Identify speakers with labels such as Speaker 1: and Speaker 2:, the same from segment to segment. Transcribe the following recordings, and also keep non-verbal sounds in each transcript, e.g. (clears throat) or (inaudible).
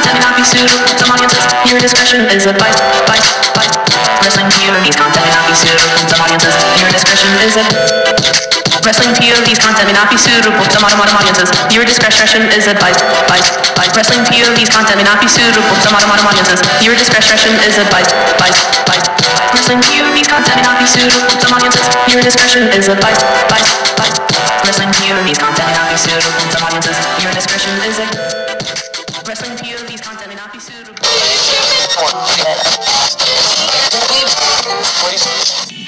Speaker 1: to so long as your discretion is advised. By, by, wrestling POV's content may not be suitable. So audiences, your discretion is advised. Wrestling POV's content may not be suitable to modern modern audiences. Your discretion is advised. By, by wrestling POV's content may not be suitable to modern modern audiences. Your discretion is advised. By, by wrestling POV's content may not be suitable to audiences. Your discretion is advised. By, by wrestling POV's content may not be suitable to audiences. Your discretion is advised. Wrestling POV's content may not be suitable.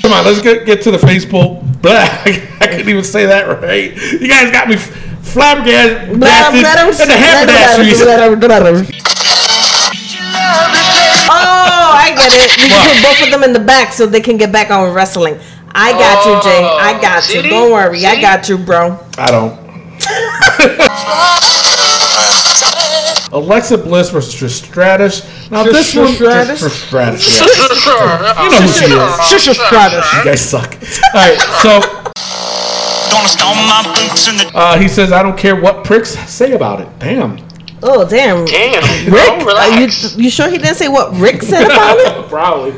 Speaker 2: Come on, let's get, get to the Facebook. (laughs) Blah, I couldn't even say that right. You guys got me f- flabbergasted
Speaker 3: Blah, blah, blah,
Speaker 2: at the
Speaker 3: blah,
Speaker 2: haberdasheries.
Speaker 3: blah, blah, blah, blah. Oh, I get it. We
Speaker 2: What?
Speaker 3: can put both of them in the back so they can get back on wrestling. I got you, Jay.
Speaker 2: Oh,
Speaker 3: I got you.
Speaker 4: see?
Speaker 3: Don't worry. I
Speaker 4: See?
Speaker 3: got you, bro.
Speaker 2: I don't. (laughs) Alexa Bliss versus Stratus. Now this one,
Speaker 3: Stratus?
Speaker 2: Stratus. yeah.
Speaker 4: You
Speaker 2: know who she (laughs) is.
Speaker 3: Shisha Stratus.
Speaker 2: You guys suck. (laughs) All right, so
Speaker 5: Gonna stone my boots in the
Speaker 2: uh, he says, "I don't care what pricks say about it." Damn,
Speaker 3: Oh, damn. Rick?
Speaker 4: Damn, bro,
Speaker 3: Are you,
Speaker 4: relax.
Speaker 3: you sure he didn't say what Rick said
Speaker 2: (laughs)
Speaker 3: about it?
Speaker 2: probably.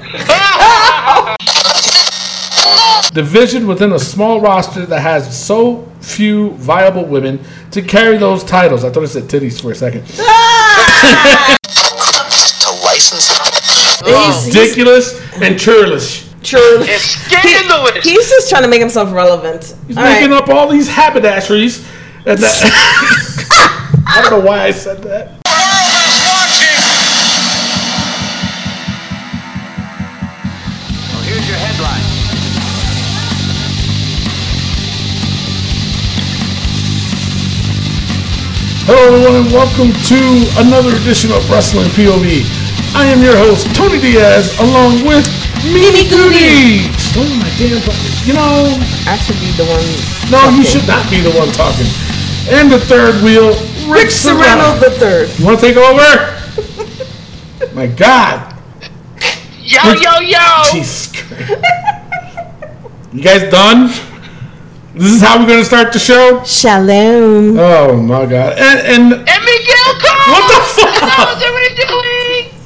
Speaker 2: Division within a small roster that has so few viable women to carry those titles. I thought it said titties for a second.
Speaker 6: to license
Speaker 2: Oh.
Speaker 3: He's, he's,
Speaker 2: Ridiculous and churlish.
Speaker 3: true.
Speaker 4: It's scandalous.
Speaker 3: he's just trying to make himself relevant.
Speaker 2: He's
Speaker 3: All right.
Speaker 2: making up all these haberdasheries. And
Speaker 3: (laughs)
Speaker 2: that- I don't know why I said that.
Speaker 5: world is watching.
Speaker 4: Well, here's your headline.
Speaker 2: Hello, everyone, and welcome to another edition of Wrestling POV. I am your host, Tony Diaz, along with Mimi Goody. Stole my damn bu- You know,
Speaker 3: I should be the one.
Speaker 2: no, you
Speaker 3: talking.
Speaker 2: should not be the one talking. And the third wheel, Rick Serrano.
Speaker 3: Serrano the third.
Speaker 2: You want to take over? (laughs) my God.
Speaker 4: Yo, yo, yo!
Speaker 2: Jesus Christ. You guys done? This is how we're going to start the show?
Speaker 3: Shalom.
Speaker 2: Oh, my God. And, and
Speaker 4: And Miguel Cole!
Speaker 2: What the fuck?
Speaker 4: Is that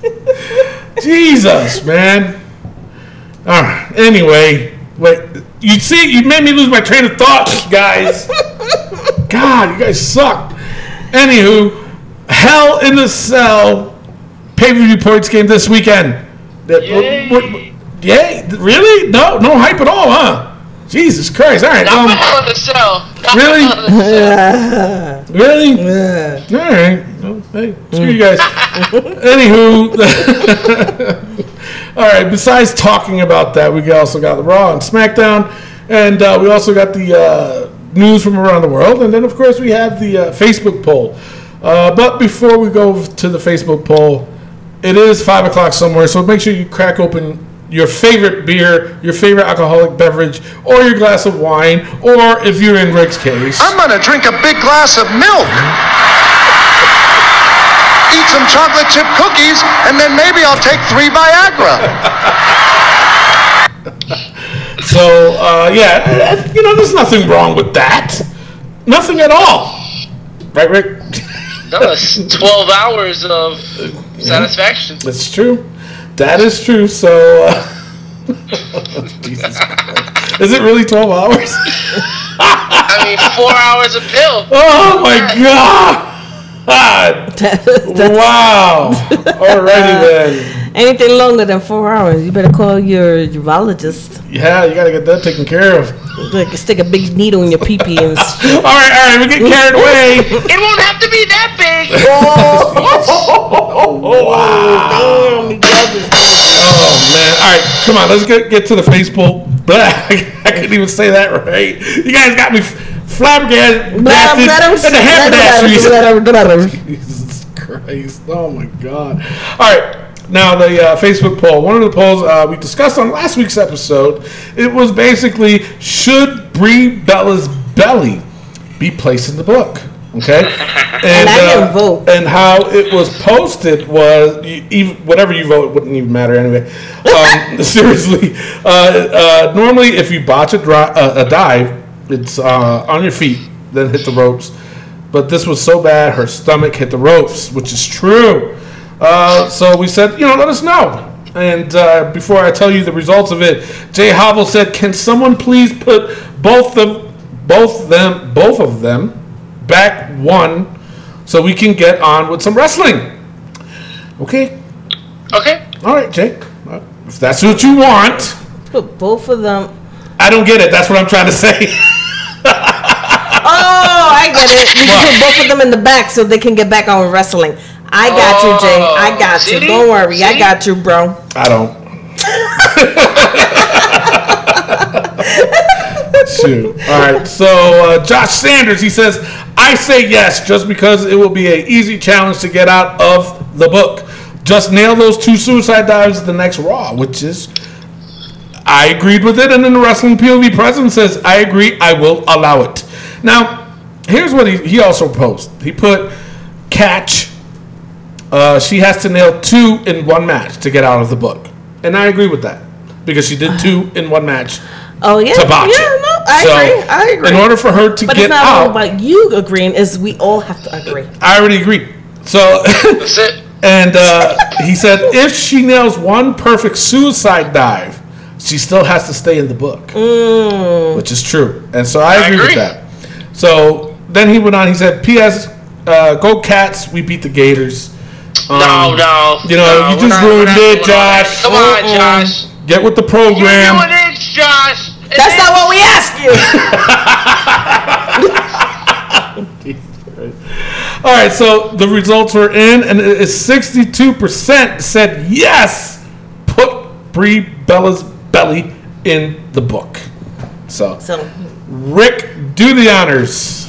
Speaker 4: what they were doing?
Speaker 2: Jesus, man. All right. Anyway, wait. You see, you made me lose my train of thought, guys. God, you guys suck. Anywho, Hell in the Cell pay per view points game this weekend. That-
Speaker 4: Yay.
Speaker 2: what- what- yay? Really? No, no hype at all, huh? Jesus Christ! All right,
Speaker 4: I'm
Speaker 2: um,
Speaker 4: on the cell.
Speaker 2: Really?
Speaker 4: I'm on the cell.
Speaker 2: really? All right. Well, hey, screw you guys. Anywho, (laughs) all right. Besides talking about that, we also got the Raw and SmackDown, and uh, we also got the uh, news from around the world, and then of course we have the uh, Facebook poll. Uh, but before we go to the Facebook poll, it is five o'clock somewhere, so make sure you crack open your favorite beer, your favorite alcoholic beverage, or your glass of wine, or if you're in Rick's case,
Speaker 7: I'm gonna drink a big glass of milk. Eat some chocolate chip cookies, and then maybe I'll take three Viagra.
Speaker 2: So uh, yeah, I- I- you know, there's nothing wrong with that. Nothing at all. Right, Rick? (laughs)
Speaker 4: That was 12 hours of satisfaction.
Speaker 2: That's true. That is true. So, uh, (laughs) Jesus Christ. is it really 12 hours? (laughs)
Speaker 4: I mean, four hours of pill.
Speaker 2: Oh my God! wow. Alrighty then.
Speaker 3: Anything longer than four hours, you better call your urologist.
Speaker 2: Yeah, you gotta get that taken care of. (laughs)
Speaker 3: Like, stick a big needle in your pee pee and. s-
Speaker 2: All right, all right, we get carried away.
Speaker 4: It won't have to be that big.
Speaker 2: Oh man! All right, come on. Let's get get to the Facebook. (laughs) Blah. I couldn't even say that right. You guys got me f- flabbergasted
Speaker 3: Blah, blah, blah,
Speaker 2: at the haberdasheries.
Speaker 3: blah, blah, blah, blah.
Speaker 2: Jesus Christ. Oh my God. All right. Now, the uh, Facebook poll. One of the polls uh, we discussed on last week's episode, it was basically should Brie Bella's belly be placed in the book? Okay. And, uh,
Speaker 3: I didn't vote.
Speaker 2: And how it was posted was, you, even, whatever you vote, it wouldn't even matter anyway. Um, seriously. Uh, uh, normally, if you botch a, dri- uh, a dive, it's uh, on your feet, then hit the ropes. But this was so bad, her stomach hit the ropes, which is true. Uh, so we said, you know, let us know. And uh, before I tell you the results of it, Jay Havel said, "Can someone please put both of both them both of them back one, so we can get on with some wrestling?" Okay,
Speaker 4: Okay.
Speaker 2: all right, Jay. Uh, If that's what you want,
Speaker 3: Put both of them.
Speaker 2: I don't get it. That's what I'm trying to say. (laughs)
Speaker 3: Oh, I get it. We can put both of them in the back so they can get back on wrestling. I got you, Jay.
Speaker 2: Oh,
Speaker 3: I got you.
Speaker 4: See?
Speaker 3: Don't worry. I
Speaker 4: See?
Speaker 3: got you, bro.
Speaker 2: I don't. Shoot. All right. So uh, Josh Sanders, he says, I say yes just because it will be an easy challenge to get out of the book. Just nail those two suicide dives the next Raw, which is. I agreed with it, and then the Wrestling POV president says, I agree, I will allow it. Now, here's what he, he also posed. He put catch uh, she has to nail two in one match to get out of the book. And I agree with that because she did two in one match
Speaker 3: Oh yeah.
Speaker 2: to box.
Speaker 3: Yeah.
Speaker 2: it.
Speaker 3: No, I
Speaker 2: So,
Speaker 3: agree. I agree.
Speaker 2: In order for her to
Speaker 3: but
Speaker 2: get
Speaker 3: it's not all
Speaker 2: out,
Speaker 3: about you agreeing. Is we all have to agree.
Speaker 2: I already agree. So, (laughs)
Speaker 4: That's it.
Speaker 2: and uh, he said
Speaker 3: (laughs)
Speaker 2: if she nails one perfect suicide dive, she still has to stay in the book,
Speaker 3: Mm.
Speaker 2: which is true. And so I, agree,
Speaker 4: agree.
Speaker 2: with that. So then he went on. He said, "P.S. Uh, go Cats! We beat the Gators."
Speaker 4: No, no.
Speaker 2: Um, you know,
Speaker 4: no,
Speaker 2: you
Speaker 4: we're
Speaker 2: just
Speaker 4: not- we're
Speaker 2: ruined
Speaker 4: not
Speaker 2: it,
Speaker 4: doing all that.
Speaker 2: Josh.
Speaker 4: Come on, Josh.
Speaker 2: Get with the
Speaker 4: You're doing
Speaker 2: program.
Speaker 4: it, Josh. It
Speaker 3: That's
Speaker 4: is-
Speaker 3: not what we ask
Speaker 2: (laughs)
Speaker 3: you.
Speaker 2: All right, so the results were in, and it- it's 62% said yes, put Brie Bella's belly in the book. So,
Speaker 3: So
Speaker 2: Rick, do the honors.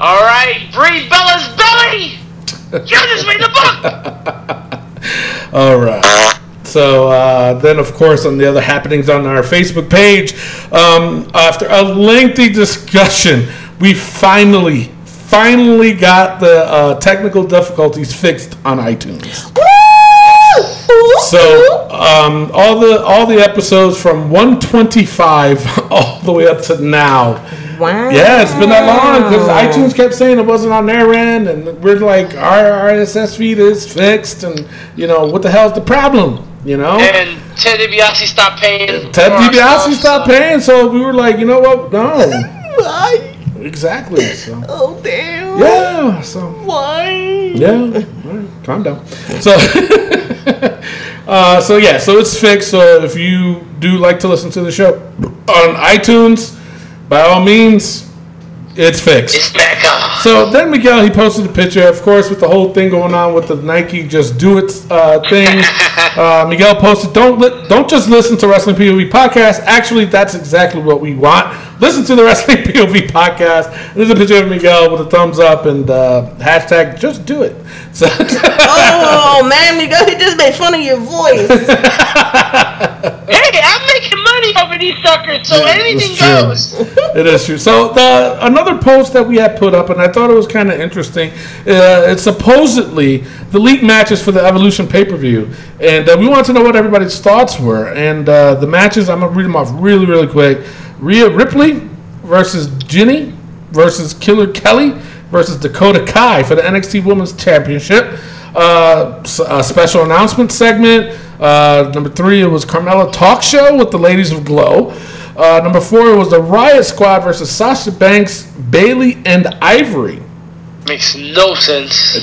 Speaker 4: All right, Bree Bella's belly. You just made the
Speaker 2: (laughs)
Speaker 4: book.
Speaker 2: All right. So uh, then, of course, on the other happenings on our Facebook page, um, after a lengthy discussion, we finally, finally got the uh, technical difficulties fixed on iTunes. So um, all the all the episodes from 125 (laughs) all the way up to now.
Speaker 3: wow.
Speaker 2: Yeah, it's been that long because iTunes kept saying it wasn't on their end, and we're like, our RSS feed is fixed, and you know what the hell's the problem? You know,
Speaker 4: And Ted DiBiase stopped paying.
Speaker 2: Ted
Speaker 4: for our
Speaker 2: DiBiase
Speaker 4: stuff,
Speaker 2: stopped
Speaker 4: so-
Speaker 2: paying, so we were like, you know what? No,
Speaker 3: Why?
Speaker 2: exactly. So
Speaker 3: Oh damn.
Speaker 2: yeah, so
Speaker 3: Why?
Speaker 2: Yeah. All right. Calm down. So, (laughs) uh, so yeah. So it's fixed. So if you do like to listen to the show on iTunes, by all means, it's
Speaker 4: It's
Speaker 2: fixed.
Speaker 4: back up.
Speaker 2: So then Miguel he posted a picture, of course, with the whole thing going on with the Nike just do it uh, thing. Uh, Miguel posted, "Don't li- don't just listen to Wrestling POV podcast. Actually, that's exactly what we want. Listen to the (laughs) Wrestling POV podcast." There's a picture of Miguel with a thumbs up and uh, hashtag Just Do It. (laughs) So
Speaker 3: Oh man, you go. He just made fun of your
Speaker 2: (laughs)
Speaker 3: voice.
Speaker 4: Hey, I'm making money over these suckers, so anything
Speaker 2: it's true.
Speaker 4: goes. (laughs)
Speaker 2: it is true. So the another post that we had put up, and I thought it was kind of interesting. Uh, it's supposedly the league matches for the Evolution pay per view, and uh, we wanted to know what everybody's thoughts were. And uh, the matches, I'm gonna read them off really, really quick. Rhea Ripley versus Ginny versus Killer Kelly versus Dakota Kai for the NXT Women's Championship. Uh, s- a special announcement segment. Uh, number three, it was Carmella Talk Show with the Ladies of Glow. Uh, number four was the Riot Squad versus Sasha Banks, Bailey, and Ivory.
Speaker 4: Makes no sense.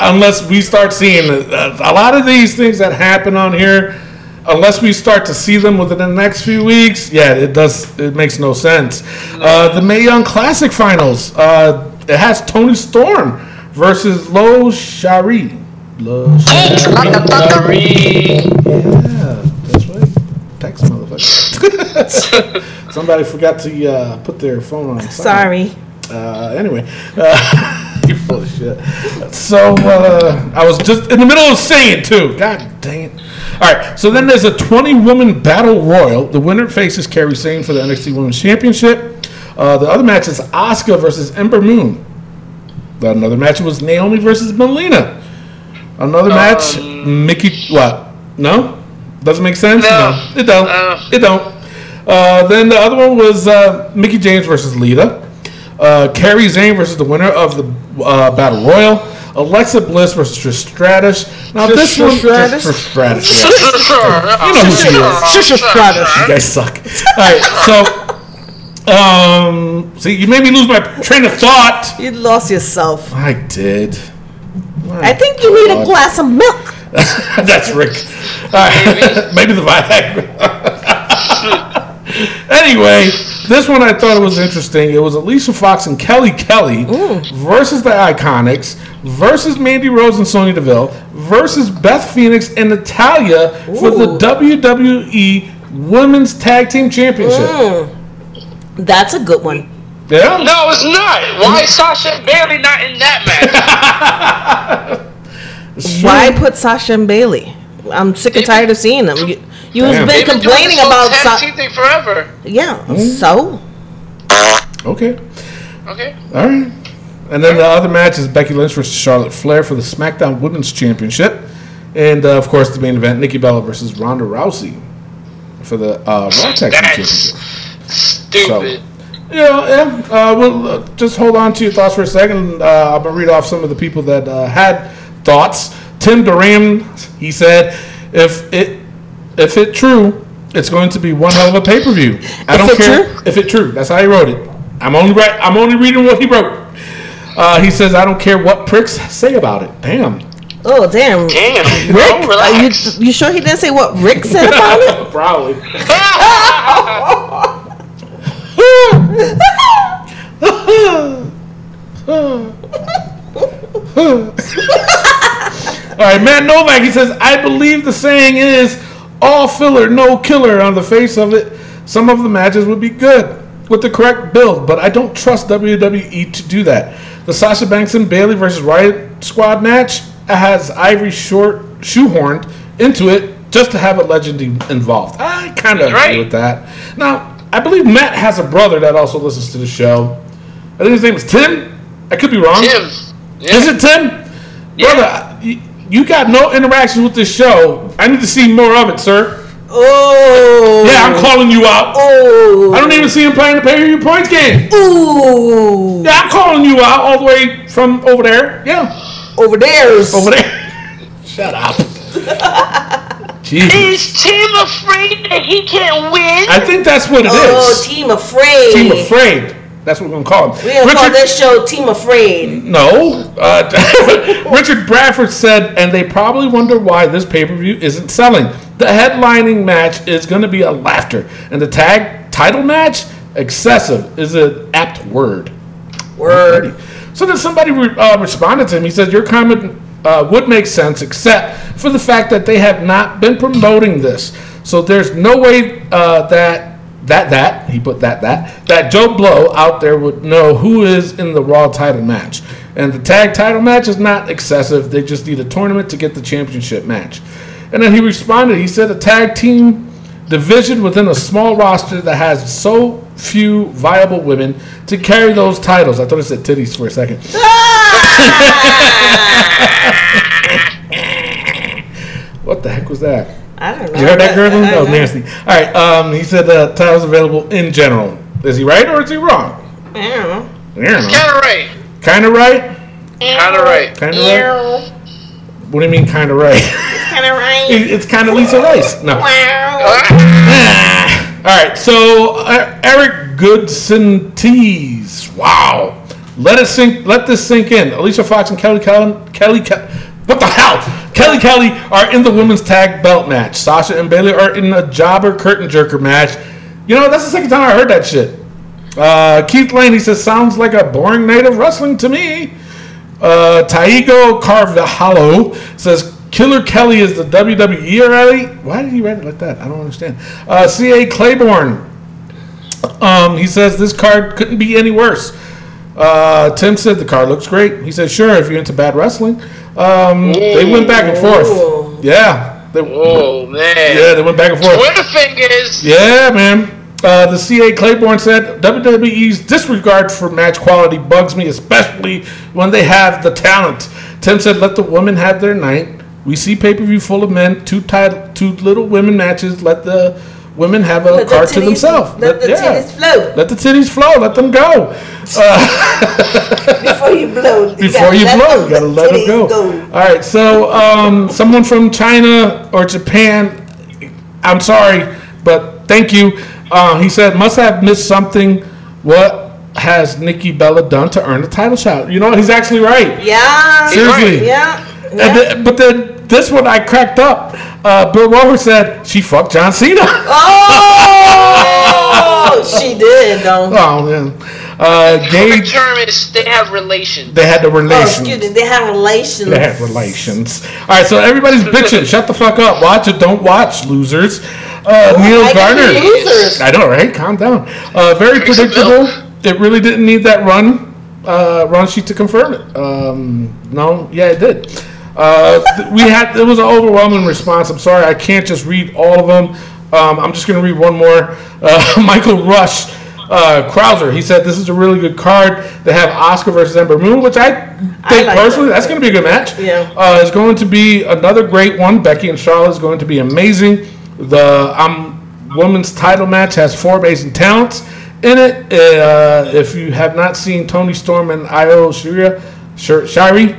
Speaker 2: Unless we start seeing a, a lot of these things that happen on here, unless we start to see them within the next few weeks, yeah, it does. It makes no sense. Uh, the Mae Young Classic Finals. Uh, it has Tony Storm versus Lo Shari. Lo Shari. (laughs)
Speaker 4: Sorry.
Speaker 2: Yeah, that's right. Text motherfucker. (laughs) Somebody forgot to uh, put their phone on. silent.
Speaker 3: Sorry.
Speaker 2: Uh, anyway, uh, (laughs) you full of shit. So uh, I was just in the middle of saying too. God dang it! All right. So then there's a 20-woman battle royal. The winner faces Kerry Sane for the NXT Women's Championship. Uh, the other match is Asuka versus Ember Moon. Another match was Naomi versus Melina. Another
Speaker 4: Um,
Speaker 2: match, Mickey. What? No, doesn't make sense.
Speaker 4: No.
Speaker 2: it don't.
Speaker 4: Uh.
Speaker 2: it don't. Uh, then the other one was uh, Mickey James versus Lita. Uh, Kerry Zane versus the winner of the uh, Battle Royal. Alexa Bliss versus Stratus. Now this one,
Speaker 3: Stratus?
Speaker 2: Stratus.
Speaker 4: you
Speaker 2: know who she is.
Speaker 3: She's just
Speaker 2: You guys suck. All right, so um, see, you made me lose my train of thought.
Speaker 3: You lost yourself.
Speaker 2: I did.
Speaker 3: I think you
Speaker 2: Oh.
Speaker 3: need a glass of milk.
Speaker 2: (laughs) That's Rick. All right. (laughs) Maybe the Viagra. (laughs) anyway, this one I thought was interesting. It was Alicia Fox and Kelly Kelly versus the Iconics versus Mandy Rose and Sonya Deville versus Beth Phoenix and Natalia for the
Speaker 3: Ooh.
Speaker 2: WWE Women's Tag Team Championship.
Speaker 3: Mm. That's a good one.
Speaker 2: Yeah.
Speaker 4: No, it's not. Why is Sasha and Bailey not in that
Speaker 2: (laughs)
Speaker 4: match?
Speaker 3: Why put Sasha and Bailey? I'm sick and tired of seeing them. You, you've
Speaker 2: Damn.
Speaker 3: been
Speaker 4: They've been doing
Speaker 3: complaining
Speaker 4: this whole
Speaker 3: about
Speaker 4: tag
Speaker 3: Sa-
Speaker 4: team thing forever.
Speaker 3: yeah.
Speaker 2: Hmm?
Speaker 3: So
Speaker 2: Okay.
Speaker 4: Okay.
Speaker 2: All right. And then the other match is Becky Lynch versus Charlotte Flair for the SmackDown Women's Championship. And, uh, of course, the main event, Nikki Bella versus Ronda Rousey for the uh, Raw Tag Team
Speaker 4: That's
Speaker 2: Championship.
Speaker 4: stupid.
Speaker 2: Yeah, yeah. Uh, well, uh, just hold on to your thoughts for a second. Uh, I'm going to read off some of the people that uh, had thoughts. Tim Duran, he said, if it if it true, it's going to be one hell of a pay-per-view. I don't
Speaker 3: it
Speaker 2: care
Speaker 3: true?
Speaker 2: if it true. That's how he wrote it. I'm only right. I'm only reading what he wrote. Uh, he says, I don't care what pricks say about it. Damn.
Speaker 3: oh damn.
Speaker 4: Damn,
Speaker 3: Rick,
Speaker 4: bro,
Speaker 3: are you,
Speaker 4: relax.
Speaker 3: you sure he didn't say what Rick said
Speaker 2: (laughs)
Speaker 3: about it?
Speaker 2: Probably. All right, Matt Novak. He says, "I believe the saying is all filler, no killer." On the face of it, some of the matches would be good with the correct build, but I don't trust WWE to do that. The Sasha Banks and Bailey versus Riot Squad match has Ivory Short shoehorned into it just to have a legend in- involved. I kind of agree
Speaker 4: Right.
Speaker 2: with that. Now, I believe Matt has a brother that also listens to the show. I think his name is Tim. I could be wrong.
Speaker 4: Tim. Yeah.
Speaker 2: Is it Tim? Brother, I- y- you got no interactions with this show. I need to see more of it, sir.
Speaker 3: Oh.
Speaker 2: Yeah, I'm calling you out.
Speaker 3: Oh.
Speaker 2: I don't even see him playing the pay-per-view points game.
Speaker 3: Ooh.
Speaker 2: Yeah, I'm calling you out all the way from over there. Yeah,
Speaker 3: Over there's.
Speaker 2: over there. (laughs) Shut
Speaker 3: (laughs)
Speaker 2: up. Jesus.
Speaker 4: Is Tim afraid that he can't win?
Speaker 2: I think that's what it is.
Speaker 3: Oh, Team Afraid.
Speaker 2: Team Afraid. That's what we're gonna call him.
Speaker 3: We're gonna call
Speaker 2: Richard-
Speaker 3: this show Team Afraid.
Speaker 2: No. Uh, (laughs) Richard Bradford said, and they probably wonder why this pay per view isn't selling. The headlining match is going to be a laughter, and the tag title match, excessive, is an apt word. (laughs)
Speaker 3: Word.
Speaker 2: So then somebody re- uh, responded to him. He said, "Your comment uh, would make sense, except for the fact that they have not been promoting this. So there's no way uh, that that that he put that that that Joe Blow out there would know who is in the Raw title match. And the tag title match is not excessive. They just need a tournament to get the championship match." And then he responded. He said, "A tag team." division within a small roster that has so few viable women to carry those titles. I thought it said titties for a second.
Speaker 3: Ah!
Speaker 2: what the heck was that?
Speaker 3: I don't know.
Speaker 2: You heard that, Oh, girl?
Speaker 3: I- I-
Speaker 2: That was
Speaker 3: I-
Speaker 2: nasty. All right. Um, he said uh, titles available in general. Is he right or is he wrong?
Speaker 3: I don't know.
Speaker 2: Yeah.
Speaker 4: Kinda right.
Speaker 2: Kind of right.
Speaker 4: Kinda right.
Speaker 2: Kind of right. What do you mean, kind of right? (laughs)
Speaker 3: Kind of right.
Speaker 2: It- it's kind of Lisa Rice. No.
Speaker 3: Wow.
Speaker 4: Ah,
Speaker 2: All right, so uh, Eric Goodson tease. Wow, let it sink. Let this sink in. Alicia Fox and Kelly Kelly Kelly. Ke- what the hell? Kelly Kelly are in the women's tag belt match. Sasha and Bailey are in a jobber curtain jerker match. You know that's the second time I heard that shit. Uh, Keith Lane he says sounds like a boring night of wrestling to me. Uh, Taigo Carvajalo says Killer Kelly is the WWE already. Why did he write it like that? I don't understand. Uh, C.A. Claiborne. Um, he says this card couldn't be any worse. Uh, Tim said the card looks great. He said, sure, if you're into bad wrestling. Um, they went back and
Speaker 3: Ooh.
Speaker 2: forth. Yeah. They,
Speaker 4: Oh man.
Speaker 2: yeah, they went back and forth.
Speaker 4: Twitter fingers.
Speaker 2: Yeah, man. Uh, the CA Claiborne said WWE's disregard for match quality bugs me, especially when they have the talent. Tim said, "Let the women have their night. We see pay per view full of men, two title, two little women matches. Let the women have a card to
Speaker 3: titties-
Speaker 2: themselves.
Speaker 3: Let the
Speaker 2: yeah.
Speaker 3: titties flow
Speaker 2: Let the titties flow. Let them go.
Speaker 3: before you blow. You
Speaker 2: Before
Speaker 3: gotta
Speaker 2: you
Speaker 3: let
Speaker 2: blow,
Speaker 3: them-
Speaker 2: you gotta let
Speaker 3: titties
Speaker 2: it go. All right. So, um, someone from China or Japan, I'm sorry, but thank you. Uh, he said, must have missed something. What has Nikki Bella done to earn the title shot? You know what? He's actually right.
Speaker 3: Yeah.
Speaker 2: Seriously.
Speaker 3: Yeah.
Speaker 2: And
Speaker 3: yeah.
Speaker 2: then- but then this one I cracked up. Uh, Bill Rover said, she fucked John Cena.
Speaker 3: Oh, she did though.
Speaker 2: (laughs) Oh man, uh,
Speaker 4: The
Speaker 2: gay.
Speaker 4: term is they have relations.
Speaker 2: They had the
Speaker 3: Oh,
Speaker 2: relations.
Speaker 3: excuse me. They had relations.
Speaker 2: they had relations. All right, so everybody's bitching. Shut the fuck up. Watch it. Don't watch, losers. Uh, Neil
Speaker 3: I got
Speaker 2: Garner.
Speaker 3: losers.
Speaker 2: I know, right? Calm down. Uh, very
Speaker 4: Drink some
Speaker 2: predictable.
Speaker 4: milk.
Speaker 2: It really didn't need that run uh, run sheet to confirm it. Um, no, yeah, it did. Uh, th- we had it was an overwhelming response. I'm sorry, I can't just read all of them. Um, I'm just going to read one more. Uh, (laughs) Michael Rush uh, Krauser. He said this is a really good card. They have Oscar versus Ember Moon, which I think
Speaker 3: like
Speaker 2: personally
Speaker 3: that.
Speaker 2: that's going to be a good match.
Speaker 3: Yeah.
Speaker 2: Uh, it's going to be another great one. Becky and Charlotte is going to be amazing. The um, women's title match has four amazing talents in it. Uh, if you have not seen Tony Storm and Io Shiria, Shir- Shiri,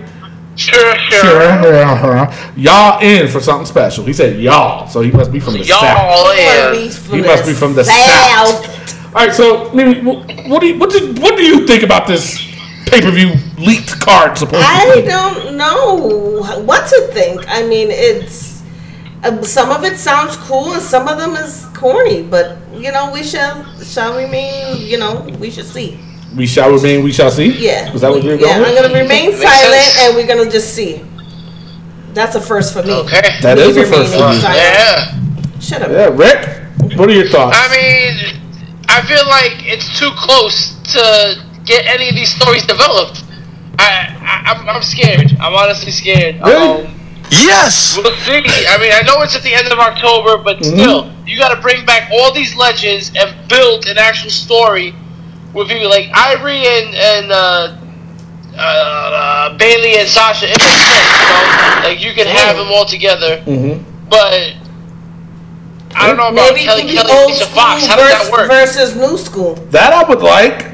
Speaker 4: Sure, sure.
Speaker 2: Shira, (laughs) y'all in for something special. He said y'all, so he must be from the
Speaker 4: Y'all
Speaker 2: south.
Speaker 4: in.
Speaker 3: from
Speaker 2: You must be from the south. All right, so Mimi, wh- what do you, what do what do you think about this pay per view leaked card? Supposedly, (laughs)
Speaker 3: I don't know what to think. I mean, it's uh, some of it sounds cool and some of them is corny, but you know, we shall shall remain. You know, we should see.
Speaker 2: we shall remain, we shall see.
Speaker 3: Yeah.
Speaker 2: is that what you're
Speaker 3: yeah,
Speaker 2: going? with?
Speaker 3: I'm gonna remain
Speaker 4: Makes
Speaker 3: silent
Speaker 4: sense.
Speaker 3: and we're gonna just see. That's a first for me.
Speaker 4: Okay.
Speaker 2: That
Speaker 3: Me
Speaker 2: is the first
Speaker 3: remaining
Speaker 2: one.
Speaker 3: silent.
Speaker 4: Yeah.
Speaker 3: Shut up.
Speaker 2: Yeah, Rick, what are your thoughts?
Speaker 4: I mean, I feel like it's too close to get any of these stories developed. I, I I'm, I'm scared. I'm honestly scared.
Speaker 2: Really?
Speaker 4: Um,
Speaker 5: Yes!
Speaker 4: We'll see. I mean, I know it's at the end of October, but still, you got to bring back all these legends and build an actual story with people like Ivory and and uh, uh, uh, Bailey and Sasha. It makes sense, you know. Like you can have them all together, but I don't know about
Speaker 3: Maybe it
Speaker 4: Kelly
Speaker 3: can be
Speaker 4: Kelly
Speaker 3: old
Speaker 4: and Alicia
Speaker 3: school
Speaker 4: Fox. How does that
Speaker 3: vers-
Speaker 4: work?
Speaker 3: versus new school.
Speaker 2: that I would like.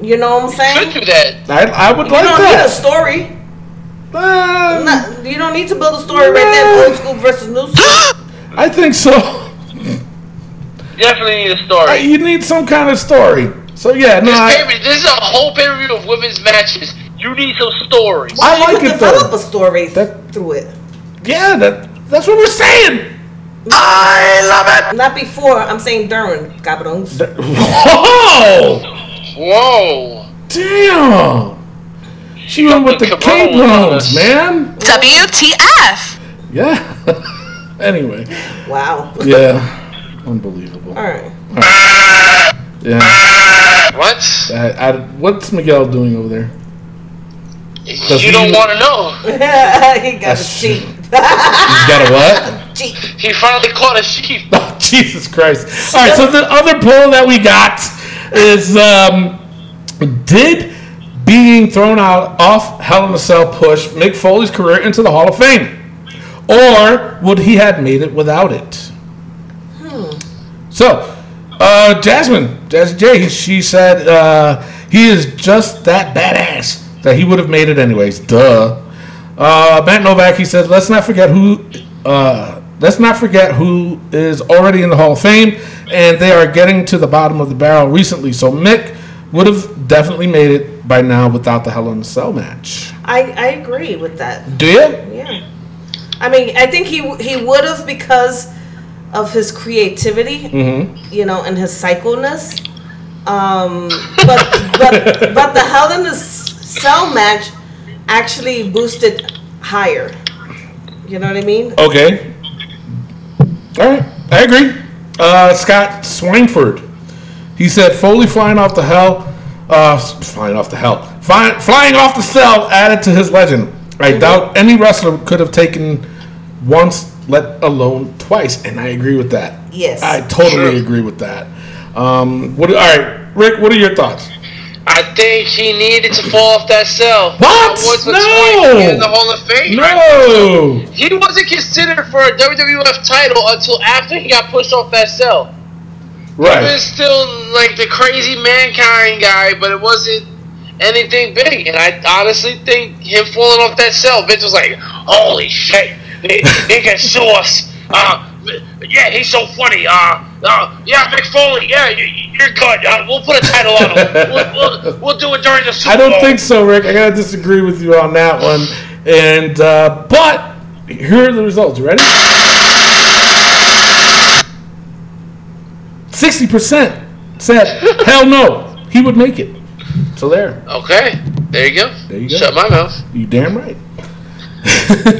Speaker 3: You know what I'm
Speaker 4: Could
Speaker 3: saying?
Speaker 4: do that.
Speaker 2: I, I would
Speaker 3: You
Speaker 2: like
Speaker 3: don't need a
Speaker 2: that.
Speaker 3: story.
Speaker 2: Uh,
Speaker 3: Not- you don't need to build a story right there. Old school versus
Speaker 4: (gasps)
Speaker 3: new school. (laughs)
Speaker 2: I think so. (laughs)
Speaker 4: Definitely need a story.
Speaker 2: I- You need some kind of story. So yeah, no,
Speaker 4: this,
Speaker 2: I,
Speaker 4: pay-per- this is a whole pay per view of women's matches. You need some stories.
Speaker 2: I
Speaker 3: you
Speaker 2: like
Speaker 3: could
Speaker 2: it
Speaker 3: develop
Speaker 2: though.
Speaker 3: a story
Speaker 2: That-
Speaker 3: through it.
Speaker 2: Yeah, that that's what we're saying.
Speaker 3: Not before. I'm saying during. Cabrones.
Speaker 2: Whoa,
Speaker 4: Whoa.
Speaker 2: damn. She went with the
Speaker 4: Fucking
Speaker 2: K
Speaker 4: cabrones on
Speaker 2: Browns,
Speaker 4: us.
Speaker 2: man.
Speaker 1: WTF!
Speaker 2: Yeah. (laughs) anyway,
Speaker 3: Wow. (laughs)
Speaker 2: yeah, unbelievable.
Speaker 3: All right.
Speaker 2: Yeah,
Speaker 4: What?
Speaker 2: I, Uh, I, what's Miguel doing over there? Does
Speaker 4: you don't
Speaker 2: he-
Speaker 4: want to know.
Speaker 3: (laughs) he got a
Speaker 2: That's-
Speaker 3: cheat.
Speaker 2: He's got a what?
Speaker 3: (laughs) Cheat.
Speaker 4: He finally caught a sheep.
Speaker 2: Oh, Jesus Christ. All right, so the other poll that we got is um, Did being thrown out off Hell in a Cell push Mick Foley's career into the Hall of Fame? Or would he have made it without it? So, uh, Jasmine, Jasmine J, she said uh, he is just that badass that he would have made it anyways. Duh. Uh, Matt Novak, he said, let's not forget who, uh, let's not forget who is already in the Hall of Fame, and they are getting to the bottom of the barrel recently. So Mick would have definitely made it by now without the Hell in a Cell match.
Speaker 3: I, I agree with that.
Speaker 2: Do you?
Speaker 3: Yeah. I mean, I think he he would have because of his creativity,
Speaker 2: Mm-hmm.
Speaker 3: you know, and his psychoness. Um, but but but the Hell in the Cell match actually boosted higher. You know what I mean?
Speaker 2: Okay. All right, I agree. Uh, Scott Swangford, he said Foley flying off the hell, uh, flying off the hell, fly, flying off the cell added to his legend. I doubt any wrestler could have taken once, let alone twice, and I agree with that.
Speaker 3: Yes.
Speaker 2: I totally
Speaker 4: Sure.
Speaker 2: agree with that. Um, what? All right, Rick, what are your thoughts?
Speaker 4: I think he needed to fall off that cell.
Speaker 2: What?
Speaker 4: That was what's
Speaker 2: No.
Speaker 4: going to get in the Hall of Fame.
Speaker 2: No.
Speaker 4: He wasn't considered for a WWF title until after he got pushed off that cell. It
Speaker 2: Right.
Speaker 4: was still like the crazy mankind guy, but it wasn't anything big. And I honestly think him falling off that cell, bitch was like, holy shit, they, they can sue us. Uh, yeah, he's so funny. Uh, uh, yeah, Mick Foley. Yeah, you, you're good. Uh, we'll put a title on
Speaker 2: (laughs)
Speaker 4: him. We'll, we'll, we'll do it during the Super
Speaker 2: I don't
Speaker 4: Bowl.
Speaker 2: think so, Rick. I gotta disagree with you on that one. And uh, but here are the results. You ready? Sixty percent said hell no, he would make it. So there,
Speaker 4: Okay, there you go.
Speaker 2: you go.
Speaker 4: Shut my mouth.
Speaker 2: you damn right. all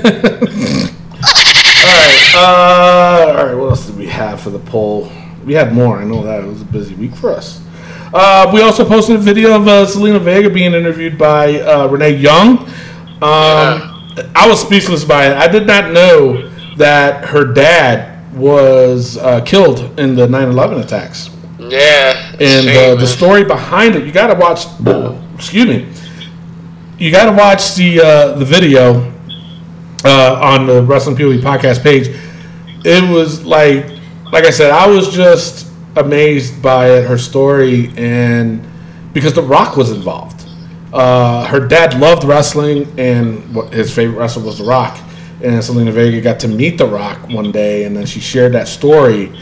Speaker 2: right, uh, all right. What else did we have for the poll? We had more. I know that it was a busy week for us. Uh, we also posted a video of uh, Selena Vega being interviewed by uh, Renee Young. Um, I was speechless by it. I did not know that her dad was uh, killed in the 9/11 attacks,
Speaker 4: Yeah.
Speaker 2: and
Speaker 4: shame,
Speaker 2: uh, the
Speaker 4: man.
Speaker 2: story behind it. You got to watch. excuse me. You got to watch the uh, the video uh, on the Wrestling POE podcast page. It was like, like I said, I was just amazed by it, her story, and because The Rock was involved. Uh, her dad loved wrestling, and what his favorite wrestler was The Rock. And Selena Vega got to meet The Rock one day, and then she shared that story,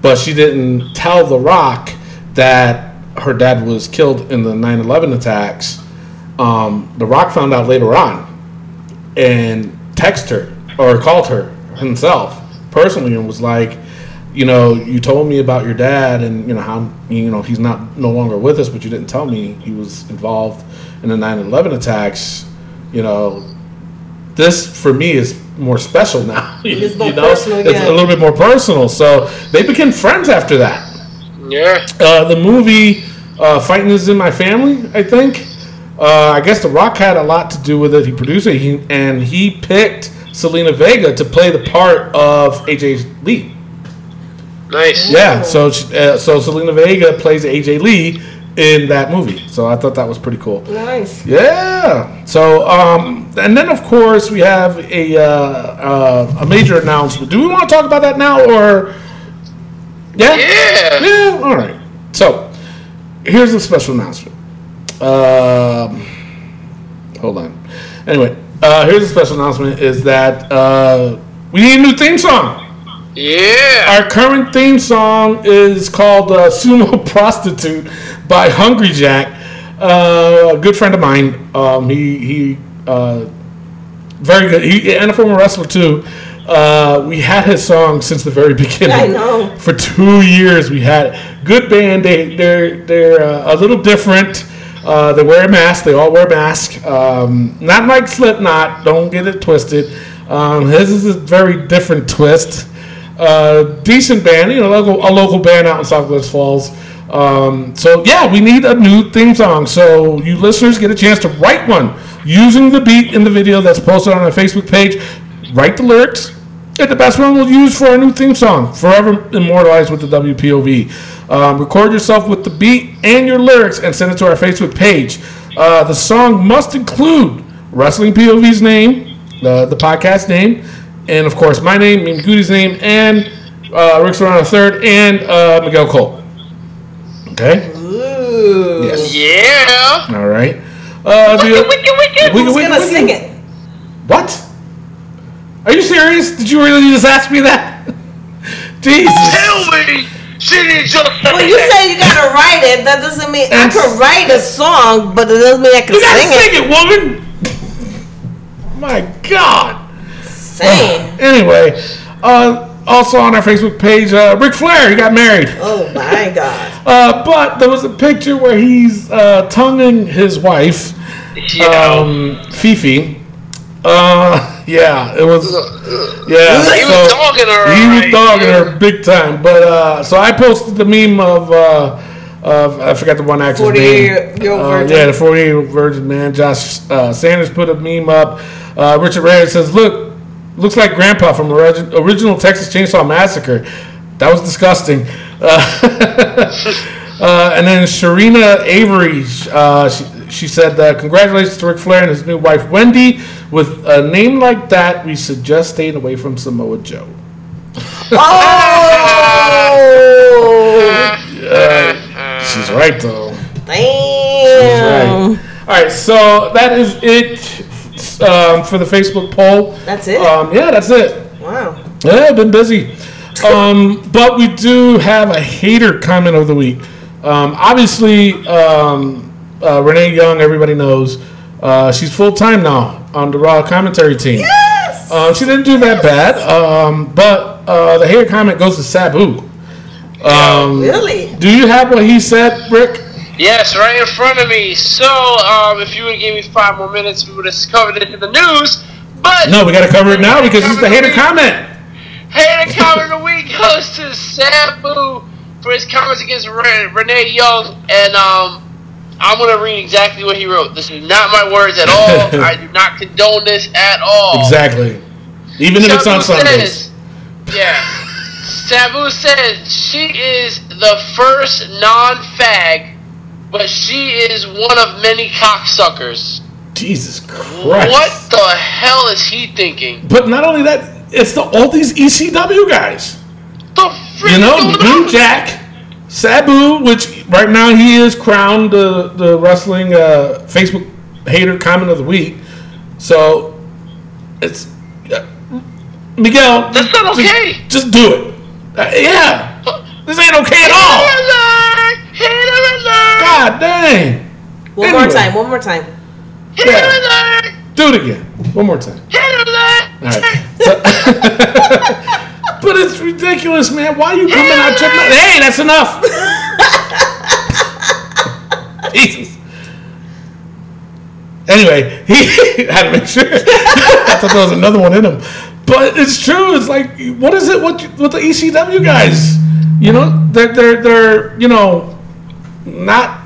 Speaker 2: but she didn't tell The Rock that her dad was killed in the 9/11 attacks. Um, the Rock found out later on, and texted her or called her himself personally and was like, you know, you told me about your dad and you know how you know he's not no longer with us, but you didn't tell me he was involved in the 9/11 attacks. You know, this for me is more special now. (laughs)
Speaker 3: It's
Speaker 2: you
Speaker 3: more
Speaker 2: know?
Speaker 3: personal,
Speaker 2: It's
Speaker 3: yeah.
Speaker 2: a little bit more personal. So they became friends after that
Speaker 4: Yeah.
Speaker 2: uh, the movie uh, "Fighting Is in My Family." I think. Uh, I guess The Rock had a lot to do with it. He produced it, he, and he picked Selena Vega to play the part of AJ Lee.
Speaker 4: Nice.
Speaker 2: Yeah, so she, uh, so Selena Vega plays AJ Lee in that movie. So I thought that was pretty cool.
Speaker 3: Nice.
Speaker 2: Yeah. So, um, and then of course we have a uh, uh, a major announcement. Do we want to talk about that now, or yeah,
Speaker 4: Yeah.
Speaker 2: yeah? All right. So, here's a special announcement. Um, hold on. Anyway, uh, here's a special announcement: is that uh, we need a new theme song.
Speaker 4: Yeah.
Speaker 2: Our current theme song is called uh, "Sumo (laughs) Prostitute" by Hungry Jack, uh, a good friend of mine. Um, he he, uh, very good. He and a former wrestler too. Uh, we had his song since the very (laughs) beginning.
Speaker 3: I know.
Speaker 2: For two years, we had good band. They they're they're uh, a little different. Uh, they wear a mask. They all wear a mask. Um, not like Slipknot. Don't get it twisted. Um, his is a very different twist. Uh, decent band, you know, local, a local band out in South Glens Falls. Um, so yeah, we need a new theme song. So you listeners get a chance to write one using the beat in the video that's posted on our Facebook page. Write the lyrics. And the best one we'll use for our new theme song, forever immortalized with the WPOV. Um, record yourself with the beat and your lyrics and send it to our Facebook page. Uh, the song must include Wrestling POV's name, the, the podcast name, and of course my name, Meme Goody's name, and uh, Rick Serrano III, and uh, Miguel Cole. Okay?
Speaker 3: Ooh.
Speaker 2: Yes.
Speaker 4: Yeah.
Speaker 2: All right. Uh,
Speaker 3: (laughs)
Speaker 2: the,
Speaker 3: Who's gonna sing it?
Speaker 2: What? Are you serious? Did you really just ask me that? (laughs) Jesus.
Speaker 4: Tell me, she didn't just.
Speaker 3: Well, you say you gotta write it. That doesn't mean I
Speaker 2: That's-
Speaker 3: could write a song, but it doesn't mean I can
Speaker 2: You gotta
Speaker 3: sing it.
Speaker 2: sing it, woman. My God.
Speaker 3: Sing.
Speaker 2: Anyway, uh, also on our Facebook page, uh, Ric Flair he got married,
Speaker 3: Oh my
Speaker 2: (laughs)
Speaker 3: god.
Speaker 2: uh, but there was a picture where he's uh, tonguing his wife,
Speaker 4: You know,
Speaker 2: um, Fifi. Uh, (laughs) yeah, it was. Yeah,
Speaker 4: he was
Speaker 2: so-
Speaker 4: dogging her.
Speaker 2: He was
Speaker 4: alright.
Speaker 2: dogging her big time. But uh, so I posted the meme of uh, of I forgot the one actor's
Speaker 3: 48-year-old
Speaker 2: name. Uh,
Speaker 3: virgin.
Speaker 2: yeah, the forty eight year old virgin man. Josh uh, Sanders put a meme up. Uh, Richard Reyes says, "Look, looks like Grandpa from the origi- original Texas Chainsaw Massacre. That was disgusting." (laughs) Uh, Uh, and then Sharina Avery, uh, she, she said, uh, Congratulations to Ric Flair and his new wife, Wendy. With a name like that, we suggest staying away Oh. from Samoa Joe.
Speaker 3: Oh.
Speaker 2: Uh, she's right though.
Speaker 3: Damn.
Speaker 2: Right. All right, so that is it um, for the Facebook poll.
Speaker 3: That's it?
Speaker 2: Um, yeah, that's it.
Speaker 3: Wow.
Speaker 2: Yeah, I've been busy. Um, but we do have a hater comment of the week. Um, obviously, um, uh, Renee Young, everybody knows, uh, she's full time now on the Raw commentary team.
Speaker 3: Yes.
Speaker 2: Um, she didn't do that bad, um, but uh, the hater comment goes to Sabu. Um,
Speaker 3: really?
Speaker 2: Do you have what he said, Rick?
Speaker 4: Yes, right in front of me. So, um, if you would have gave me five more minutes, we would have covered it in the news. But
Speaker 2: No, we got to cover it now because it's the hater comment.
Speaker 4: Hannah comment of the week goes to Sabu for his comments against Ren- Renee Young, and um, I'm gonna read exactly what he wrote. This is not my words at all.
Speaker 2: (laughs)
Speaker 4: I do not condone this at all.
Speaker 2: Exactly. Even if it's on
Speaker 4: Sabu
Speaker 2: Sundays.
Speaker 4: says- Yeah. Sabu says she is the first non-fag, but she is one of many cocksuckers.
Speaker 2: Jesus Christ.
Speaker 4: What the hell is he thinking?
Speaker 2: But not only that, it's the all these ECW guys.
Speaker 4: The freak
Speaker 2: You know,
Speaker 4: going
Speaker 2: Blue
Speaker 4: on?
Speaker 2: Jack, Sabu, which right now he is crowned the the wrestling uh, Facebook hater comment of the week. So it's uh, Miguel.
Speaker 4: That's
Speaker 2: just-
Speaker 4: not
Speaker 2: just-
Speaker 4: okay.
Speaker 2: Just, do it. Uh, yeah, this ain't okay at
Speaker 4: Hit
Speaker 2: all.
Speaker 4: him alert! Hit him alert!
Speaker 2: God dang.
Speaker 3: One more
Speaker 2: Anyway.
Speaker 3: time. One more time.
Speaker 4: Hit him alert!
Speaker 2: Do it again. One more time.
Speaker 4: Hit him alert!
Speaker 2: All right. So- (laughs) but it's ridiculous, man. Why you coming out your mouth? Hey, that's enough. (laughs) Jesus. Anyway, he (laughs) had to make sure. I thought there was another one in him, but it's true. It's like, what is it? What with the ECW guys? You know, they're they're they're you know, not.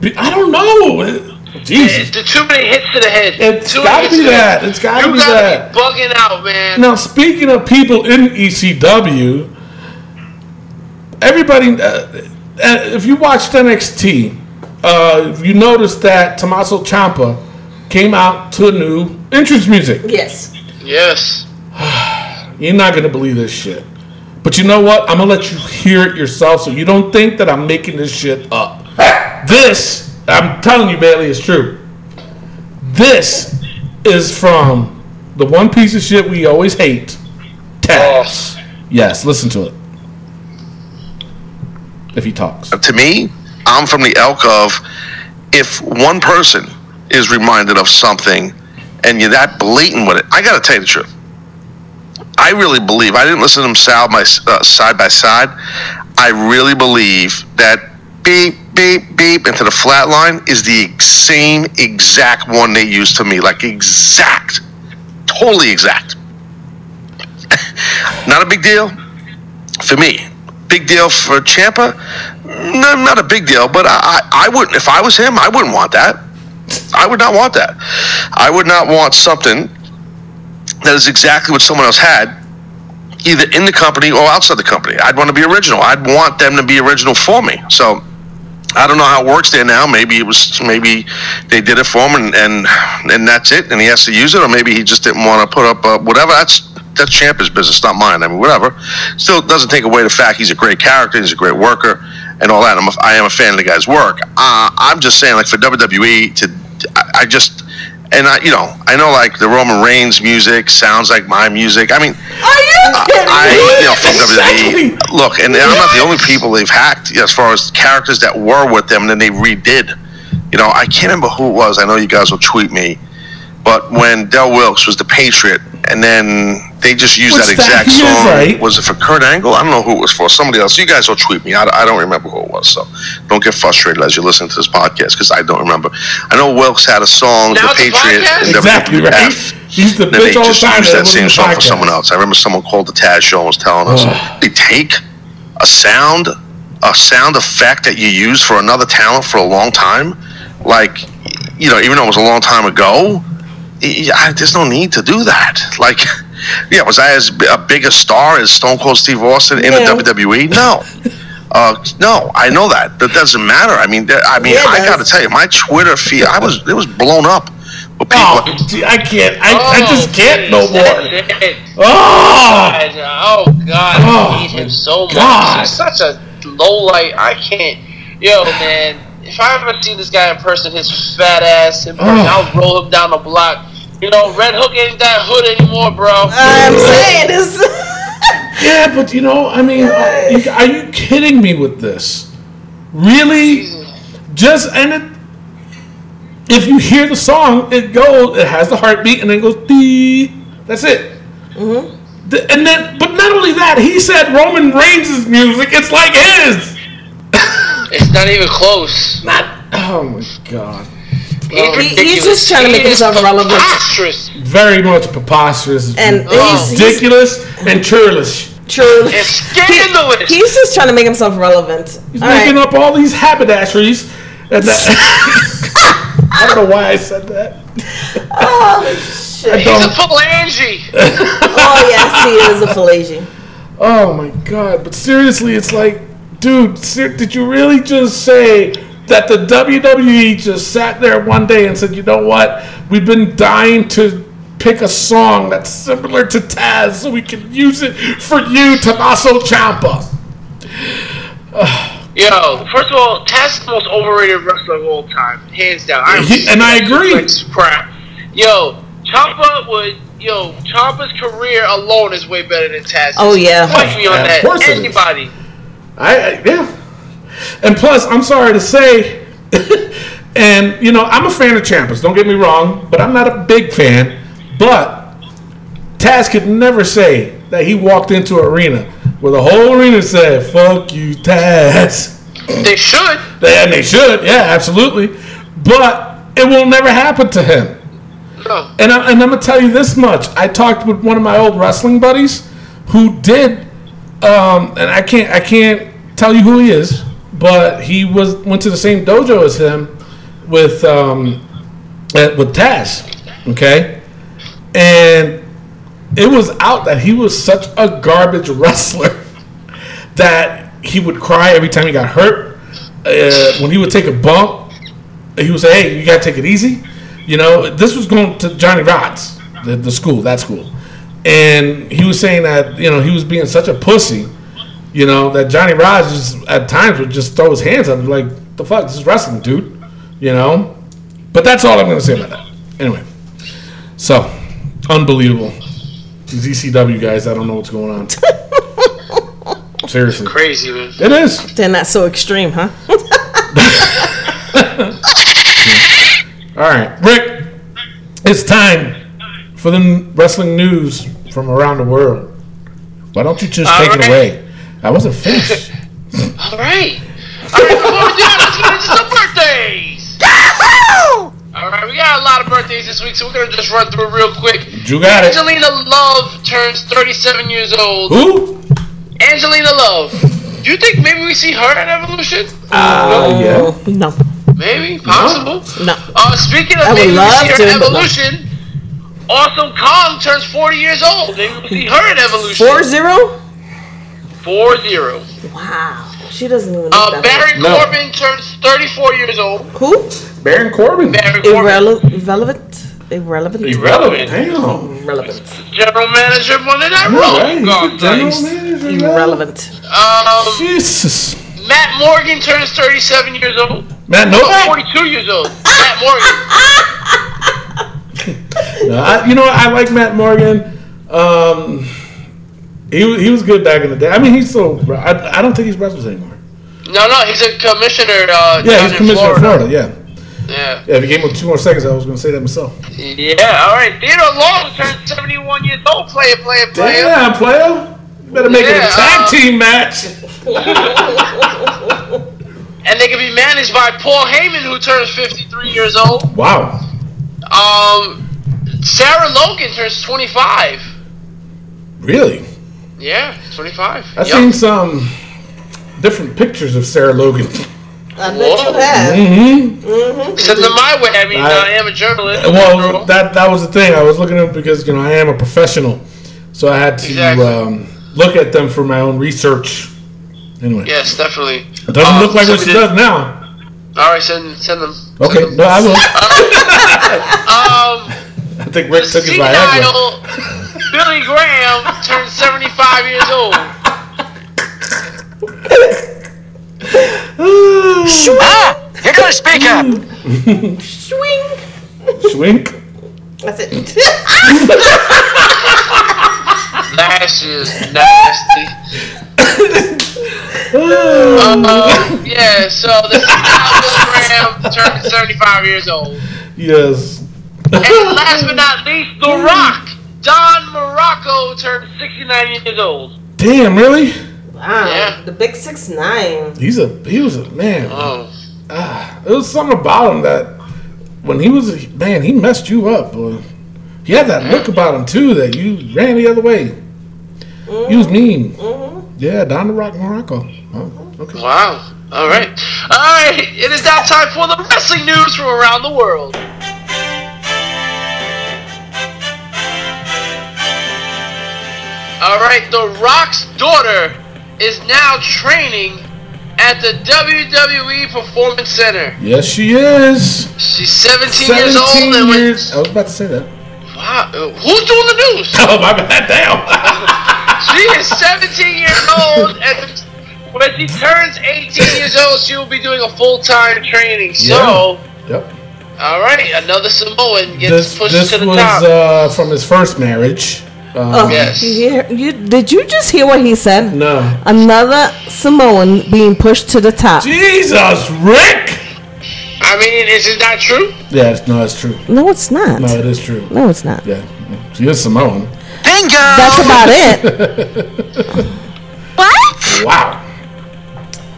Speaker 2: be- I don't know. Jesus.
Speaker 4: The too many hits to the head.
Speaker 2: It's
Speaker 4: Too
Speaker 2: gotta
Speaker 4: many hits
Speaker 2: be
Speaker 4: to the
Speaker 2: that.
Speaker 4: head.
Speaker 2: It's gotta
Speaker 4: you
Speaker 2: be
Speaker 4: gotta
Speaker 2: that.
Speaker 4: be bugging out, man.
Speaker 2: Now, speaking of people in E ECW, everybody, uh, uh, if you watched NXT, uh, you noticed that Tommaso Ciampa came out to new entrance music.
Speaker 3: Yes.
Speaker 4: Yes.
Speaker 2: You're not going to believe this shit. But you know what? I'm going to let you hear it yourself so you don't think that I'm making this shit up. This, I'm telling you, Bailey, is true. This is from the one piece of shit we always hate, Taz. Yes, listen to it. If he talks.
Speaker 6: Uh, to me, I'm from the elk of if one person is reminded of something and you're that blatant with it, I got to tell you the truth. I really believe, I didn't listen to them side by, uh, side by side. I really believe that beep, beep, beep into the flat line is the same exact one they used to me. Like exact. Totally exact. (laughs) Not a big deal for me. Big deal for Champa? No, not a big deal, but I, I, I wouldn't, if I was him, I wouldn't want that. I would not want that. I would not want something that is exactly what someone else had, either in the company or outside the company. I'd want to be original. I'd want them to be original for me. So I don't know how it works there now. Maybe it was maybe they did it for him and and, and that's it, and he has to use it, or maybe he just didn't want to put up uh, whatever. That's that's Champa's business, not mine. I mean, whatever. Still doesn't take away the fact he's a great character, he's a great worker, and all that. I'm a, I am a fan of the guy's work. Uh, I'm just saying, like for WWE, to I, I just and I you know I know like the Roman Reigns music sounds like my music. I mean.
Speaker 3: Are you kidding
Speaker 6: I,
Speaker 3: me?
Speaker 6: you know, from
Speaker 2: (laughs) Exactly.
Speaker 6: WWE. Look, and I'm not the only people they've hacked as far as characters that were with them, and then they redid. You know, I can't remember who it was. I know you guys will tweet me, but when Del Wilkes was the Patriot, and then they just used
Speaker 2: Which
Speaker 6: that exact
Speaker 2: (laughs) that he is,
Speaker 6: song.
Speaker 2: right?
Speaker 6: Was it for Kurt Angle? I don't know who it was for. Somebody else. You guys will tweet me. I, I don't remember who it was, so don't get frustrated as you listen to this podcast because I don't remember. I know Wilkes had a song,
Speaker 4: Now
Speaker 6: the
Speaker 4: it's a
Speaker 6: Patriot,
Speaker 4: podcast?
Speaker 6: and
Speaker 2: Exactly
Speaker 6: WWF.
Speaker 2: right. He's the
Speaker 6: And then
Speaker 2: bitch
Speaker 6: they
Speaker 2: all the
Speaker 6: just
Speaker 2: time.
Speaker 6: used that
Speaker 2: was in
Speaker 6: same
Speaker 2: the
Speaker 6: song for
Speaker 2: podcast.
Speaker 6: someone else. I remember someone called the Taz show and was telling us they take a sound, a sound effect that you use for another talent for a long time, like you know, even though it was a long time ago. y- y- I- there's no need to do that. (laughs) Like, yeah, was I as b- a big a star as Stone Cold Steve Austin in
Speaker 3: No.
Speaker 6: the WWE? No. Uh, no, I know that. That doesn't matter. I mean, there, I mean,
Speaker 3: Yeah, it
Speaker 6: I
Speaker 3: does.
Speaker 6: got to tell you, my Twitter feed, I was, it was blown up with people.
Speaker 2: Oh, gee, I can't. I, I just can't no
Speaker 4: please,
Speaker 2: more.
Speaker 4: Oh, that's it.
Speaker 2: Oh,
Speaker 4: Guys, Oh God, I
Speaker 2: Oh,
Speaker 4: hate him so much.
Speaker 2: God.
Speaker 4: He's such a low light. I can't. Yo, man, if I ever see this guy in person, his fat ass in person,
Speaker 3: Oh.
Speaker 2: Ugh.
Speaker 4: I'll roll him down the block. You know, Red Hook ain't that hood anymore, bro.
Speaker 3: I'm saying this. (laughs)
Speaker 2: Yeah, but you know, I mean, are you- are you kidding me with this? Really? Just and it. If you hear the song, it goes. It has the heartbeat, and then goes dee. That's it. Th- And then, but not only that, he said Roman Reigns' music. It's like his.
Speaker 4: It's not even close.
Speaker 2: Not. Oh my god.
Speaker 4: He's
Speaker 3: He- he's
Speaker 4: ridiculous.
Speaker 3: just trying to make
Speaker 4: He is
Speaker 3: himself relevant.
Speaker 4: preposterous.
Speaker 2: Very much preposterous.
Speaker 3: And he's- he's-
Speaker 2: ridiculous and churlish.
Speaker 3: True.
Speaker 4: It's scandalous.
Speaker 3: He's just trying to make himself relevant.
Speaker 2: He's
Speaker 3: All
Speaker 2: making
Speaker 3: right.
Speaker 2: up all these haberdasheries. And that,
Speaker 3: (laughs)
Speaker 2: I don't know why I said that.
Speaker 3: Oh, shit.
Speaker 4: He's a phalange.
Speaker 3: Oh, yes, he is a Phalange.
Speaker 2: Oh my god! But seriously, it's like, dude, ser- did you really just say that the WWE just sat there one day and said, you know what? We've been dying to pick a song that's similar to Taz, so we can use it for you, Tommaso Ciampa.
Speaker 4: Yo, first of all, Taz is the most overrated wrestler of all time, hands down. I'm
Speaker 2: He- and I agree.
Speaker 4: It's crap. Yo, Ciampa would. Yo, Ciampa's career alone is way better than Taz's.
Speaker 3: Oh, yeah.
Speaker 4: Fight me
Speaker 2: Yeah,
Speaker 4: on
Speaker 2: of
Speaker 4: that.
Speaker 2: course it is.
Speaker 4: Anybody?
Speaker 2: I, I yeah. And plus, I'm sorry to say, (laughs) and you know, I'm a fan of Champas. Don't get me wrong, but I'm not a big fan. But Taz could never say that he walked into an arena where the whole arena said "fuck you, Taz,"
Speaker 4: They should.
Speaker 2: and they should. Yeah, absolutely. But it will never happen to him.
Speaker 4: No.
Speaker 2: And, I, and I'm gonna tell you this much. I talked with one of my old wrestling buddies who did, um, and I can't I can't tell you who he is, but he was went to the same dojo as him with um, uh, with Taz, okay, and it was out that he was such a garbage (laughs) wrestler that he would cry every time he got hurt. Uh, when he would take a bump, he would say, "Hey, you gotta take it easy." You know, this was going to Johnny Rods, the, the school, that school, and he was saying that you know he was being such a pussy, you know that Johnny Rods just, at times would just throw his hands up like, "The fuck, this is wrestling, dude," you know. But that's all I'm gonna say about that. Anyway, so unbelievable. These ECW guys, I don't know what's going on. (laughs) Seriously,
Speaker 4: Crazy, man.
Speaker 2: it is.
Speaker 3: They're not so extreme, huh?
Speaker 2: All right, Rick, it's time for the wrestling news from around the world. Why don't you just
Speaker 4: All
Speaker 2: take it
Speaker 4: right.
Speaker 2: away? I wasn't finished.
Speaker 4: All right. All right, before we do that, let's get into some birthdays. All right, we got a lot of birthdays this week, so we're gonna just run through real quick.
Speaker 2: you got it.
Speaker 4: Angelina Love turns 37 years old.
Speaker 2: Who?
Speaker 4: Angelina Love. Do you think maybe we see her at Evolution?
Speaker 2: Uh, yeah.
Speaker 3: No,
Speaker 4: Maybe, possible.
Speaker 3: no.
Speaker 4: Uh, speaking of
Speaker 3: I would
Speaker 4: maybe we
Speaker 3: love
Speaker 4: see her
Speaker 3: to,
Speaker 4: at
Speaker 3: but no.
Speaker 4: Evolution, Awesome Kong turns 40 years old. Maybe we'll see her at Evolution.
Speaker 3: Four zero?
Speaker 4: Four zero.
Speaker 3: Wow. She doesn't even know
Speaker 4: Uh,
Speaker 3: that. much.
Speaker 4: Baron
Speaker 2: No.
Speaker 4: Corbin turns 34 years old.
Speaker 3: Who?
Speaker 2: Baron Corbin.
Speaker 4: Baron Corbin,
Speaker 3: Irrele- irrelevant? Irrelevant?
Speaker 2: Irrelevant. Damn.
Speaker 3: Irrelevant.
Speaker 4: general manager of Monday Night Raw.
Speaker 2: Right, he's
Speaker 4: Oh,
Speaker 2: the
Speaker 4: God,
Speaker 2: general
Speaker 4: thanks.
Speaker 2: manager, man.
Speaker 3: Irrelevant.
Speaker 4: Um,
Speaker 2: Jesus.
Speaker 4: Matt Morgan turns 37 years old.
Speaker 2: Matt
Speaker 4: Oh,
Speaker 2: Novak.
Speaker 4: 42 years old. Matt Morgan.
Speaker 2: No, I, you know, what? I like Matt Morgan. Um, he wa- he was good back in the day. I mean, he's so. I, I don't think he's wrestles anymore.
Speaker 4: No, no, he's a commissioner. Uh,
Speaker 2: Yeah,
Speaker 4: down
Speaker 2: he's
Speaker 4: in
Speaker 2: commissioner of
Speaker 4: Florida.
Speaker 2: Florida. Yeah.
Speaker 4: Yeah.
Speaker 2: Yeah. If he gave him two more seconds, I was going to say that myself.
Speaker 4: Yeah, all right. Theodore Long turned 71 years old. Player, player, player.
Speaker 2: Damn, player. You better make it
Speaker 4: Yeah,
Speaker 2: a tag
Speaker 4: uh,
Speaker 2: team match.
Speaker 4: And they can be managed by Paul Heyman, who turns 53 years old.
Speaker 2: Wow.
Speaker 4: Um, Sarah Logan turns 25.
Speaker 2: Really?
Speaker 4: Yeah, 25.
Speaker 2: I've
Speaker 4: Yup.
Speaker 2: seen some different pictures of Sarah Logan.
Speaker 3: I bet you
Speaker 4: Whoa.
Speaker 3: have.
Speaker 2: Mm-hmm.
Speaker 4: Send them my way. I mean,
Speaker 2: I-
Speaker 4: I, am a journalist.
Speaker 2: Well, that that was the thing. I was looking at because you know I am a professional, so I had to
Speaker 4: Exactly.
Speaker 2: um, look at them for my own research. Anyway,
Speaker 4: yes, definitely.
Speaker 2: it doesn't look like
Speaker 4: Um,
Speaker 2: what she does now.
Speaker 4: All right, send send them.
Speaker 2: Okay,
Speaker 4: Send
Speaker 2: no,
Speaker 4: them.
Speaker 2: I will.
Speaker 4: (laughs) Um,
Speaker 2: (laughs) I think Rick took his Viagra.
Speaker 4: senile Billy
Speaker 2: (laughs)
Speaker 4: Graham turns 75 years old.
Speaker 5: Ah, you gotta speak up.
Speaker 3: Swing.
Speaker 2: Schwink.
Speaker 3: That's it. (laughs)
Speaker 4: Nash is nasty. uh, yeah, so this is how Will Graham turned 75 years old.
Speaker 2: Yes.
Speaker 4: And last but not least, The Rock. Don Morocco turned 69 years old.
Speaker 2: Damn, really?
Speaker 3: Wow.
Speaker 4: Yeah.
Speaker 3: The big six nine.
Speaker 2: He's a he was a man.
Speaker 4: Oh.
Speaker 2: It was something about him that when he was a man, he messed you up. boy. He had that look about him too that you ran the other way. He was mean. Yeah, Don the Rock Morocco. Oh, okay.
Speaker 4: Wow. All right. All right. It is now time for the wrestling news from around the world. All right. The Rock's daughter is now training at the WWE Performance Center.
Speaker 2: Yes, she is.
Speaker 4: She's 17, years old.
Speaker 2: Seventeen
Speaker 4: And when-
Speaker 2: years. I was about to say that.
Speaker 4: wow. uh, Who's doing the news?
Speaker 2: (laughs) Oh my bad. Damn.
Speaker 4: She is 17 years old, and when she turns 18 years old, she will be doing a full time training. So,
Speaker 2: (laughs) Yep.
Speaker 4: all right, another Samoan gets
Speaker 2: This
Speaker 4: pushed
Speaker 2: this
Speaker 4: to the
Speaker 2: was
Speaker 4: top.
Speaker 2: uh, from his first marriage. Uh,
Speaker 4: yes.
Speaker 3: Oh, You hear? You did you just hear what he said?
Speaker 2: No.
Speaker 3: Another Samoan being pushed to the top.
Speaker 2: Jesus, Rick.
Speaker 4: I mean, is it not true?
Speaker 2: Yeah, it's- no, it's true.
Speaker 3: No, it's not.
Speaker 2: No, it is true.
Speaker 3: No, it's not.
Speaker 2: Yeah, she is Samoan.
Speaker 5: Bingo!
Speaker 3: That's about
Speaker 2: (laughs)
Speaker 3: it.
Speaker 5: What?
Speaker 2: Wow.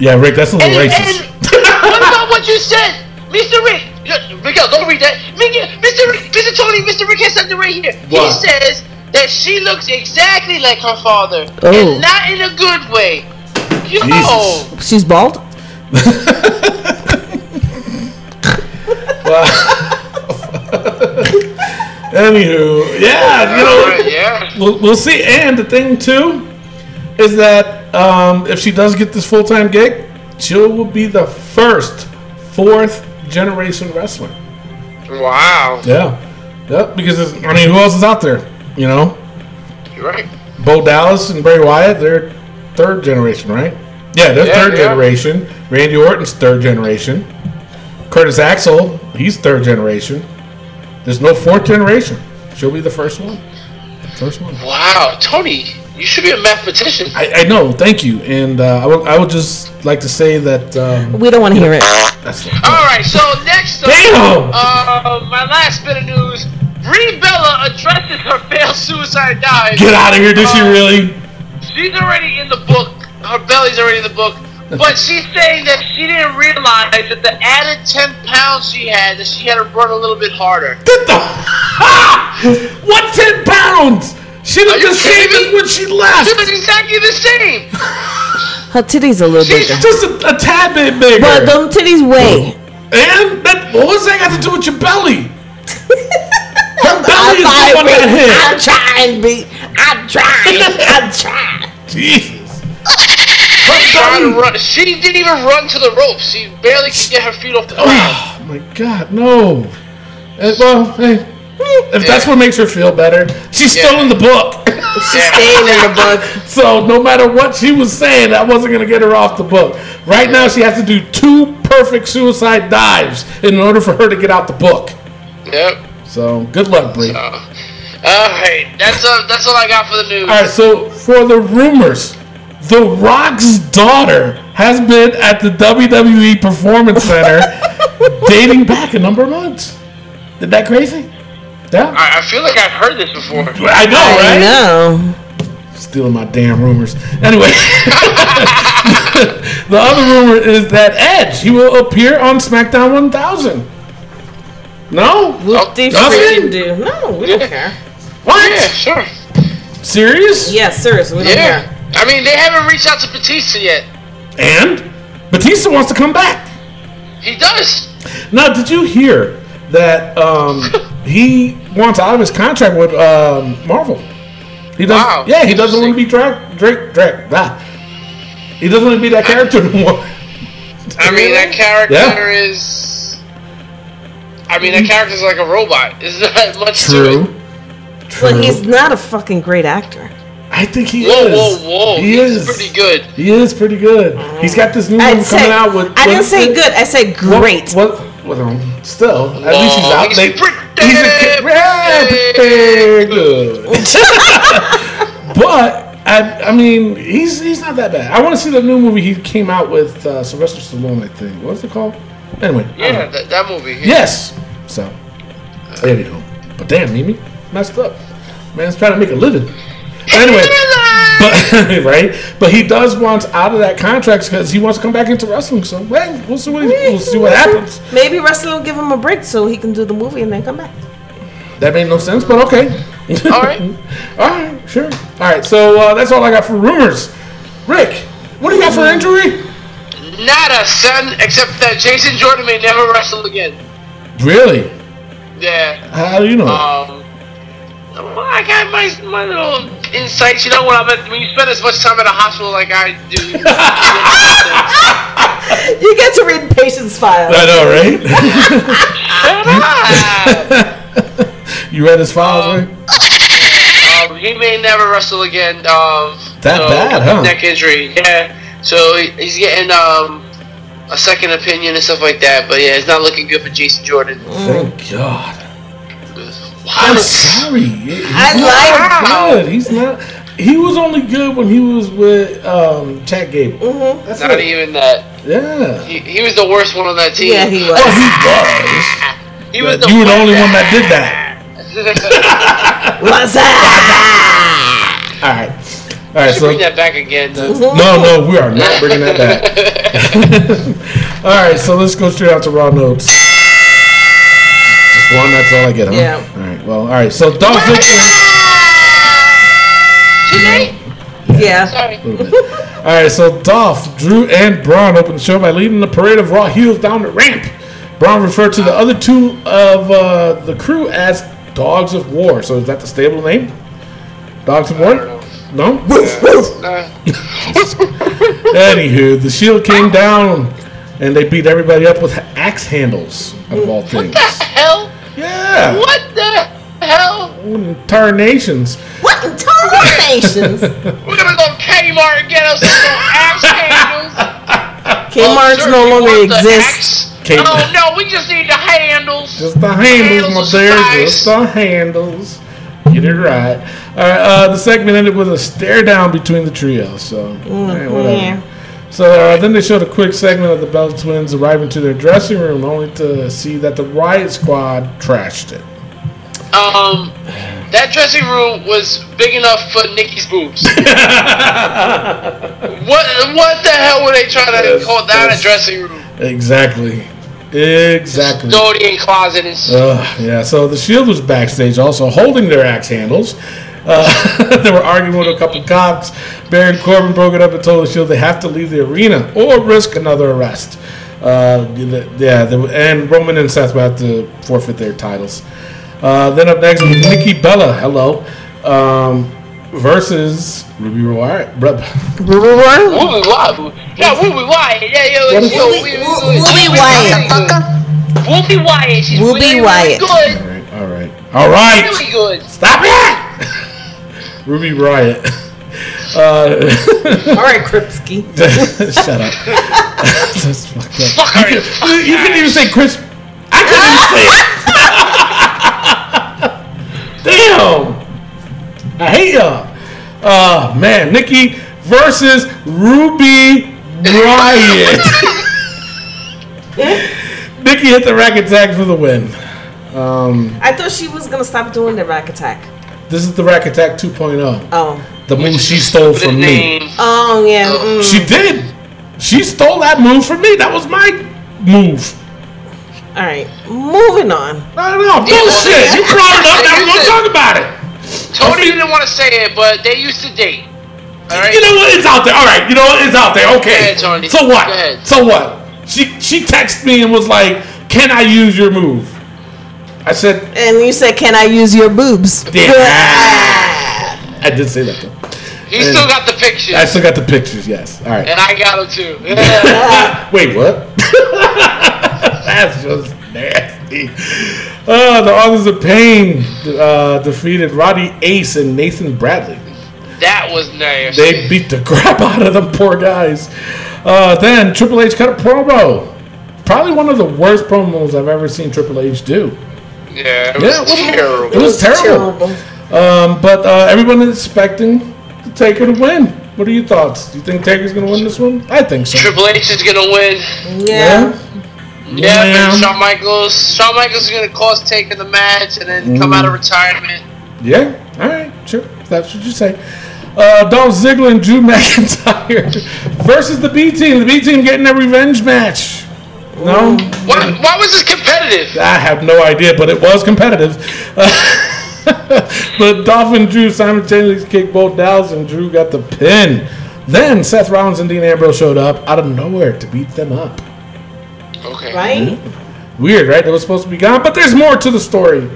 Speaker 2: Yeah, Rick, that's a
Speaker 4: And,
Speaker 2: little
Speaker 4: and (laughs)
Speaker 2: racist.
Speaker 4: what about what you said, Mr. Rick? Yeah, Miguel, don't read that. Miguel, Mr. Rick, Mr. Tony, Mr. Rick has something right here. He
Speaker 2: What?
Speaker 4: says that she looks exactly like her father,
Speaker 3: Oh.
Speaker 4: and not in a good way. Yo.
Speaker 2: Jesus.
Speaker 3: She's bald.
Speaker 2: Anywho, yeah,
Speaker 4: All
Speaker 2: you know,
Speaker 4: right, yeah.
Speaker 2: we'll, we'll see. And the thing too is that um, if she does get this full time gig, she will be the first fourth generation wrestler.
Speaker 4: Wow.
Speaker 2: Yeah, yep. Because it's, I mean, who else is out there? You know,
Speaker 4: You're right.
Speaker 2: Bo Dallas and Bray Wyatt, they're third generation, right? Yeah, they're
Speaker 4: Yeah,
Speaker 2: third
Speaker 4: they are.
Speaker 2: generation. Randy Orton's third generation. Curtis Axel, he's third generation. There's no fourth generation. She'll be the first one. First one.
Speaker 4: Wow, Tony, you should be a mathematician.
Speaker 2: I, I know. Thank you. And uh, I would I would just like to say that um,
Speaker 3: We don't want to hear it.
Speaker 2: that's
Speaker 4: All right, so next, up,
Speaker 2: Damn!
Speaker 4: uh, my last bit of news: Brie Bella addresses her failed suicide dive.
Speaker 2: get out of here. Did she
Speaker 4: Uh,
Speaker 2: really?
Speaker 4: She's already in the book. Her belly's already in the book. But she's saying that she didn't realize that the added ten pounds she had, that she had to run a little bit harder.
Speaker 2: Get the (laughs) what? Ten pounds. She
Speaker 4: Are
Speaker 2: did
Speaker 4: you
Speaker 2: the same
Speaker 4: kidding
Speaker 2: as
Speaker 4: me?
Speaker 2: when she left.
Speaker 4: She was exactly the
Speaker 2: (laughs)
Speaker 4: same.
Speaker 3: Her titties a little bigger,
Speaker 2: She's just a, a tad bit bigger.
Speaker 3: but them titties weigh.
Speaker 2: And that what does that got to do with your belly? Her
Speaker 3: I'm
Speaker 2: belly is the one that
Speaker 3: vibrating.
Speaker 2: hit.
Speaker 3: I'm trying, B. I'm trying.
Speaker 2: (laughs)
Speaker 3: I'm trying.
Speaker 2: Jesus.
Speaker 4: Trying to run. She didn't even run to the ropes. She barely could get her feet off the ground.
Speaker 2: Oh my God, no. Eh, well, hey, if that's
Speaker 4: Yeah.
Speaker 2: what makes her feel better, she's still
Speaker 4: Yeah.
Speaker 2: in the book. (laughs)
Speaker 4: Yeah.
Speaker 3: Staying in the book.
Speaker 2: so no matter what she was saying, that wasn't gonna get her off the book. Right now, she has to do two perfect suicide dives in order for her to get out the book.
Speaker 4: Yep.
Speaker 2: So good luck, Bree. All
Speaker 4: All right, that's uh, that's all I got for the news.
Speaker 2: right, so for the rumors. The Rock's daughter has been at the WWE Performance (laughs) Center dating back a number of months. Isn't that crazy? Yeah.
Speaker 4: I, I feel like I've heard this before.
Speaker 2: I know,
Speaker 3: I
Speaker 2: right?
Speaker 3: know.
Speaker 2: Stealing my damn rumors. Anyway, (laughs) the other rumor is that Edge he will appear on SmackDown 1000. No,
Speaker 3: What they
Speaker 2: Oh, nothing?
Speaker 3: freaking do? No, we don't care.
Speaker 2: what?
Speaker 4: Yeah, sure.
Speaker 2: Serious?
Speaker 3: Yeah, seriously, we don't
Speaker 4: Yeah.
Speaker 3: care.
Speaker 4: I mean, they haven't reached out to Batista yet.
Speaker 2: And Batista wants to come back.
Speaker 4: He does.
Speaker 2: Now, did you hear
Speaker 4: (laughs)
Speaker 2: that um, he wants out of his contract with um, Marvel? He doesn't.
Speaker 4: Wow,
Speaker 2: Yeah, he doesn't want to be Drake. Drake. Drake. Blah. He doesn't want to be that character
Speaker 4: (laughs)
Speaker 2: anymore.
Speaker 4: I mean, that character
Speaker 2: Yeah.
Speaker 4: is. I mean, that character's like a robot. Is that (laughs) much to it?
Speaker 2: True. True.
Speaker 3: But he's not a fucking great actor.
Speaker 2: I I think he
Speaker 4: Whoa,
Speaker 2: is.
Speaker 4: whoa, whoa.
Speaker 2: He
Speaker 4: He's
Speaker 2: is
Speaker 4: pretty good.
Speaker 2: He is pretty good. He's got this new one
Speaker 3: I'd
Speaker 2: coming
Speaker 3: say,
Speaker 2: out with.
Speaker 3: I didn't
Speaker 2: with-
Speaker 3: say good. I said
Speaker 2: What-
Speaker 3: great.
Speaker 2: What? what um, still, at least he's
Speaker 4: Whoa,
Speaker 2: out.
Speaker 4: he's
Speaker 2: late.
Speaker 4: pretty
Speaker 2: he's a, yeah,
Speaker 4: good.
Speaker 2: pretty good. (laughs) but I, I mean, he's he's not that bad. I want to see the new movie he came out with uh, Sylvester Stallone. I think. What's it called? Anyway. I don't know.
Speaker 4: Yeah, that, that movie.
Speaker 2: Yes. So there you go. But damn, Mimi, messed up. Man's trying to make a living. Anyway, but (laughs) right, but he does want out of that contract because he wants to come back into wrestling. So hey, we'll see what we'll see what happens.
Speaker 3: Maybe wrestling will give him a break so he can do the movie and then come back.
Speaker 2: That made no sense, but okay.
Speaker 4: All right.
Speaker 2: all right, sure. All right, so uh, that's all I got for rumors. Rick, what do you got for injury?
Speaker 4: Nada, son, except that Jason Jordan may never wrestle again.
Speaker 2: Really? Uh,
Speaker 4: Yeah.
Speaker 2: How do you know?
Speaker 4: Um, well, I got my, my little insights. You know what? I'm at, when you spend as much time at a hospital like I do, you know,
Speaker 2: (laughs)
Speaker 3: You get to read patients' files.
Speaker 2: I know, right?
Speaker 4: ah,
Speaker 2: (laughs) you read his files, right?
Speaker 4: (laughs) um, he may never wrestle again. Um,
Speaker 2: That bad, huh?
Speaker 4: Neck injury. Yeah. So he- he's getting um, a second opinion and stuff like that. But yeah, it's not looking good for Jason Jordan.
Speaker 2: Uh, Thank God. I'm
Speaker 4: What?
Speaker 2: sorry. He's
Speaker 3: I
Speaker 2: not
Speaker 4: like-
Speaker 2: good. He's not. He was only good when he was with um, Chad Gable. Mm-hmm. That's
Speaker 4: Not
Speaker 2: it.
Speaker 4: even that.
Speaker 2: Yeah.
Speaker 4: He, he was the worst one on that team.
Speaker 3: Yeah, he
Speaker 2: Oh,
Speaker 3: was.
Speaker 2: he was.
Speaker 4: He was the
Speaker 2: you were the
Speaker 4: worst.
Speaker 2: only one that did that.
Speaker 4: (laughs)
Speaker 3: What's that?
Speaker 2: All right. All right.
Speaker 4: Should
Speaker 2: So
Speaker 4: bring that back again. though.
Speaker 2: no, no, we are not bringing
Speaker 4: (laughs)
Speaker 2: that back. all right. So let's go straight out to raw notes. Just one. That's all I get. Huh?
Speaker 3: Yeah.
Speaker 2: All right. Well. All right. So Dolph Ziggler.
Speaker 3: Yeah.
Speaker 4: Sorry.
Speaker 2: All right, so Dolph, Drew, and Braun opened the show by leading the parade of Raw heels down the ramp. Braun referred to the other two of uh, the crew as Dogs of War. So is that the stable name? Dogs of War? No? (laughs) Anywho, the Shield came down and they beat everybody up with axe handles, of all things.
Speaker 4: Hell?
Speaker 2: Yeah.
Speaker 4: What the hell?
Speaker 2: Tarnations.
Speaker 3: What
Speaker 2: (laughs)
Speaker 3: in terminations?
Speaker 4: We're gonna go Kmart and get us some axe handles.
Speaker 3: Kmart's no longer exists.
Speaker 2: K-
Speaker 4: K- oh no, we just need the handles.
Speaker 2: Just the handles,
Speaker 4: Handles
Speaker 2: my dear.
Speaker 4: of spice.
Speaker 2: Just the handles. Get it right. All right. Uh, the segment ended with a stare down between the trio. So, eh, whatever. So uh, then they showed a quick segment of the Bell twins arriving to their dressing room, only to see that the Riot Squad trashed it.
Speaker 4: um, that dressing room was big enough for Nikki's boobs. what what the hell were they trying to
Speaker 2: Yes,
Speaker 4: call down
Speaker 2: yes.
Speaker 4: a dressing room?
Speaker 2: Exactly. Exactly.
Speaker 4: Dirty and closet and shit.
Speaker 2: Ugh, yeah, so the Shield was backstage also holding their axe handles. Uh, (laughs) they were arguing with a couple cops. Baron Corbin broke it up and told the Shield they have to leave the arena or risk another arrest. Uh, yeah, they, were- and Roman and Seth will have to forfeit their titles. Uh, then up next, was Nikki Bella, hello, um, versus Ruby Riot. (laughs)
Speaker 4: Wooly Wah. Yeah, Wooly Wyatt. Yeah, yo,
Speaker 2: What is-
Speaker 4: yo,
Speaker 2: Wooly-
Speaker 3: Wooly
Speaker 4: Wyatt. Wooly Wyatt. She's
Speaker 3: Wooly
Speaker 4: really, really
Speaker 3: Wyatt.
Speaker 2: All
Speaker 4: good.
Speaker 2: right, all right, all right.
Speaker 4: Really good.
Speaker 2: Stop it! (laughs) Ruby Riot. Uh,
Speaker 3: All right, Kripsky.
Speaker 2: (laughs) Shut up. That's fucked up.
Speaker 4: Fuck her.
Speaker 2: You, you couldn't even say Chris. I couldn't even say it. (laughs) Damn. I hate y'all. Uh, man, Nikki versus Ruby Bryant. (laughs) Nikki hit the rack attack for the win. Um,
Speaker 3: I thought she was gonna stop doing the rack attack.
Speaker 2: this is the rack attack 2.0.
Speaker 3: Oh.
Speaker 2: The move she stole
Speaker 4: With a
Speaker 2: from me.
Speaker 4: name.
Speaker 3: Oh yeah. Mm.
Speaker 2: She did. She stole that move from me. That was my move.
Speaker 3: All right. Moving on.
Speaker 2: I don't know. Bullshit. You brought it (laughs) up. Now we gonna talk about it.
Speaker 4: Tony didn't want to say it, but they used to date. All right.
Speaker 2: You know what? It's out there. All right. You know what? It's out there. Okay.
Speaker 4: ahead, Tony.
Speaker 2: So what?
Speaker 4: Go ahead.
Speaker 2: So what? She she texted me and was like, "Can I use your move?" I said,
Speaker 3: And you said, "Can I use your (laughs) boobs?"
Speaker 2: "Yeah." I did say that though.
Speaker 4: he still got the pictures,
Speaker 2: I still got the pictures. Yes. All right.
Speaker 4: and I got them too.
Speaker 2: (laughs)
Speaker 4: Yeah.
Speaker 2: Wait, what? (laughs) That's just nasty. Uh, the Authors of Pain uh, defeated Roddy Ace and Nathan Bradley.
Speaker 4: That was nice.
Speaker 2: They beat the (laughs) crap out of them poor guys. Uh, then Triple H cut a promo. Probably one of the worst promos I've ever seen Triple H do.
Speaker 4: yeah, it
Speaker 2: Yeah,
Speaker 4: was
Speaker 2: it was-
Speaker 4: terrible.
Speaker 2: It was terrible. Um, but uh, everyone is expecting the Taker to win. What are your thoughts? Do you think Taker's going to win this one? I think so.
Speaker 4: Triple H is gonna win.
Speaker 3: Yeah.
Speaker 4: Yeah,
Speaker 2: Yeah.
Speaker 4: and Shawn Michaels. Shawn Michaels is gonna cost taking the match and then come
Speaker 2: Mm.
Speaker 4: out of retirement.
Speaker 2: Yeah. All right. Sure. If that's what you say. Uh, Dolph Ziggler and Drew (laughs) McIntyre versus the B team. The B team getting a revenge match. No,
Speaker 4: Why, why was this competitive?
Speaker 2: I have no idea, but it was competitive. (laughs) but Dolph and Drew simultaneously kicked both Dows, and Drew got the pin. Then Seth Rollins and Dean Ambrose showed up out of nowhere to beat them up.
Speaker 4: Okay.
Speaker 3: Right?
Speaker 2: Weird, right? They were supposed to be gone, but there's more to the story.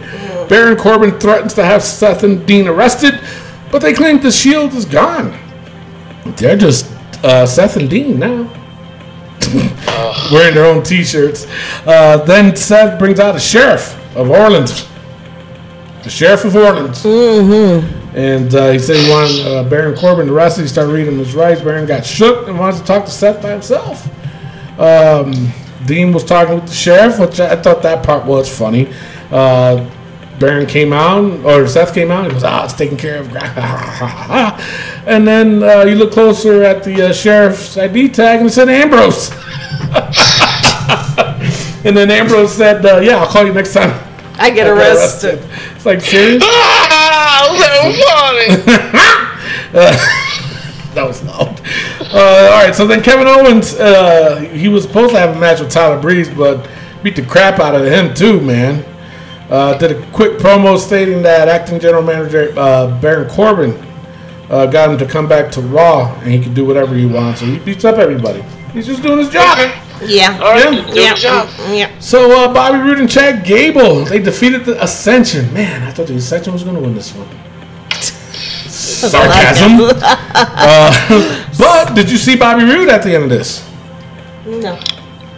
Speaker 2: Baron Corbin threatens to have Seth and Dean arrested, but they claim the shield is gone. They're just uh, Seth and Dean now. (laughs) Wearing their own t shirts. Uh, then Seth brings out a sheriff of Orleans. The sheriff of Orleans. And uh, he said he wanted uh, Baron Corbin arrested. He started reading his rights. Baron got shook and wanted to talk to Seth by himself. Um, Dean was talking with the sheriff, which I thought that part was funny. Uh, Baron came out, or Seth came out, and he goes, ah, it's taken care of. (laughs) and then uh, you look closer at the uh, sheriff's ID tag, and it said Ambrose. (laughs) and then Ambrose said, uh, yeah, I'll call you next time.
Speaker 3: I get
Speaker 2: I got
Speaker 3: arrested.
Speaker 2: (laughs) It's like, serious?
Speaker 4: Ah, I was like,
Speaker 2: (laughs)
Speaker 4: what?
Speaker 2: That was loud. Uh, all right, so then Kevin Owens, uh, he was supposed to have a match with Tyler Breeze, but beat the crap out of him too, man. Uh, did a quick promo stating that acting general manager uh, Baron Corbin uh, got him to come back to Raw and he can do whatever he wants. So he beats up everybody. He's just doing his job.
Speaker 4: Okay.
Speaker 3: Yeah.
Speaker 4: All right,
Speaker 2: Yeah.
Speaker 4: do
Speaker 3: Yeah.
Speaker 4: the job.
Speaker 3: mm, yeah.
Speaker 2: So uh, Bobby Roode and Chad Gable they defeated the Ascension. Man, I thought the Ascension was going to win this one. Sarcasm. uh, but did you see Bobby Roode at the end of this?
Speaker 3: (laughs) No.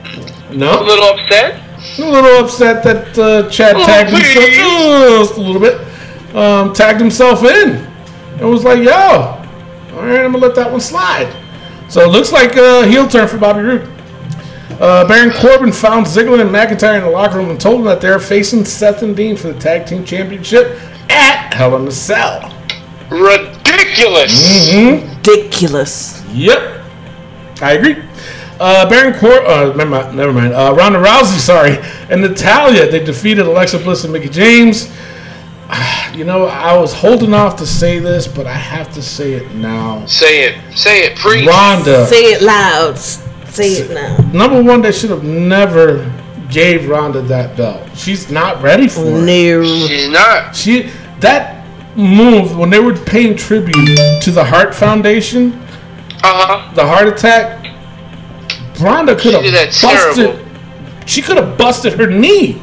Speaker 4: A
Speaker 2: No,
Speaker 4: little upset.
Speaker 2: a little upset that uh, Chad tagged himself
Speaker 4: please.
Speaker 2: Ugh, just a little bit, um, tagged himself in, and was like, "Yo, all right, I'm gonna let that one slide." So it looks like a heel turn for Bobby Roode. Uh, Baron Corbin found Ziggler and McIntyre in the locker room and told them that they're facing Seth and Dean for the tag team championship at Hell in a Cell. Mm.
Speaker 4: Ridiculous.
Speaker 3: Ridiculous.
Speaker 2: Yep, I agree. Uh, Baron Cor, uh, never mind. Never mind. Uh, Ronda Rousey, sorry, and Natalia. They defeated Alexa Bliss and Mickey James. (sighs) You know, I was holding off to say this, but I have to say it now.
Speaker 4: Say it. Say it. Preach.
Speaker 2: Ronda,
Speaker 3: Say it loud. Uh. S- Say it now.
Speaker 2: number one, they should have never gave Ronda that belt. She's not ready for it.
Speaker 3: No.
Speaker 4: She's not.
Speaker 2: She that move when they were paying tribute to the Heart Foundation,
Speaker 4: Uh huh.
Speaker 2: the heart attack. Rhonda could have
Speaker 4: did that
Speaker 2: busted.
Speaker 4: terrible.
Speaker 2: She could have busted her knee.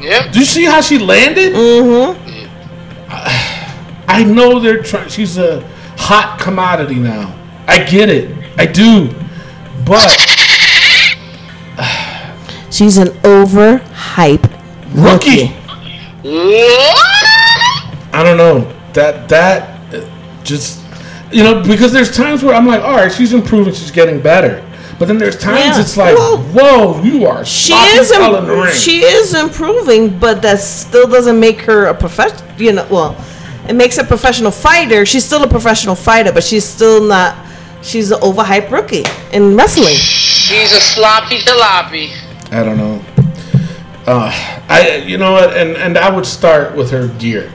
Speaker 4: Yep.
Speaker 2: Do you see how she landed? Mm-hmm. I know they're trying. She's a hot commodity now. I get it. I do. But
Speaker 3: She's an overhype
Speaker 2: rookie,
Speaker 4: What?
Speaker 2: I don't know that that uh, just you know because there's times where I'm like, all right, she's improving, she's getting better. But then there's times
Speaker 3: Yeah.
Speaker 2: it's like,
Speaker 3: Well,
Speaker 2: whoa, you are
Speaker 3: She is
Speaker 2: in the
Speaker 3: im-
Speaker 2: ring.
Speaker 3: she is improving, but that still doesn't make her a professional. You know, well, it makes a professional fighter. She's still a professional fighter, but she's still not. She's an overhyped rookie in wrestling.
Speaker 4: She's a sloppy jalopy.
Speaker 2: I don't know. Uh, I you know what, and and I would start with her gear.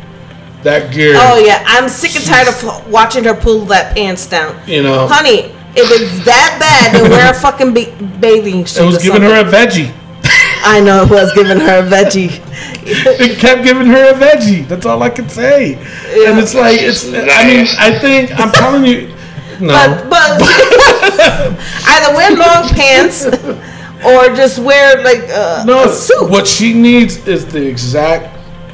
Speaker 2: That gear,
Speaker 3: Oh yeah, I'm sick and tired of watching her pull that pants down.
Speaker 2: you know,
Speaker 3: Honey, if it's that bad, then
Speaker 2: (laughs)
Speaker 3: wear a fucking ba- bathing suit.
Speaker 2: it was
Speaker 3: or
Speaker 2: giving her
Speaker 3: something.
Speaker 2: a veggie.
Speaker 3: I know it was giving her a
Speaker 2: (laughs)
Speaker 3: veggie.
Speaker 2: It kept giving her a veggie. That's all I could say. And it's like it's. I mean, I think I'm telling you. No, (laughs)
Speaker 3: But, but either wear long pants or just wear like uh,
Speaker 2: no.
Speaker 3: a suit.
Speaker 2: What she needs is the exact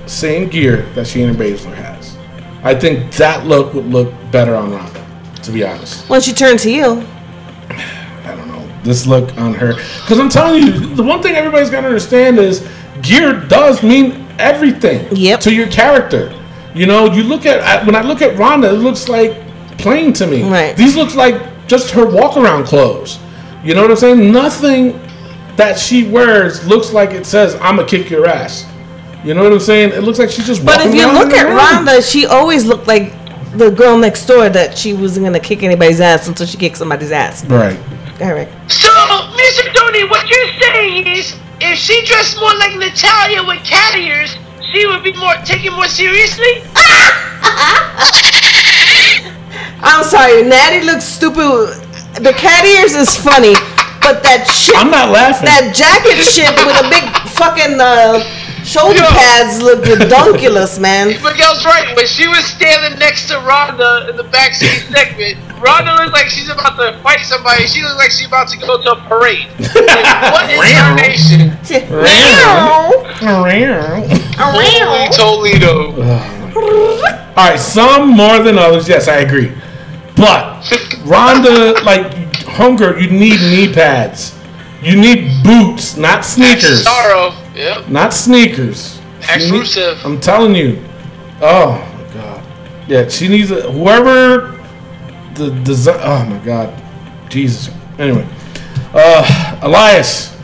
Speaker 2: same gear that Shayna Baszler has. I think that look would look better on Ronda. To be honest.
Speaker 3: When she turns heel,
Speaker 2: I don't know, this look on her. Because I'm telling you, the one thing everybody's got to understand is gear does mean everything
Speaker 3: Yep.
Speaker 2: to your character. You know, you look at, I- when I look at Ronda, it looks like plain to me.
Speaker 3: Right.
Speaker 2: These look like just her walk around clothes. You know what I'm saying? Nothing that she wears looks like it says "I'ma kick your ass." You know what I'm saying? It looks like she's just.
Speaker 3: But
Speaker 2: walking
Speaker 3: if you
Speaker 2: around
Speaker 3: look
Speaker 2: in
Speaker 3: at
Speaker 2: the room.
Speaker 3: Rhonda, she always looked like the girl next door that she wasn't gonna kick anybody's ass until she kicked somebody's ass.
Speaker 2: right?
Speaker 3: Eric.
Speaker 4: So, Mr. Dooney, what you're saying is, if she dressed more like Natalia with cat ears, she would be more taken more seriously.
Speaker 3: I'm sorry, Natty looks stupid. The cat ears is funny, but that shit,
Speaker 2: I'm not laughing.
Speaker 3: that jacket shit with a big fucking uh, shoulder
Speaker 4: Yo.
Speaker 3: pads look redonkulous, man.
Speaker 4: Miguel's right. When she was standing next to Rhonda in the (laughs) backseat segment, Rhonda looked like she's about to fight somebody. She looked like she's about to go to a parade. Like, what is her nation? Holy Toledo.
Speaker 2: All right, some more than others. Yes, I agree. But Rhonda, like homegirl, you need knee pads. You need boots, not sneakers.
Speaker 4: Sorrow. Yep.
Speaker 2: Not sneakers.
Speaker 4: Exclusive.
Speaker 2: I'm telling you. Oh my god. Yeah, she needs a, whoever the design. Oh my god. Jesus. Anyway, uh, Elias.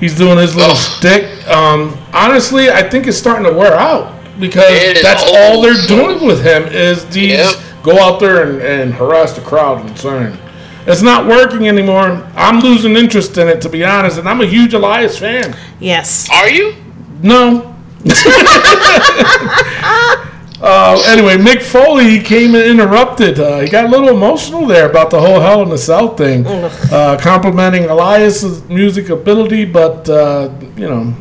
Speaker 2: He's doing his little
Speaker 4: Ugh.
Speaker 2: stick. Um, honestly, I think it's starting to wear out because
Speaker 4: It is
Speaker 2: that's
Speaker 4: old.
Speaker 2: all they're doing with him is these
Speaker 4: Yep.
Speaker 2: go out there and, and harass the crowd and turn. It's not working anymore. I'm losing interest in it, to be honest, and I'm a huge Elias fan.
Speaker 3: Yes.
Speaker 4: Are you?
Speaker 2: No. uh, anyway, Mick Foley he came and interrupted. Uh, he got a little emotional there about the whole Hell in the Cell thing, uh, complimenting Elias's music ability, but uh, you know,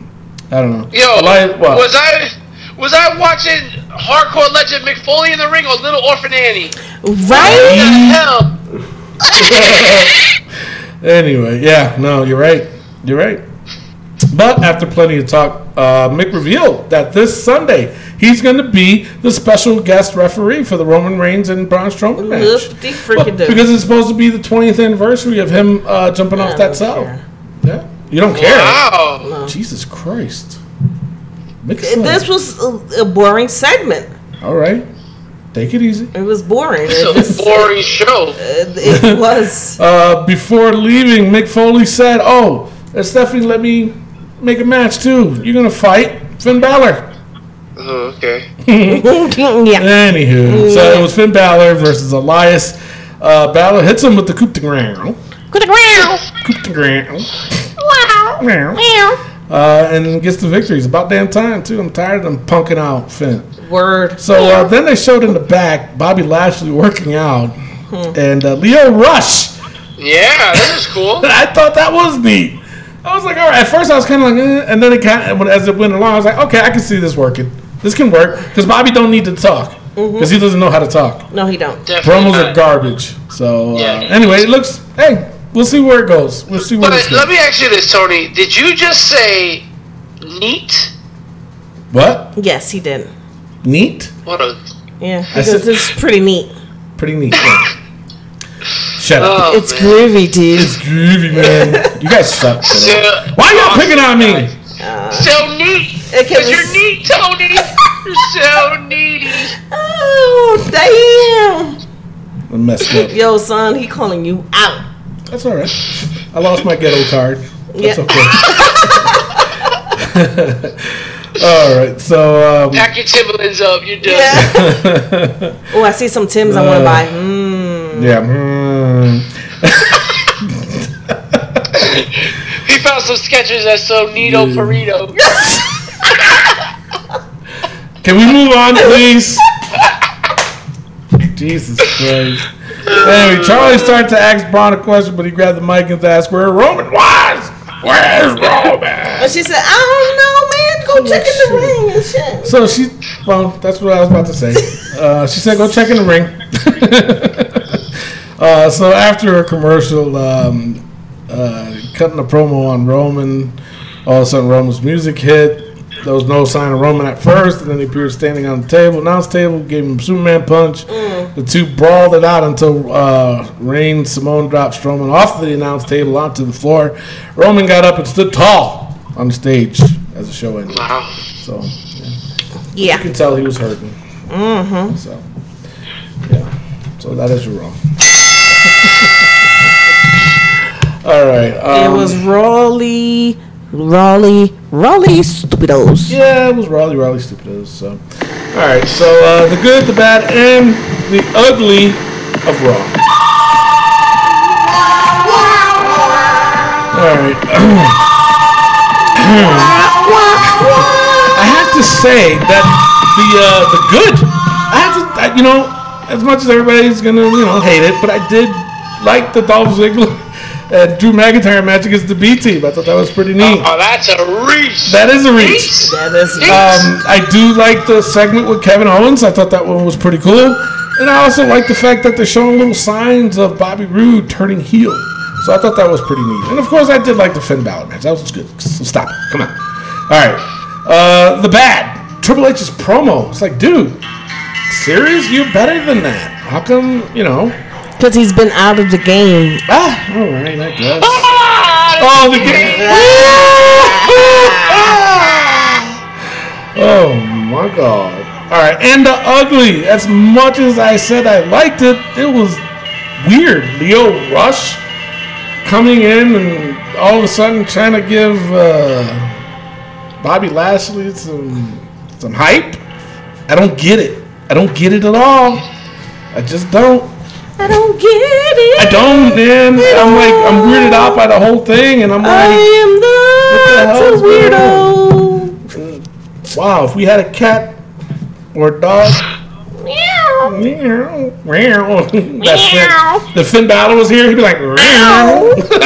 Speaker 2: I don't know.
Speaker 4: Yo,
Speaker 2: Elias, what?
Speaker 4: was I was I watching Hardcore Legend McFoley in the ring or Little Orphan Annie?
Speaker 3: Right?
Speaker 4: The
Speaker 2: Mm.
Speaker 4: hell?
Speaker 2: anyway, yeah, no, you're right. You're right. But after plenty of talk, uh, Mick revealed that this Sunday he's going to be the special guest referee for the Roman Reigns and Braun Strowman match.
Speaker 3: Whoop de freaking do.
Speaker 2: because it's supposed to be the 20th anniversary of him uh, jumping
Speaker 3: I
Speaker 2: off that
Speaker 3: don't
Speaker 2: cell.
Speaker 3: care.
Speaker 2: Yeah, you don't care.
Speaker 4: Wow.
Speaker 2: Jesus Christ. Mick
Speaker 3: This
Speaker 2: Foley.
Speaker 3: was a, a boring segment.
Speaker 2: All right, take it easy.
Speaker 3: It was boring. It,
Speaker 4: It's
Speaker 3: just,
Speaker 4: a boring show.
Speaker 3: it, (laughs) it was.
Speaker 2: Uh, before leaving, Mick Foley said, "Oh, and Stephanie let me make a match too. You're gonna fight Finn Balor."
Speaker 4: Oh, okay.
Speaker 3: yeah.
Speaker 2: Anywho, so it was Finn Balor versus Elias. Uh, Balor hits him with the coup de grace. Coup de grace. Uh, and gets the victory. It's about damn time too. I'm tired of them punking out Finn.
Speaker 3: Word.
Speaker 2: So uh, then they showed in the back Bobby Lashley working out, and uh, Leo Rush. (laughs)
Speaker 4: Yeah, this is (laughs) cool.
Speaker 2: I thought that was neat. I was like, all right. At first, I was kind of like, eh, and then it kind of, as it went along, I was like, okay, I can see this working. This can work because Bobby don't need to talk because he doesn't know how to talk.
Speaker 3: No, he don't.
Speaker 4: Definitely
Speaker 2: Promos are
Speaker 4: not.
Speaker 2: garbage. So uh,
Speaker 4: Yeah.
Speaker 2: anyway, it looks. Hey, we'll see where it goes. We'll see where
Speaker 4: But
Speaker 2: this
Speaker 4: let
Speaker 2: goes.
Speaker 4: me ask you this, Tony. Did you just say neat?
Speaker 2: What
Speaker 3: Yes, he did.
Speaker 2: neat?
Speaker 4: What a
Speaker 3: Yeah,
Speaker 2: said-
Speaker 3: because it's pretty neat.
Speaker 2: Pretty neat.
Speaker 4: (laughs)
Speaker 2: Yeah. Shut up.
Speaker 4: oh,
Speaker 3: It's
Speaker 4: man.
Speaker 3: groovy, dude.
Speaker 2: It's groovy, man. You guys suck. today.
Speaker 4: So-
Speaker 2: Why y'all picking on me?
Speaker 4: So neat.
Speaker 3: Okay,
Speaker 4: Because
Speaker 3: let's-
Speaker 4: you're neat, Tony. you're so needy.
Speaker 3: Oh, damn.
Speaker 2: I messed up.
Speaker 3: Yo, son, he calling you out.
Speaker 2: That's all right. I lost my ghetto card. That's
Speaker 3: Yeah.
Speaker 2: okay. (laughs) all right. So, um,
Speaker 4: Pack your Timberlands up. You're done.
Speaker 2: (laughs)
Speaker 3: Yeah. oh, I see some Tim's I
Speaker 2: Uh.
Speaker 3: want to buy. Mm.
Speaker 2: yeah. mm,
Speaker 4: He found some sketches that's so neato burrito.
Speaker 2: Can we move on, please? Jesus Christ. Anyway, Charlie started to ask Braun a question, but he grabbed the mic and asked where Roman was. Where's Roman?
Speaker 3: But she said, I don't know, man.
Speaker 2: Oh,
Speaker 3: Go check in the ring and shit.
Speaker 2: So she, well, that's what I was about to say. Uh, she said, "Go check in the ring." (laughs) uh, so after a commercial, um, uh, cutting a promo on Roman, all of a sudden Roman's music hit. There was no sign of Roman at first, and then he appeared standing on the table, announce table, gave him a Superman punch. The two brawled it out until uh, Rain Simone dropped Strowman off the announce table onto the floor. Roman got up and stood tall on the stage as the show ended.
Speaker 4: Wow.
Speaker 2: So yeah. You
Speaker 3: Yeah.
Speaker 2: can tell he was hurting. Mm-hmm. So, yeah. So that is wrong. (laughs) All right.
Speaker 3: It
Speaker 2: Um,
Speaker 3: was Raleigh, Raleigh, Raleigh, stupidos.
Speaker 2: yeah, it was Raleigh, Raleigh Stupidos. So, all right. So uh, the good, the bad, and the ugly of Raw. All right. (clears throat) I have to say that the uh, the good. I have to, I- you know, as much as everybody's gonna you know hate it, but I did like the Dolph Ziggler (laughs) and Drew McIntyre match against the B team. I thought that was pretty neat.
Speaker 4: Oh, that's a reach.
Speaker 2: That is a reach.
Speaker 3: That is
Speaker 2: Um, I do like the segment with Kevin Owens. I thought that one was pretty cool. And I also like the fact that they're showing little signs of Bobby Roode turning heel. So I thought that was pretty neat. And of course, I did like the Finn Balor match. That was good. So stop it. Come on. All right. Uh, the bad. Triple H's promo. It's like, dude, serious? You're better than that. How come, you know?
Speaker 3: because he's been out of the game.
Speaker 2: Ah, all right, I guess.
Speaker 4: Oh,
Speaker 2: Oh, the game. (laughs) oh my god. All right, and the ugly. As much as I said I liked it, it was weird. Leo Rush coming in and all of a sudden trying to give uh, Bobby Lashley some some hype. I don't get it. I don't get it at all. I just don't.
Speaker 3: I don't get it.
Speaker 2: I don't, man. I'm like, I'm weirded out by the whole thing, and I'm
Speaker 3: I
Speaker 2: like, What the
Speaker 3: am
Speaker 2: hell
Speaker 3: the,
Speaker 2: is going
Speaker 3: weirdo.
Speaker 2: wow, if we had a cat or a dog. Meow. Meow. (laughs) That's it. The Finn Balor was here, he'd be like, meow. all right,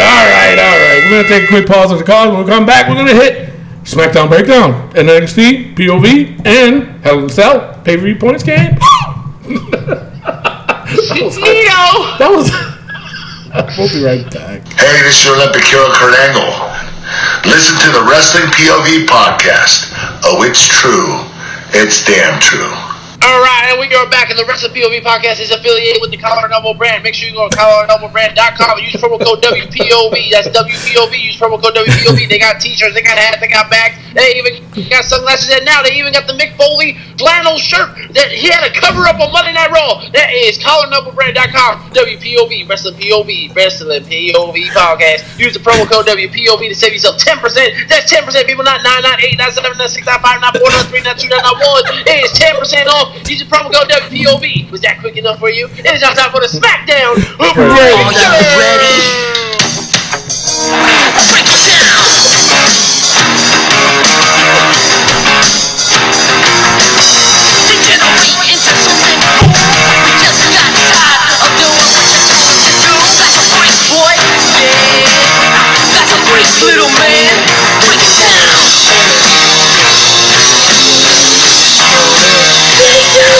Speaker 2: all right, all right. We're going to take a quick pause at the call. When we come back, we're going to hit SmackDown Breakdown, NXT, POV, and Hell in a Cell, pay per view points game. (gasps)
Speaker 4: Nino.
Speaker 2: That was. (laughs) we'll be right back.
Speaker 8: Hey, this is your Olympic hero, Kurt Angle. Listen to the Wrestling POV podcast. Oh, it's true. It's damn true.
Speaker 4: All right, and we are back, and the rest of POV podcast is affiliated with the Collar and Elbow brand. Make sure you go to collarandelbowbrand.com and use promo code WPOV. That's WPOV. Use promo code WPOV. They got t-shirts, they got hats, they got bags, they even got sunglasses, and now they even got the Mick Foley flannel shirt that he had a cover up on Monday Night Raw. That is collarandelbowbrand.com. WPOV. Wrestling POV. Wrestling POV podcast. Use the promo code WPOV to save yourself 10%. That's 10%, people, not 9, not 8, not 7, not 6, not 5, not 4, not 3, not 2, not, not 1. It is 10% off. Use the promo code WPOV. Was that quick enough for you? It is now time for the SmackDown.
Speaker 2: Right.
Speaker 5: Little man, break it down. Break it down, break it down,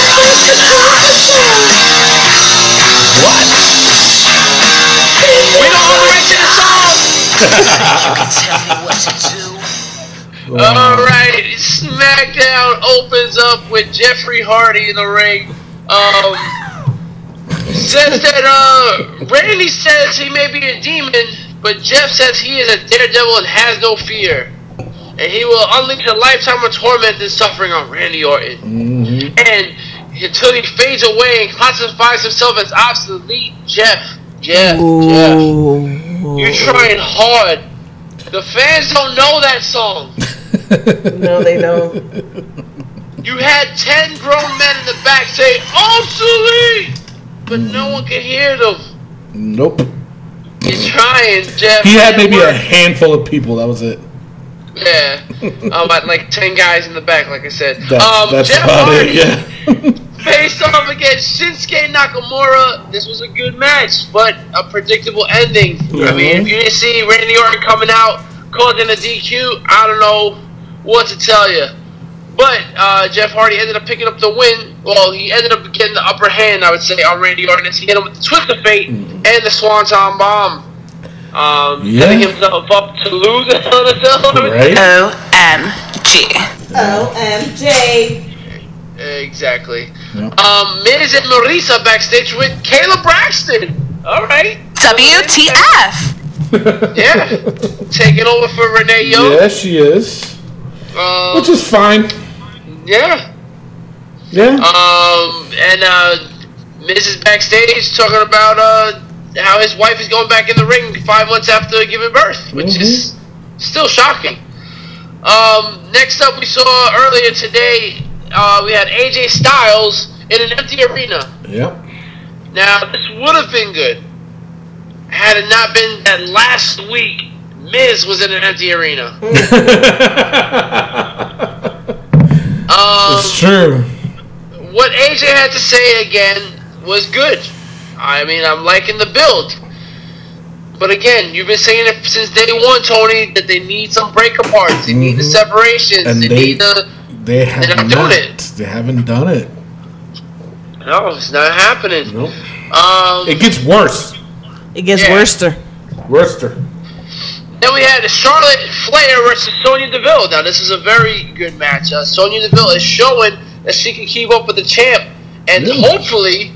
Speaker 5: break it down.
Speaker 4: We don't overreact to the song. (laughs) All right, SmackDown opens up with Jeffrey Hardy in the ring. Um, says that uh, Randy says he may be a demon, but Jeff says he is a daredevil and has no fear, and he will unleash a lifetime of torment and suffering on Randy Orton. And until he fades away and classifies himself as obsolete, Jeff, Jeff,
Speaker 3: Oh.
Speaker 4: Jeff. You're trying hard. The fans don't know that
Speaker 2: (laughs)
Speaker 4: song.
Speaker 3: No, they don't.
Speaker 4: You had ten grown men in the back say obsolete, but no one could hear them.
Speaker 2: Nope.
Speaker 4: You're trying, Jeff.
Speaker 2: He had
Speaker 4: It
Speaker 2: maybe a
Speaker 4: worked.
Speaker 2: handful of people. That was it. (laughs)
Speaker 4: yeah, about like ten guys in the back, like I said.
Speaker 2: That's,
Speaker 4: um,
Speaker 2: that's
Speaker 4: Jeff
Speaker 2: about
Speaker 4: Hardy
Speaker 2: it. Yeah. (laughs)
Speaker 4: faced off against Shinsuke Nakamura. This was a good match, but a predictable ending. I mean, if you didn't see Randy Orton coming out causing a DQ, I don't know what to tell you. But uh, Jeff Hardy ended up picking up the win. Well, he ended up getting the upper hand, I would say, on Randy Orton as he hit him with the twist of fate and the Swanton bomb. Um,
Speaker 2: Mm. Yeah.
Speaker 4: Setting himself up to lose the Hell in a Cell.
Speaker 2: right.
Speaker 5: OMG.
Speaker 3: OMJ.
Speaker 4: Exactly. Um, Miz and Marisa backstage with Kayla Braxton. All right.
Speaker 5: WTF?
Speaker 4: Yeah. Taking over for Renee Young.
Speaker 2: Yeah, she is.
Speaker 4: Um,
Speaker 2: Which is fine.
Speaker 4: Yeah.
Speaker 2: Yeah.
Speaker 4: Um, and uh, Miz is backstage talking about uh, how his wife is going back in the ring five months after giving birth, which is still shocking. Um, next up, we saw earlier today, uh, we had AJ Styles in an empty arena.
Speaker 2: yep.
Speaker 4: Now, this would have been good had it not been that last week Miz was in an empty arena. um,
Speaker 2: It's true.
Speaker 4: Um, What AJ had to say again was good. I mean, I'm liking the build. But again, you've been saying it since day one, Tony, that they need some breaker parts. They need the
Speaker 2: Mhm.
Speaker 4: separations.
Speaker 2: And
Speaker 4: they,
Speaker 2: they-
Speaker 4: need the.
Speaker 2: They have
Speaker 4: not
Speaker 2: not.
Speaker 4: doing it.
Speaker 2: They haven't done it.
Speaker 4: No, it's not happening.
Speaker 2: Nope.
Speaker 4: Um,
Speaker 2: It gets worse.
Speaker 3: It gets
Speaker 4: Yeah.
Speaker 3: worse. worser.
Speaker 2: Worster.
Speaker 4: Then we had Charlotte Flair versus Sonya Deville. Now this is a very good match. Uh, Sonya Deville is showing that she can keep up with the champ, and
Speaker 2: Really?
Speaker 4: hopefully,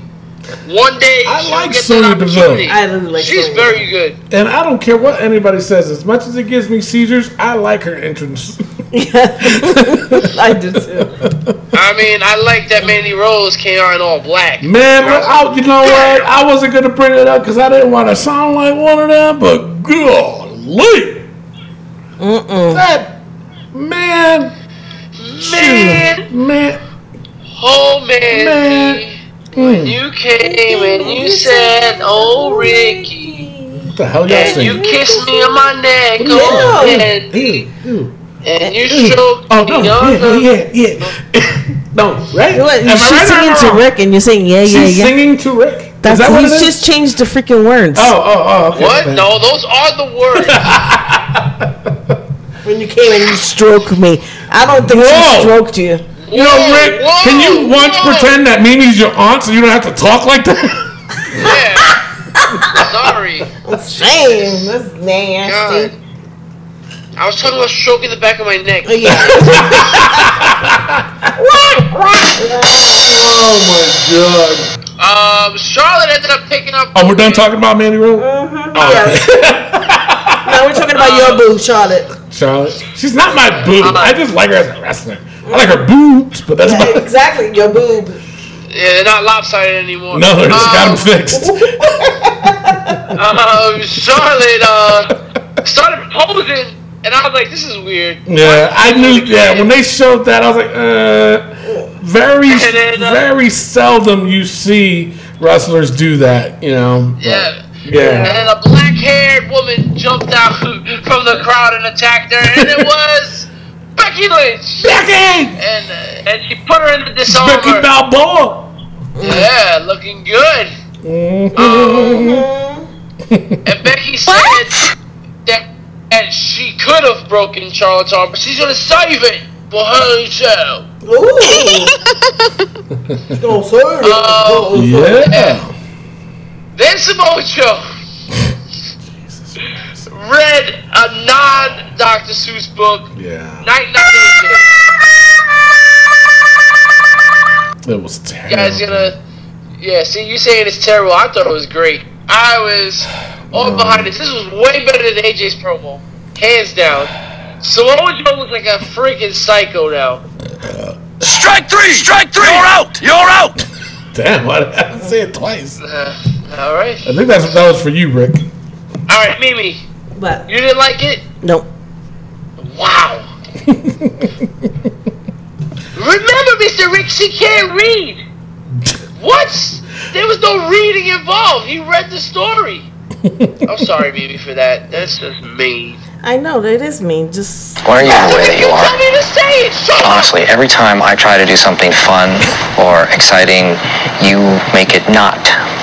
Speaker 4: one day
Speaker 2: I
Speaker 4: she'll
Speaker 2: like
Speaker 4: get
Speaker 2: Sonya
Speaker 4: that opportunity.
Speaker 2: Deville.
Speaker 3: I really like
Speaker 4: She's
Speaker 3: Sonya
Speaker 4: very good.
Speaker 2: And I don't care what anybody says. As much as it gives me seizures, I like her entrance. (laughs)
Speaker 3: (laughs) I do too.
Speaker 4: I mean, I like that Mandy Rose came out in all black.
Speaker 2: Man, but I, you know what? I wasn't gonna bring it up because I didn't want to sound like one of them. But golly, that man,
Speaker 4: Man,
Speaker 2: man,
Speaker 4: oh man,
Speaker 2: Man. Mm.
Speaker 4: when you came and you said, "Oh Ricky,"
Speaker 2: what the hell y'all
Speaker 4: and you
Speaker 2: saying?
Speaker 4: kissed me on my neck, oh and,
Speaker 2: Ew, ew.
Speaker 4: and you
Speaker 2: ew.
Speaker 4: stroked
Speaker 2: Oh
Speaker 4: me on
Speaker 2: no,
Speaker 4: the
Speaker 2: yeah, yeah, yeah. (laughs) no, right?
Speaker 3: What,
Speaker 2: Am I
Speaker 3: she's
Speaker 2: right or am I
Speaker 3: singing to
Speaker 2: wrong?
Speaker 3: Rick, and you're saying yeah, yeah,
Speaker 2: She's
Speaker 3: yeah.
Speaker 2: singing to Rick. Is
Speaker 3: That's
Speaker 2: that what
Speaker 3: he's
Speaker 2: it is?
Speaker 3: just changed the freaking words.
Speaker 2: Oh, oh, oh. okay,
Speaker 4: What?
Speaker 2: man.
Speaker 4: No, those are the
Speaker 2: (laughs)
Speaker 4: words.
Speaker 3: When you came and you stroked me, I don't think
Speaker 2: Whoa. Oh.
Speaker 3: she stroked you.
Speaker 2: You know, Rick,
Speaker 4: Whoa,
Speaker 2: can you
Speaker 4: whoa,
Speaker 2: once
Speaker 4: whoa.
Speaker 2: pretend that Mimi's your aunt so you don't have to talk like that?
Speaker 4: Yeah. Sorry.
Speaker 3: I'm saying that's nasty.
Speaker 4: God. I was talking about stroking the back of my neck.
Speaker 3: Yeah.
Speaker 2: oh my god.
Speaker 4: Um, Charlotte ended up picking up.
Speaker 2: Oh, we're done talking about Mandy Rose? (laughs)
Speaker 3: now we're talking about
Speaker 2: Um,
Speaker 3: your boo, Charlotte.
Speaker 2: Charlotte. She's not my boo. I just like her as a wrestler. I like her boobs, but that's
Speaker 3: Yeah,
Speaker 2: about
Speaker 3: exactly, your boob.
Speaker 4: Yeah, they're not lopsided anymore.
Speaker 2: No, they just got
Speaker 4: um,
Speaker 2: them fixed.
Speaker 4: um, Charlotte
Speaker 2: (laughs)
Speaker 4: uh, started proposing, and I was like, "This is weird."
Speaker 2: Yeah, I knew. Yeah, when they showed that, I was like, uh, very,
Speaker 4: And then, uh,
Speaker 2: very seldom you see wrestlers do that. You know. but-
Speaker 4: Yeah. And
Speaker 2: Yeah.
Speaker 4: then a black-haired woman jumped out (laughs) from the crowd and attacked her, and it was Becky Lynch.
Speaker 2: Becky.
Speaker 4: And uh, and she put her in the disarmer.
Speaker 2: Becky Balboa.
Speaker 4: Yeah, looking good. Um, and Becky said that, that she could have broken Charlotte's arm, but she's gonna save it for her show.
Speaker 3: Ooh. She's gonna serve.
Speaker 4: Um,
Speaker 2: Yeah.
Speaker 4: then Samoa Joe read a non-Dr. Seuss book,
Speaker 2: Yeah.
Speaker 4: Night Night Agent.
Speaker 2: That was
Speaker 4: You guys
Speaker 2: terrible.
Speaker 4: gonna yeah see you saying it's terrible i thought it was great i was all behind this this was way better than aj's promo hands down Samoa Joe looks like a freaking psycho now.
Speaker 6: Strike three! Strike three! You're out! You're out!
Speaker 2: Damn, I had to say it twice. I
Speaker 4: Uh, All right,
Speaker 2: think that's that was for you, Rick.
Speaker 4: all right, Mimi,
Speaker 3: (laughs) but
Speaker 4: you didn't like it?
Speaker 3: no.
Speaker 9: (laughs)
Speaker 4: Wow. Remember, Mr. Rick, she can't read. What? There was no reading involved. He read the story.
Speaker 9: (laughs)
Speaker 4: I'm sorry, Mimi, for that. That's just mean.
Speaker 3: I know that is mean. Just
Speaker 9: learning the way that Ah, you
Speaker 4: Tell
Speaker 9: are.
Speaker 4: me to say it. Shut up.
Speaker 9: Honestly, every time I try to do something fun or exciting, you make it not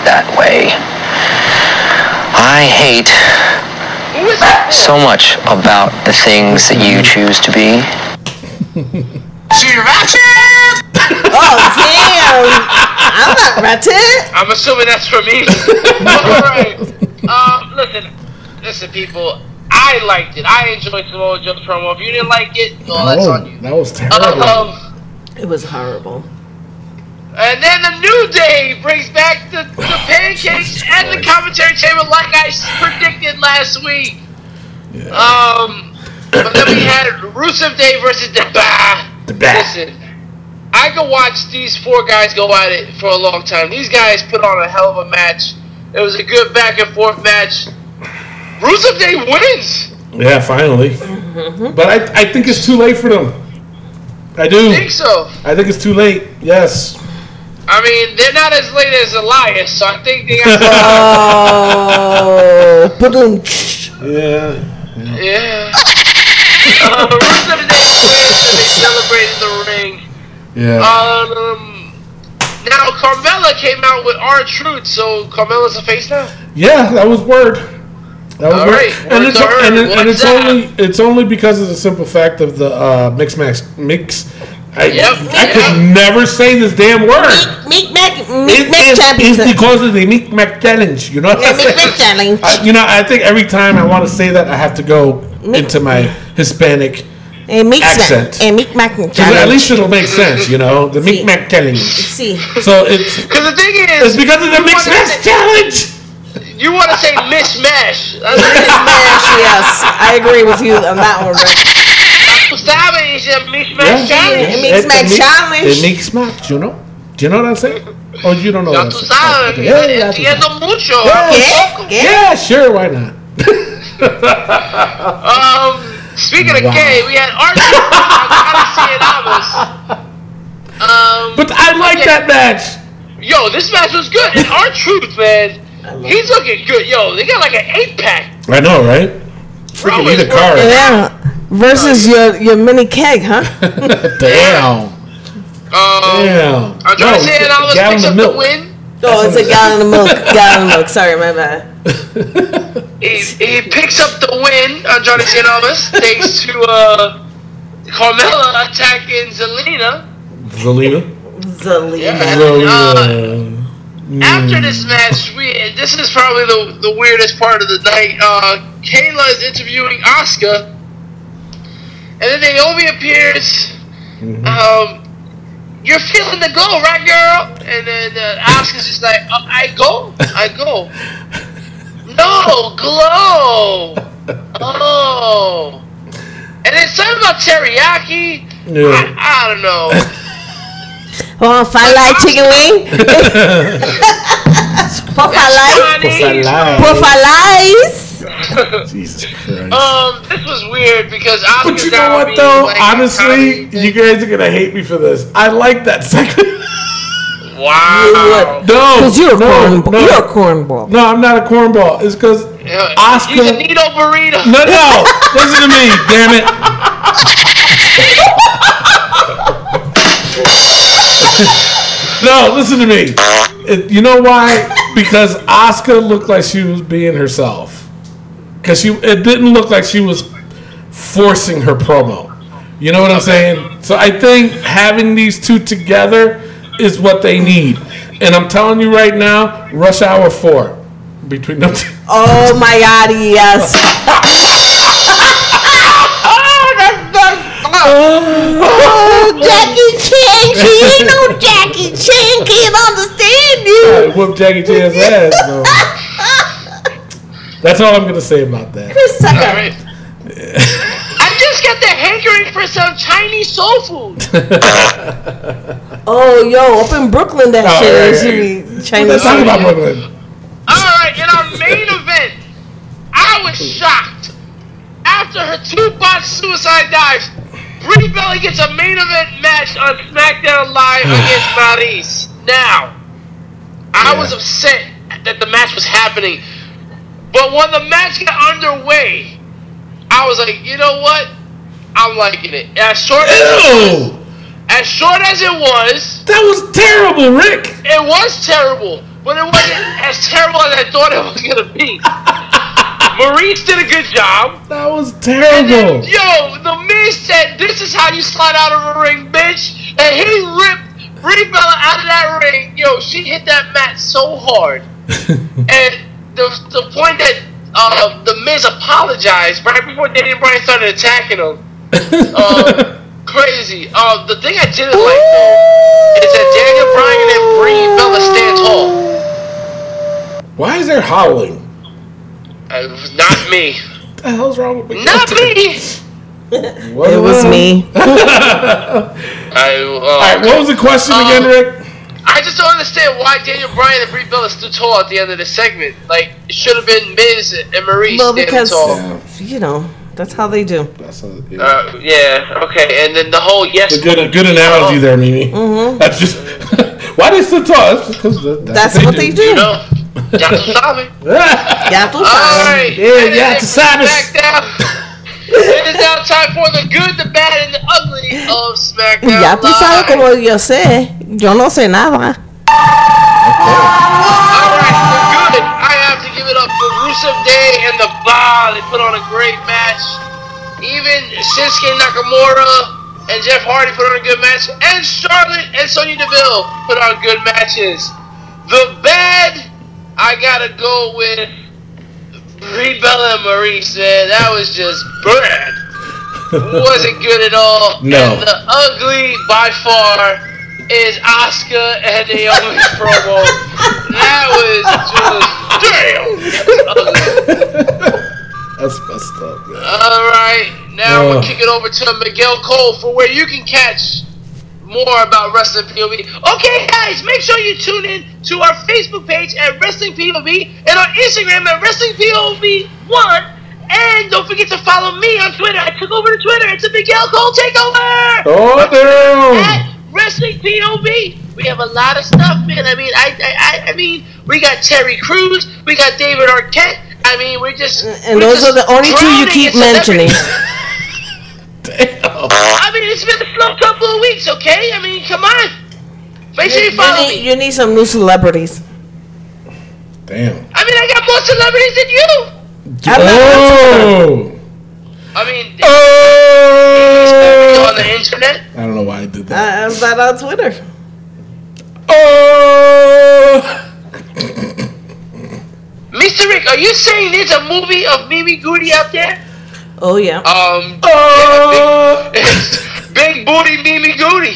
Speaker 9: that way. I hate
Speaker 4: Who is that?
Speaker 9: so much about the things that you choose to be.
Speaker 3: oh damn! (laughs) I'm not ratchet.
Speaker 4: I'm assuming that's for
Speaker 9: (laughs)
Speaker 4: me. All right. Um, listen, listen, people. I liked it. I enjoyed Samoa Joe's promo. If you didn't like it, well, that's
Speaker 2: Oh,
Speaker 4: on you.
Speaker 2: that was terrible.
Speaker 4: Um,
Speaker 3: It was horrible.
Speaker 4: and then the New Day brings back the,
Speaker 2: (sighs)
Speaker 4: the pancakes
Speaker 2: Jesus
Speaker 4: and the
Speaker 2: Christ.
Speaker 4: commentary chamber like I s- predicted last week. Um, but then we had Rusev Day versus the Bah.
Speaker 2: The Bah.
Speaker 4: Listen, I could watch these four guys go at it for a long time. These guys put on a hell of a match. It was a good back and forth match. Rusev Day wins.
Speaker 2: Yeah, finally. But I, I think it's too late for them. I do.
Speaker 4: I think so.
Speaker 2: I think it's too late. Yes.
Speaker 4: I mean, they're not as late as Elias, so I think they
Speaker 2: (laughs)
Speaker 4: have to.
Speaker 3: Oh, boom.
Speaker 2: Yeah.
Speaker 4: Yeah. Uh, Rusev Day wins and they celebrated the ring.
Speaker 2: Yeah.
Speaker 4: Um. Now Carmella came out with our truth, so Carmella's a face now.
Speaker 2: Yeah, that was word. That was
Speaker 4: All
Speaker 2: word.
Speaker 4: right,
Speaker 2: and
Speaker 4: word
Speaker 2: it's,
Speaker 4: to her.
Speaker 2: and, it- and
Speaker 4: What's
Speaker 2: it's
Speaker 4: up?
Speaker 2: only it's only because of the simple fact of the uh, mix max mix. I,
Speaker 4: Yep,
Speaker 2: I could
Speaker 4: yep.
Speaker 2: never say this damn word.
Speaker 3: Meek Mac,
Speaker 2: It-
Speaker 3: Meek Mac
Speaker 2: it- it's
Speaker 3: Championship.
Speaker 2: because of the Meek Mac challenge. You know what
Speaker 3: Yeah,
Speaker 2: I'm
Speaker 3: Meek
Speaker 2: saying? (laughs)
Speaker 3: Mac Challenge.
Speaker 2: I- You know, I think every time I want to say that, I have to go into my Hispanic.
Speaker 3: And Meek
Speaker 2: accent.
Speaker 3: Mac. And Meek Mac
Speaker 2: 'cause At
Speaker 3: Challenge.
Speaker 2: least it'll make sense, you know, the Meek
Speaker 3: See.
Speaker 2: Mac challenge.
Speaker 3: See,
Speaker 2: So it's
Speaker 4: Because the thing
Speaker 2: it's
Speaker 4: is,
Speaker 2: because of the Mix Max challenge.
Speaker 4: you want to say mishmash.
Speaker 3: yes, yes, I agree with you on that one, Rick.
Speaker 4: Stop it! It's a mishmash
Speaker 2: Yeah.
Speaker 4: challenge.
Speaker 3: It makes
Speaker 2: It's
Speaker 3: my
Speaker 2: a mix-
Speaker 3: challenge.
Speaker 2: It makes match, you know? Do you know what I'm saying? Oh, you don't know
Speaker 4: Ya
Speaker 2: what I'm
Speaker 4: tú
Speaker 2: saying.
Speaker 4: sabes,
Speaker 2: Okay. Yeah, yeah, yeah,
Speaker 4: entiendo mucho.
Speaker 3: Yeah, yeah.
Speaker 2: yeah, sure, why not?
Speaker 4: Um, speaking of
Speaker 2: Wow.
Speaker 4: gay, we had Archie Alamos. Um,
Speaker 2: But I like
Speaker 4: Okay.
Speaker 2: that match.
Speaker 4: yo, this match was good. And our truth, man, he's looking good. Yo, they got like an eight pack.
Speaker 2: I know, right? Freaking
Speaker 4: Bro,
Speaker 2: eat a
Speaker 4: it's
Speaker 2: card.
Speaker 3: Yeah. Versus your, your mini keg, huh?
Speaker 2: (laughs) Damn.
Speaker 4: Um,
Speaker 2: Damn.
Speaker 4: I'm trying to say
Speaker 2: it's a
Speaker 4: Alamos
Speaker 2: gallon
Speaker 4: picks
Speaker 2: of
Speaker 4: up
Speaker 2: milk.
Speaker 4: the win.
Speaker 3: Oh, it's a gallon of milk. Gallon of milk. Sorry, my bad.
Speaker 4: He, he picks up the win on Johnny St. Almas thanks to uh, Carmella attacking Zelina.
Speaker 2: Zelina.
Speaker 3: Zelina.
Speaker 4: Uh,
Speaker 2: Zelina.
Speaker 4: After this match, we this is probably the, the weirdest part of the night. Uh, Kayla is interviewing Asuka, and then Naomi appears. Um, you're feeling the go, right, girl? And then uh, Asuka's just like, uh, I go, I go. No, glow. Oh. And then something about teriyaki.
Speaker 2: Yeah.
Speaker 4: I, I don't know.
Speaker 3: Oh, if I like chicken (laughs) wing. Puff I like.
Speaker 2: Puff
Speaker 4: Honey.
Speaker 2: alive.
Speaker 3: Puff I lies.
Speaker 2: Jesus Christ.
Speaker 4: Um, this was weird because Oscar
Speaker 2: but Oh, you know what though? Honestly, you guys are gonna hate me for this. I like that
Speaker 3: (laughs)
Speaker 2: second.
Speaker 4: wow.
Speaker 2: no,
Speaker 3: Because you're a
Speaker 2: no,
Speaker 3: cornball.
Speaker 2: no.
Speaker 3: You're a cornball.
Speaker 2: No, I'm not a cornball. It's because
Speaker 4: Yeah,
Speaker 2: Oscar.
Speaker 4: He's a needle burrito.
Speaker 2: No, no. Listen to me, damn it. no, listen to me. It- you know why? Because Oscar looked like she was being herself. Because she, it didn't look like she was forcing her promo. You know what I'm saying? So I think having these two together is what they need. And I'm telling you right now, Rush Hour Four between them. Two.
Speaker 3: Oh my god, yes. Oh, Jackie Chan, she ain't no Jackie Chan, can't understand you.
Speaker 2: I whooped Jackie Chan's ass. though. That's all I'm gonna say about that.
Speaker 3: Chris
Speaker 4: All
Speaker 3: Tucker.
Speaker 4: right. (laughs) I just got the hankering for some Chinese soul food.
Speaker 3: Oh, yo, up in Brooklyn, that
Speaker 2: Oh,
Speaker 3: shit
Speaker 2: right,
Speaker 3: is
Speaker 2: right.
Speaker 3: Chinese.
Speaker 2: Let's talk
Speaker 3: food.
Speaker 2: about Brooklyn.
Speaker 4: All right, in our main event, I was shocked. After her two botched suicide dives, Brie Bella gets a main event match on SmackDown Live against Maurice. Now, I was upset that the match was happening, but when the match got underway, I was like, you know what? I'm liking it. As short as, it was,
Speaker 2: Ew,
Speaker 4: as short as it was,
Speaker 2: that was terrible, Rick.
Speaker 4: it was terrible, but it wasn't as terrible as I thought it was gonna be. Maurice did a good job.
Speaker 2: That was
Speaker 4: And then,
Speaker 2: terrible.
Speaker 4: yo, the Miz said, "This is how you slide out of a ring, bitch," and he ripped Brie Bella out of that ring. Yo, she hit that mat so
Speaker 2: (laughs)
Speaker 4: hard, and the the point that uh, the Miz apologized right before Daniel Bryan started attacking him. Uh,
Speaker 2: (laughs)
Speaker 4: crazy. Uh, the thing I didn't like though is that Daniel Bryan and Brie Bella stand tall.
Speaker 2: Why is there howling?
Speaker 4: Uh, it was not
Speaker 2: (laughs)
Speaker 4: me.
Speaker 2: What the hell's wrong with me?
Speaker 4: Not me.
Speaker 3: It was me.
Speaker 4: I, uh,
Speaker 2: All right, what was the question again, Rick?
Speaker 4: I just don't understand why Daniel Bryan and Brie Bella stood tall at the end of the segment. Like, it should have been Miz and Maurice
Speaker 3: Well,
Speaker 4: standing
Speaker 3: because
Speaker 4: tall.
Speaker 3: you know that's how they do.
Speaker 2: That's a, yeah.
Speaker 4: Uh, yeah, okay. And then the whole yes.
Speaker 2: a good, a good analogy there, Mimi.
Speaker 3: Mm-hmm.
Speaker 2: (laughs) That's just why they still talk. That's because
Speaker 3: That's
Speaker 2: (laughs)
Speaker 3: what they do.
Speaker 4: You know, that's what's
Speaker 3: (laughs)
Speaker 4: happening.
Speaker 3: Yeah, those
Speaker 4: All
Speaker 3: times.
Speaker 4: right.
Speaker 2: Yeah,
Speaker 4: and
Speaker 2: yeah,
Speaker 4: then
Speaker 2: it's a
Speaker 4: it's
Speaker 2: Sabbath.
Speaker 3: (laughs)
Speaker 4: SmackDown. it is now time for the good, the bad, and the ugly of SmackDown.
Speaker 3: Ya tú sabes
Speaker 4: Live.
Speaker 3: como yo sé, yo no sé nada.
Speaker 4: All right, the good. I have to give it up for Rusev Day and the Bar. They put on a great match. Even Shinsuke Nakamura and Jeff Hardy put on a good match, and Charlotte and Sonya Deville put on good matches. The bad, I gotta go with Brie Bella and Maurice. Man, that was just bad. Wasn't good at all.
Speaker 2: No.
Speaker 4: And the ugly by far is Oscar and Naomi's promo. That was just damn. That was ugly.
Speaker 2: That's messed up. Man.
Speaker 4: All right, now
Speaker 2: Oh.
Speaker 4: we'll kick it over to Miguel Cole for where you can catch more about Wrestling POV. Okay, guys, make sure you tune in to our Facebook page at Wrestling POV and our Instagram at Wrestling POV One. And don't forget to follow me on Twitter. I took over to Twitter. It's a Miguel Cole takeover
Speaker 2: Oh,
Speaker 4: at Wrestling POV. We have a lot of stuff, man. I mean, I, I, I, I mean, we got Terry Crews, we got David Arquette. I mean, we're just
Speaker 3: And
Speaker 4: we're
Speaker 3: those
Speaker 4: just
Speaker 3: are the only two you
Speaker 4: drowning
Speaker 3: keep
Speaker 4: in celebrity. (laughs)
Speaker 3: mentioning.
Speaker 4: I mean, it's been a slow couple of weeks, okay? I mean, come on. Make sure you follow
Speaker 3: You need,
Speaker 4: me.
Speaker 3: you need some new celebrities.
Speaker 2: damn.
Speaker 4: I mean, I got more celebrities than you.
Speaker 3: I'm not-
Speaker 2: Oh,
Speaker 4: I mean, on
Speaker 2: oh.
Speaker 4: the internet.
Speaker 2: I don't know why I did that.
Speaker 3: I- Uh, I'm not on Twitter.
Speaker 2: Oh,
Speaker 4: Mr. Rick, are you saying there's a movie of Mimi Goody out there?
Speaker 3: Oh yeah.
Speaker 4: Um,
Speaker 3: (laughs)
Speaker 2: oh.
Speaker 4: big booty Mimi Goody.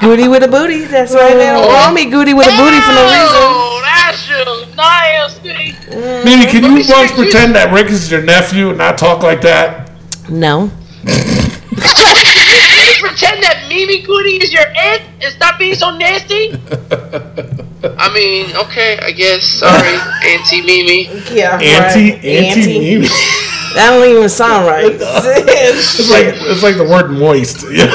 Speaker 3: Goody with a booty. That's right. They don't call me Goody with a booty for no reason.
Speaker 4: Oh, that's just nasty.
Speaker 2: Mimi, can you once pretend that Rick is your nephew and not talk like that?
Speaker 3: No.
Speaker 4: Can you pretend that Mimi Goody is your aunt and stop being so nasty?
Speaker 3: (laughs)
Speaker 4: I mean, okay, I guess.
Speaker 3: (laughs)
Speaker 4: Sorry, Auntie Mimi.
Speaker 3: Yeah.
Speaker 2: Auntie,
Speaker 3: right.
Speaker 2: auntie, Mimi. (laughs)
Speaker 3: That don't even sound right.
Speaker 2: It's like it's like the word moist. (laughs) Yeah.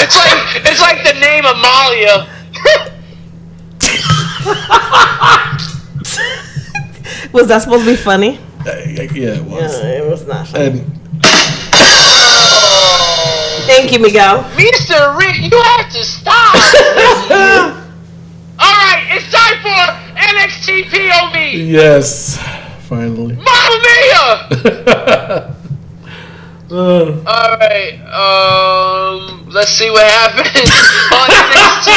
Speaker 4: It's like it's like the name Amalia.
Speaker 3: (laughs) was that supposed to be funny?
Speaker 2: yeah, it
Speaker 3: No,
Speaker 2: was.
Speaker 3: Uh, it was not funny.
Speaker 2: And
Speaker 3: Thank you, Miguel.
Speaker 4: Mr. Rick, you have to
Speaker 2: (laughs)
Speaker 4: stop. All right, it's time for NXT POV.
Speaker 2: yes, finally.
Speaker 4: Mamma mia!
Speaker 2: (laughs) Uh,
Speaker 4: All right, um, let's see what happens on NXT.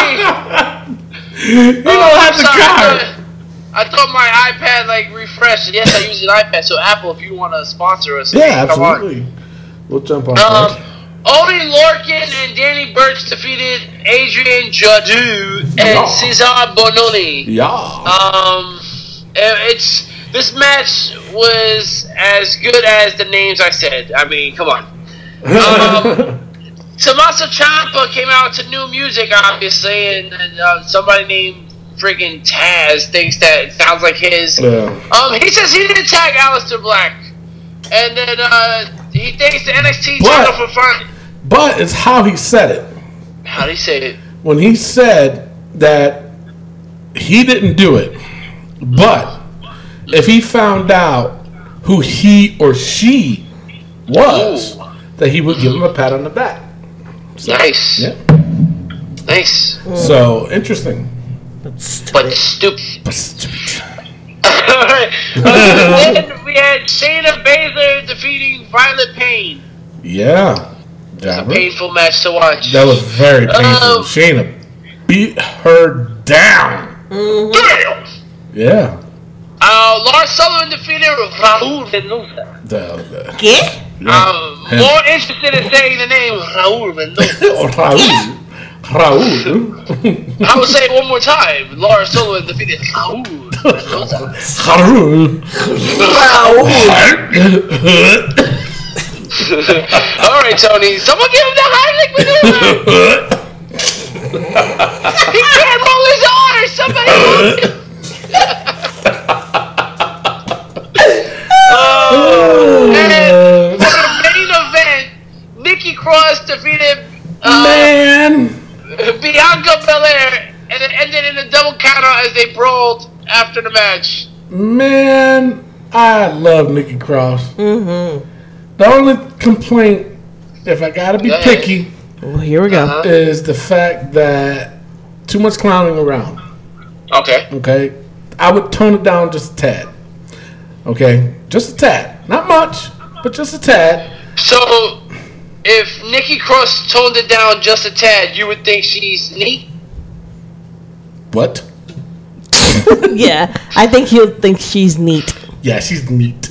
Speaker 2: (laughs) you don't have to
Speaker 4: Oh, Sorry, I
Speaker 2: count.
Speaker 4: thought- I thought my iPad like refreshed. Yes, I use an iPad. So Apple, if you want to sponsor us,
Speaker 2: Yeah,
Speaker 4: come on.
Speaker 2: absolutely. We'll jump
Speaker 4: Um,
Speaker 2: on. that.
Speaker 4: Odin Lorkin and Danny Burch defeated Adrian Jadu and
Speaker 2: Yeah.
Speaker 4: Cesar Bononi.
Speaker 2: yeah.
Speaker 4: Um, it- it's this match was as good as the names I said. I mean, come on. um, Tommaso Ciampa came out to new music, obviously, and, and uh, somebody named friggin' Taz thinks that it sounds like his.
Speaker 2: yeah.
Speaker 4: Um, he says he didn't tag Aleister Black, and then uh, he thanks the NXT
Speaker 2: But-
Speaker 4: title for fun.
Speaker 2: But it's how he said it.
Speaker 4: How do you say it?
Speaker 2: When he said that he didn't do it, but if he found out who he or she was,
Speaker 4: Ooh.
Speaker 2: that he would give him a pat on the back.
Speaker 4: Nice,
Speaker 2: Yeah.
Speaker 4: nice,
Speaker 2: So interesting.
Speaker 4: but stupid. (laughs)
Speaker 2: Stupid. (laughs)
Speaker 4: Alright, uh, then we had Shayna Baszler defeating Violet Payne.
Speaker 2: Yeah. Jabber.
Speaker 4: Painful match to watch.
Speaker 2: That was very painful.
Speaker 4: Oh.
Speaker 2: Shayna beat her down.
Speaker 4: Damn.
Speaker 2: Yeah.
Speaker 4: Uh, Lars Sullivan defeated Raul Mendoza.
Speaker 2: The- the-
Speaker 3: Yeah.
Speaker 4: I'm
Speaker 2: Yeah.
Speaker 4: more interested in saying the name Raul Mendoza.
Speaker 2: Oh, Raul. Raul.
Speaker 4: I will say it one more time. Lars Sullivan defeated
Speaker 2: (laughs)
Speaker 4: Raul Mendoza.
Speaker 2: Raul.
Speaker 3: Wow.
Speaker 4: All right, Tony. Someone give him the Heimlich maneuver. he can't roll his R. Somebody. oh, and for the main event, Nikki Cross defeated uh,
Speaker 2: Man.
Speaker 4: Bianca Belair, and it ended in a double countout as they brawled after the match.
Speaker 2: Man, I love Nikki Cross. Mm-hmm. The only complaint, if I gotta be
Speaker 4: Yeah.
Speaker 2: picky,
Speaker 4: Oh,
Speaker 3: Well, here we go.
Speaker 2: is the fact that too much clowning around.
Speaker 4: Okay.
Speaker 2: Okay, I would tone it down just a tad. Okay, just a tad, not much, but just a tad.
Speaker 4: So, if Nikki Cross toned it down just a tad, you would think she's neat.
Speaker 2: What?
Speaker 3: Yeah, I think he'll think she's neat.
Speaker 2: Yeah, she's neat.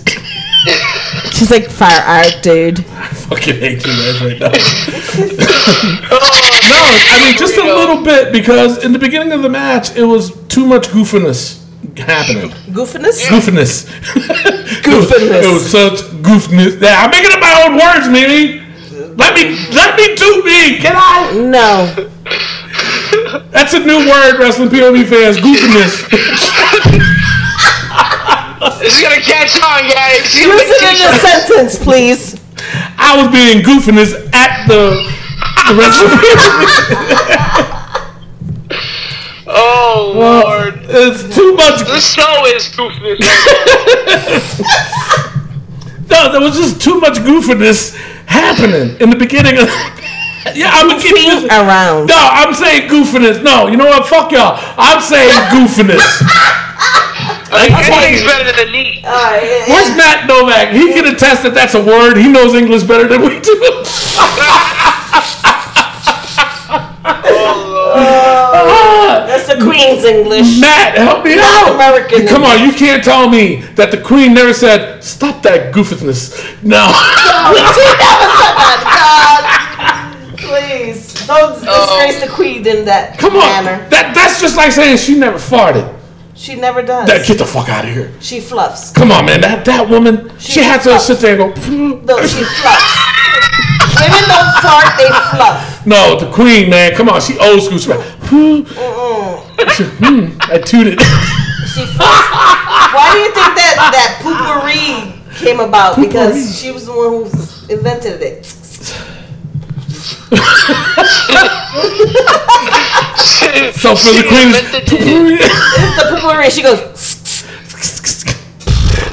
Speaker 2: (laughs)
Speaker 3: She's like fire art, dude.
Speaker 2: Fucking hate you guys right now.
Speaker 4: Oh,
Speaker 2: No, I mean just a little bit because in the beginning of the match it was too much goofiness happening.
Speaker 3: Goofiness.
Speaker 2: Goofiness. goofiness. It was such goofiness. Yeah, I'm making up my own words, Mimi. Let me let me do me. Can I?
Speaker 4: (laughs)
Speaker 3: No,
Speaker 2: That's a new word, wrestling POV fans. Goofiness.
Speaker 4: It's gonna catch on, guys. She's gonna
Speaker 3: use
Speaker 4: make
Speaker 3: it in a
Speaker 4: t-shirts.
Speaker 3: sentence, please.
Speaker 2: I was being goofiness at the the wrestling POV.
Speaker 4: Oh lord,
Speaker 2: It's too much.
Speaker 4: this show is goofy.
Speaker 2: No, there was just too much goofiness happening in the beginning of. (laughs) yeah, I'm gonna (laughs) get you.
Speaker 3: Around.
Speaker 2: No, I'm saying goofiness. No, you know what? Fuck y'all. I'm saying goofiness.
Speaker 4: Like, anything's better than neat.
Speaker 3: Uh,
Speaker 4: (laughs)
Speaker 2: Where's Matt Novak? He can attest that that's a word. He knows English better than we do. (laughs)
Speaker 3: That's the Queen's English.
Speaker 2: Matt, help me out.
Speaker 3: American
Speaker 2: Come on, you can't tell me that the Queen never said, stop that goofiness. No. (laughs)
Speaker 3: Oh, Please don't disgrace the Queen in that
Speaker 2: Come on.
Speaker 3: manner.
Speaker 2: That, that's just like saying she never farted.
Speaker 3: She never does.
Speaker 2: That, get the fuck out of here.
Speaker 3: she fluffs.
Speaker 2: Come on, man. That, that woman, she, had to sit there and go,
Speaker 3: No, she fluffs. Women don't fart; they fluff.
Speaker 2: No, the queen, man. Come on, she old school. She like, "Hmm." (laughs) She, hmm, I tooted. (laughs)
Speaker 3: She fluffs. Why do you think that that poopery came about? Because she was the one who invented it.
Speaker 2: so for the queen,
Speaker 3: (laughs)
Speaker 2: it's-
Speaker 3: It's the poopery. She goes.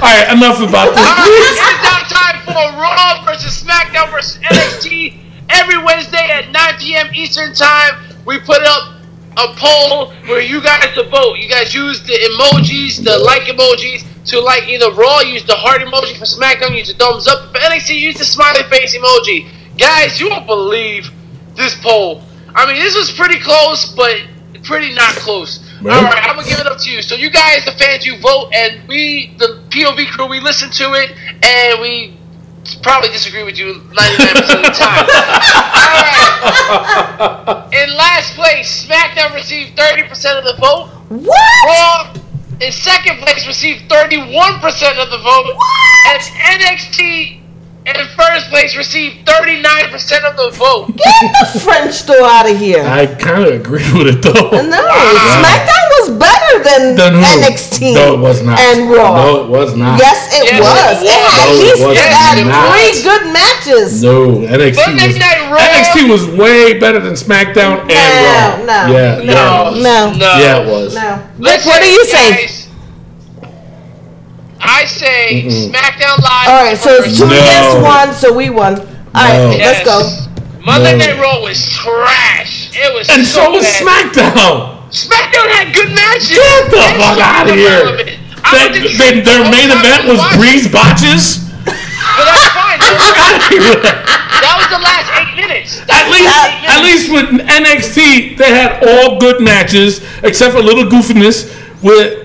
Speaker 2: all right, enough about
Speaker 3: (laughs)
Speaker 2: this.
Speaker 4: This is now time for Raw versus SmackDown versus NXT every Wednesday at 9 p.m. Eastern Time. We put up a poll where you guys to vote. You guys use the emojis, the like emojis to like either Raw, use the heart emoji for SmackDown, use the thumbs up for NXT, use the smiley face emoji. Guys, you won't believe this poll. I mean, this was pretty close, but pretty not close.
Speaker 2: Right.
Speaker 4: All right, I'm gonna give it up to you. So you guys, the fans, you vote, and we, the POV crew, we listen to it, and we probably disagree with you 99% of the time. All right. In last place, SmackDown received 30% of the vote.
Speaker 3: What?
Speaker 4: Raw in second place received 31% of the vote. And NXT in first place received 39% of the vote.
Speaker 3: Get the French door out of here.
Speaker 2: I kind of agree with it though.
Speaker 3: No, SmackDown was better
Speaker 2: (laughs)
Speaker 3: than,
Speaker 2: Then who?
Speaker 3: NXT.
Speaker 2: No, it was not.
Speaker 3: And Raw.
Speaker 2: No, it was not.
Speaker 3: Yes, it
Speaker 4: Yes,
Speaker 3: was.
Speaker 4: it
Speaker 3: It had
Speaker 4: was.
Speaker 2: No, it was
Speaker 3: at least it had
Speaker 2: not.
Speaker 3: three good matches.
Speaker 2: No, NXT
Speaker 4: Monday
Speaker 2: was,
Speaker 4: Night Raw.
Speaker 2: NXT was way better than SmackDown and Raw.
Speaker 3: No, no,
Speaker 2: yeah,
Speaker 4: No,
Speaker 2: yeah,
Speaker 3: No.
Speaker 4: no.
Speaker 2: yeah, it was.
Speaker 3: No.
Speaker 4: Listen,
Speaker 3: what do you say?
Speaker 4: guys, I say
Speaker 2: Mm-hmm.
Speaker 4: SmackDown Live.
Speaker 3: All right, so it's two
Speaker 2: No.
Speaker 3: against one, so we won. All right,
Speaker 2: No.
Speaker 3: let's go.
Speaker 4: Monday
Speaker 2: No.
Speaker 4: Night Raw was trash. It was
Speaker 2: And so was
Speaker 4: bad.
Speaker 2: SmackDown.
Speaker 4: SmackDown had good matches.
Speaker 2: Get the
Speaker 4: That's
Speaker 2: fuck
Speaker 4: so
Speaker 2: out of
Speaker 4: irrelevant.
Speaker 2: here.
Speaker 4: I don't
Speaker 2: They-
Speaker 4: think
Speaker 2: they- their
Speaker 4: the
Speaker 2: main
Speaker 4: whole time
Speaker 2: event
Speaker 4: we
Speaker 2: was
Speaker 4: watched it,
Speaker 2: Breeze botches. (laughs)
Speaker 4: But that's fine.
Speaker 2: Fuck out of here.
Speaker 4: that was the last eight minutes.
Speaker 2: (laughs) At least, at least with NXT, they had all good matches except for a little goofiness
Speaker 4: (laughs)
Speaker 2: with.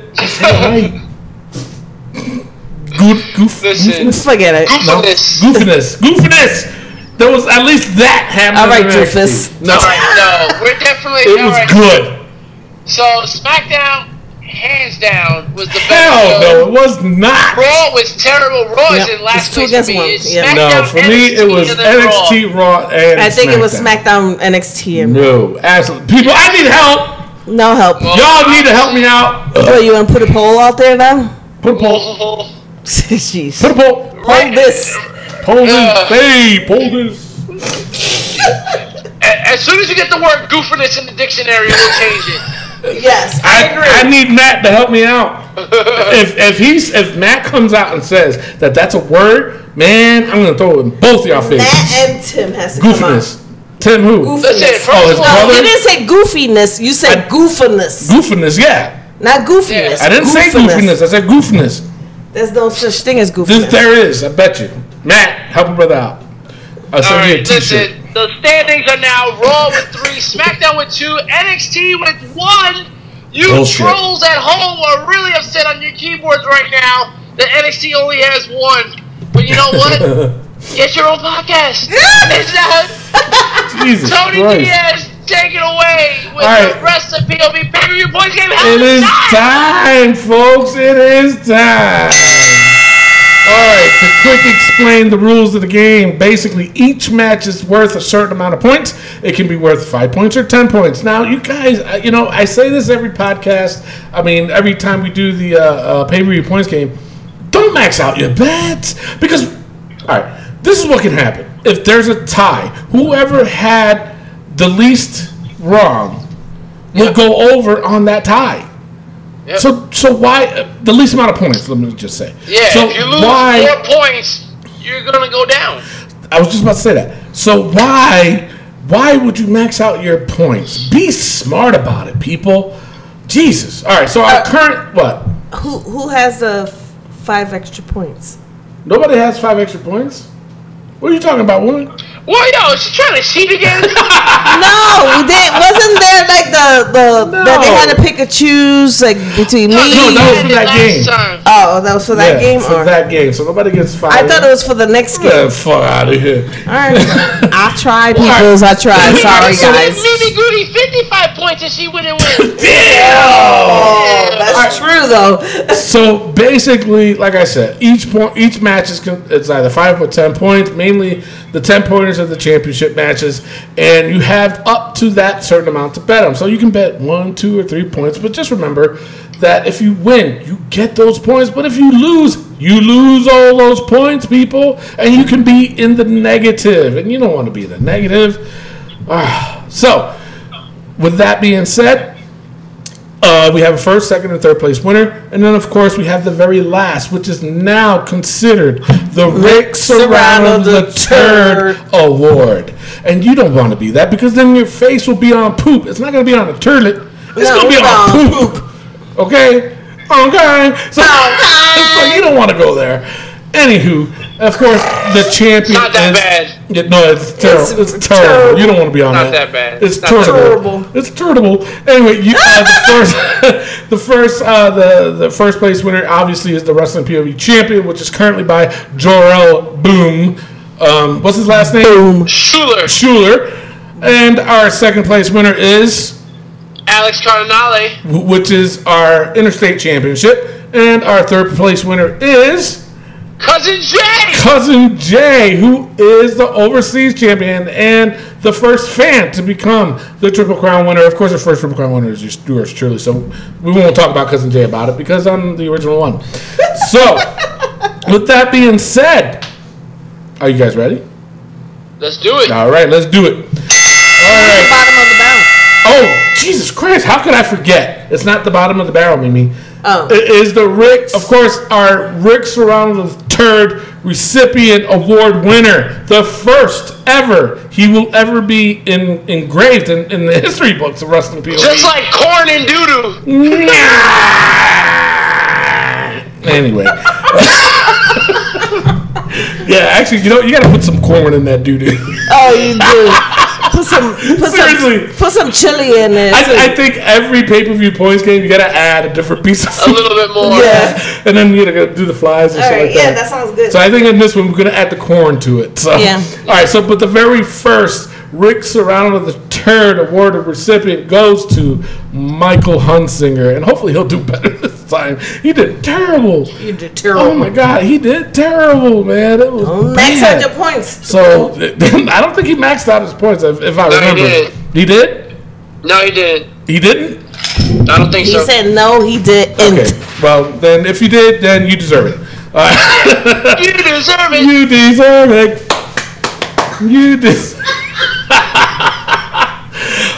Speaker 2: Good goof,
Speaker 4: Listen.
Speaker 2: goofiness,
Speaker 3: Forget it.
Speaker 2: no,
Speaker 4: Goofus.
Speaker 2: goofiness, goofiness. There was at least that happening.
Speaker 3: All right,
Speaker 2: in NXT.
Speaker 3: Goofus.
Speaker 2: No,
Speaker 4: All right, no, we're definitely.
Speaker 2: it
Speaker 4: all
Speaker 2: was
Speaker 4: right.
Speaker 2: good.
Speaker 4: So SmackDown hands down, was the best show.
Speaker 2: Hell no, it was not.
Speaker 4: Raw was terrible. Raw
Speaker 3: Yep,
Speaker 4: is in last
Speaker 3: it's two
Speaker 4: place for
Speaker 3: against one,
Speaker 4: me. It's
Speaker 3: yeah.
Speaker 4: SmackDown,
Speaker 2: No, for me it
Speaker 4: NXT,
Speaker 2: was
Speaker 4: and then Raw.
Speaker 2: NXT Raw and
Speaker 3: I think it was
Speaker 2: SmackDown.
Speaker 3: SmackDown NXT. and-
Speaker 2: No, absolutely. People, I need help.
Speaker 3: No help.
Speaker 4: Well,
Speaker 2: Y'all need to help me out.
Speaker 3: What, you gonna put a poll out there now? (laughs)
Speaker 2: Put a poll.
Speaker 3: Jeez.
Speaker 2: Put a poll.
Speaker 3: Poll this.
Speaker 2: Poll this. Hey, poll this.
Speaker 4: As soon as you get the word goofiness in the dictionary, we'll change it.
Speaker 3: Yes, I, agree.
Speaker 2: I, I need Matt to help me
Speaker 4: (laughs)
Speaker 2: out. if if he's if Matt comes out and says that that's a word, man, I'm gonna throw it in both y'all
Speaker 3: Matt
Speaker 2: faces.
Speaker 3: and Tim has to
Speaker 2: Goofiness.
Speaker 3: come
Speaker 2: Tim who?
Speaker 3: out.
Speaker 4: Let's say it.
Speaker 3: Goofiness.
Speaker 4: First
Speaker 2: Oh,
Speaker 4: of
Speaker 2: his
Speaker 4: all,
Speaker 3: No,
Speaker 2: brother?
Speaker 3: you didn't say goofiness. You said
Speaker 2: I-
Speaker 3: goofiness,
Speaker 2: Goofiness, yeah.
Speaker 3: not goofiness.
Speaker 4: Yeah.
Speaker 2: I didn't say goofiness. I said goofiness.
Speaker 3: There's no such thing as
Speaker 2: This,
Speaker 3: goofiness.
Speaker 2: there is. I bet you. Matt, help a brother out. I
Speaker 4: All
Speaker 2: send you a
Speaker 4: right,
Speaker 2: T-shirt.
Speaker 4: listen. The standings are now Raw with three, SmackDown with two, NXT with one. You
Speaker 2: Bullshit.
Speaker 4: trolls at home are really upset on your keyboards right now that NXT only has one. But you know
Speaker 2: (laughs)
Speaker 4: what? Get your own
Speaker 3: (laughs)
Speaker 4: podcast. it's not
Speaker 2: Jesus
Speaker 4: Tony
Speaker 2: Christ.
Speaker 4: Diaz. Take it away with
Speaker 2: All
Speaker 4: the
Speaker 2: right.
Speaker 4: rest of POV Pay Per View Boys Game. Hell in
Speaker 2: It
Speaker 4: a
Speaker 2: is
Speaker 4: Cell.
Speaker 2: time, folks. It is time. All right, to quick explain the rules of the game. Basically, each match is worth a certain amount of points. It can be worth five points or ten points. Now, you guys, I- you know, I say this every podcast. I mean, every time we do the uh, uh, pay per view points game, don't max out your bets because, all right, this is what can happen. If there's a tie, whoever had the least wrong will go over on that tie. So, so why uh, the least amount of points? Let me just say.
Speaker 4: Yeah,
Speaker 2: So
Speaker 4: if you lose
Speaker 2: why?
Speaker 4: four points, you're gonna go down.
Speaker 2: I was just about to say that. So why? Why would you max out your points? Be smart about it, people. Jesus. All right. So
Speaker 4: Uh,
Speaker 2: our current what?
Speaker 3: Who who has the f- five extra points?
Speaker 2: Nobody has five extra points. What are you talking about, woman?
Speaker 4: Well, yo, is she trying to cheat
Speaker 2: (laughs)
Speaker 4: again?
Speaker 3: No, we did. Wasn't there like the the that they had to
Speaker 2: No.
Speaker 3: pick and choose like between me?
Speaker 2: no, that was
Speaker 4: Did
Speaker 2: for
Speaker 4: it
Speaker 2: that
Speaker 4: last
Speaker 2: game.
Speaker 4: time.
Speaker 3: Oh, that was for that
Speaker 2: Yeah,
Speaker 3: game.
Speaker 2: for
Speaker 3: or-
Speaker 2: that game. So nobody gets five.
Speaker 3: I thought it was for the next game.
Speaker 2: Get the fuck out of here.
Speaker 3: All
Speaker 2: (laughs)
Speaker 3: right, I tried, peoples. I tried. Sorry,
Speaker 4: So
Speaker 3: guys.
Speaker 4: give Mimi Goody 55 points and she wouldn't win. (laughs)
Speaker 2: Damn.
Speaker 3: That's true, though.
Speaker 2: So basically, like I said, each point, each match is con- it's either five or ten points. Mainly, the ten pointers are the championship matches, and you have up to that certain amount to bet on. So you can bet one, two, or three points, but just remember that if you win, you get those points. But if you lose, you lose all those points, people, and you can be in the negative, and you don't want to be in the negative. Ah, so, with that being said, uh, we have a first, second, and third place winner, and then of course we have the very last, which is now considered the Rick Serrano
Speaker 3: Serrano the
Speaker 2: the Turd
Speaker 3: Turd.
Speaker 2: Award. And you don't want to be that because then your face will be on poop. It's not going to be on a turlet. It's going
Speaker 3: No,
Speaker 2: to be
Speaker 3: it's
Speaker 2: on
Speaker 3: on
Speaker 2: poop. Okay, okay. So, so you don't want to go there. Anywho, of course, the champion.
Speaker 4: Not that
Speaker 2: is-
Speaker 4: bad.
Speaker 2: yeah, no, it's terrible. It's,
Speaker 3: It's
Speaker 2: terrible.
Speaker 3: terrible.
Speaker 2: You don't want to be on
Speaker 4: Not
Speaker 2: that.
Speaker 4: that bad.
Speaker 2: It's
Speaker 4: Not that
Speaker 2: terrible. It's terrible. Anyway, you, uh, the first, (laughs) the first, uh, the the first place winner obviously is the wrestling POV champion, which is currently by Jorel Boom. Um, what's his last name? Boom
Speaker 4: Schuler,
Speaker 2: Schuler. And our second place winner is,
Speaker 4: Alex Cardinale,
Speaker 2: wh- which is our interstate championship, and our third place winner is.
Speaker 4: Cousin Jay.
Speaker 2: cousin Jay, who is the overseas champion and the first fan to become the Triple Crown winner. Of course, the first Triple Crown winner is yours yours truly, so we won't talk about cousin Jay about it because I'm the original one. So, with that being said, are you guys ready?
Speaker 4: Let's do it.
Speaker 2: All right, let's do it. All right.
Speaker 3: Bottom of the barrel.
Speaker 2: Oh, Jesus Christ, how could I forget? It's not the bottom of the barrel, Mimi.
Speaker 3: Oh.
Speaker 2: It is the Rick, of course, our Rick Serrano the third recipient award winner, the first ever. He will ever be in, engraved in, in the history books of wrestling POV.
Speaker 4: Just like corn and doo doo.
Speaker 2: anyway. (laughs) yeah, actually, you know, you gotta put some corn in that doo doo.
Speaker 3: Oh, (laughs) you do. Put some, put
Speaker 2: Seriously.
Speaker 3: some, put some chili in there. too.
Speaker 2: I, I think every pay per view points game, you gotta add a different piece of
Speaker 4: A
Speaker 2: food.
Speaker 4: little bit more.
Speaker 3: Yeah.
Speaker 2: and then you gotta do the flies and
Speaker 3: All
Speaker 2: shit
Speaker 3: right,
Speaker 2: like
Speaker 3: yeah,
Speaker 2: that.
Speaker 3: that sounds good.
Speaker 2: So I think in this one we're gonna add the corn to it. So
Speaker 3: Yeah.
Speaker 2: all right, so but the very first Rick Serrano of the Turd Award recipient goes to Michael Hunsinger, and hopefully he'll do better (laughs) this time. He did terrible.
Speaker 3: You did terrible.
Speaker 2: Oh my God, he did terrible, man. It was
Speaker 4: Oh.
Speaker 3: Max
Speaker 2: bad.
Speaker 3: had your points.
Speaker 2: So (laughs) I don't think he maxed out his points, if, if I
Speaker 4: No, he
Speaker 2: remember.
Speaker 4: did.
Speaker 2: He did.
Speaker 4: No, he did.
Speaker 2: He didn't.
Speaker 4: I don't think
Speaker 3: He
Speaker 4: so.
Speaker 3: said no, he didn't.
Speaker 2: Okay. Well, then if you did, then you deserve it.
Speaker 4: you deserve it.
Speaker 2: You deserve it. You deserve. (laughs)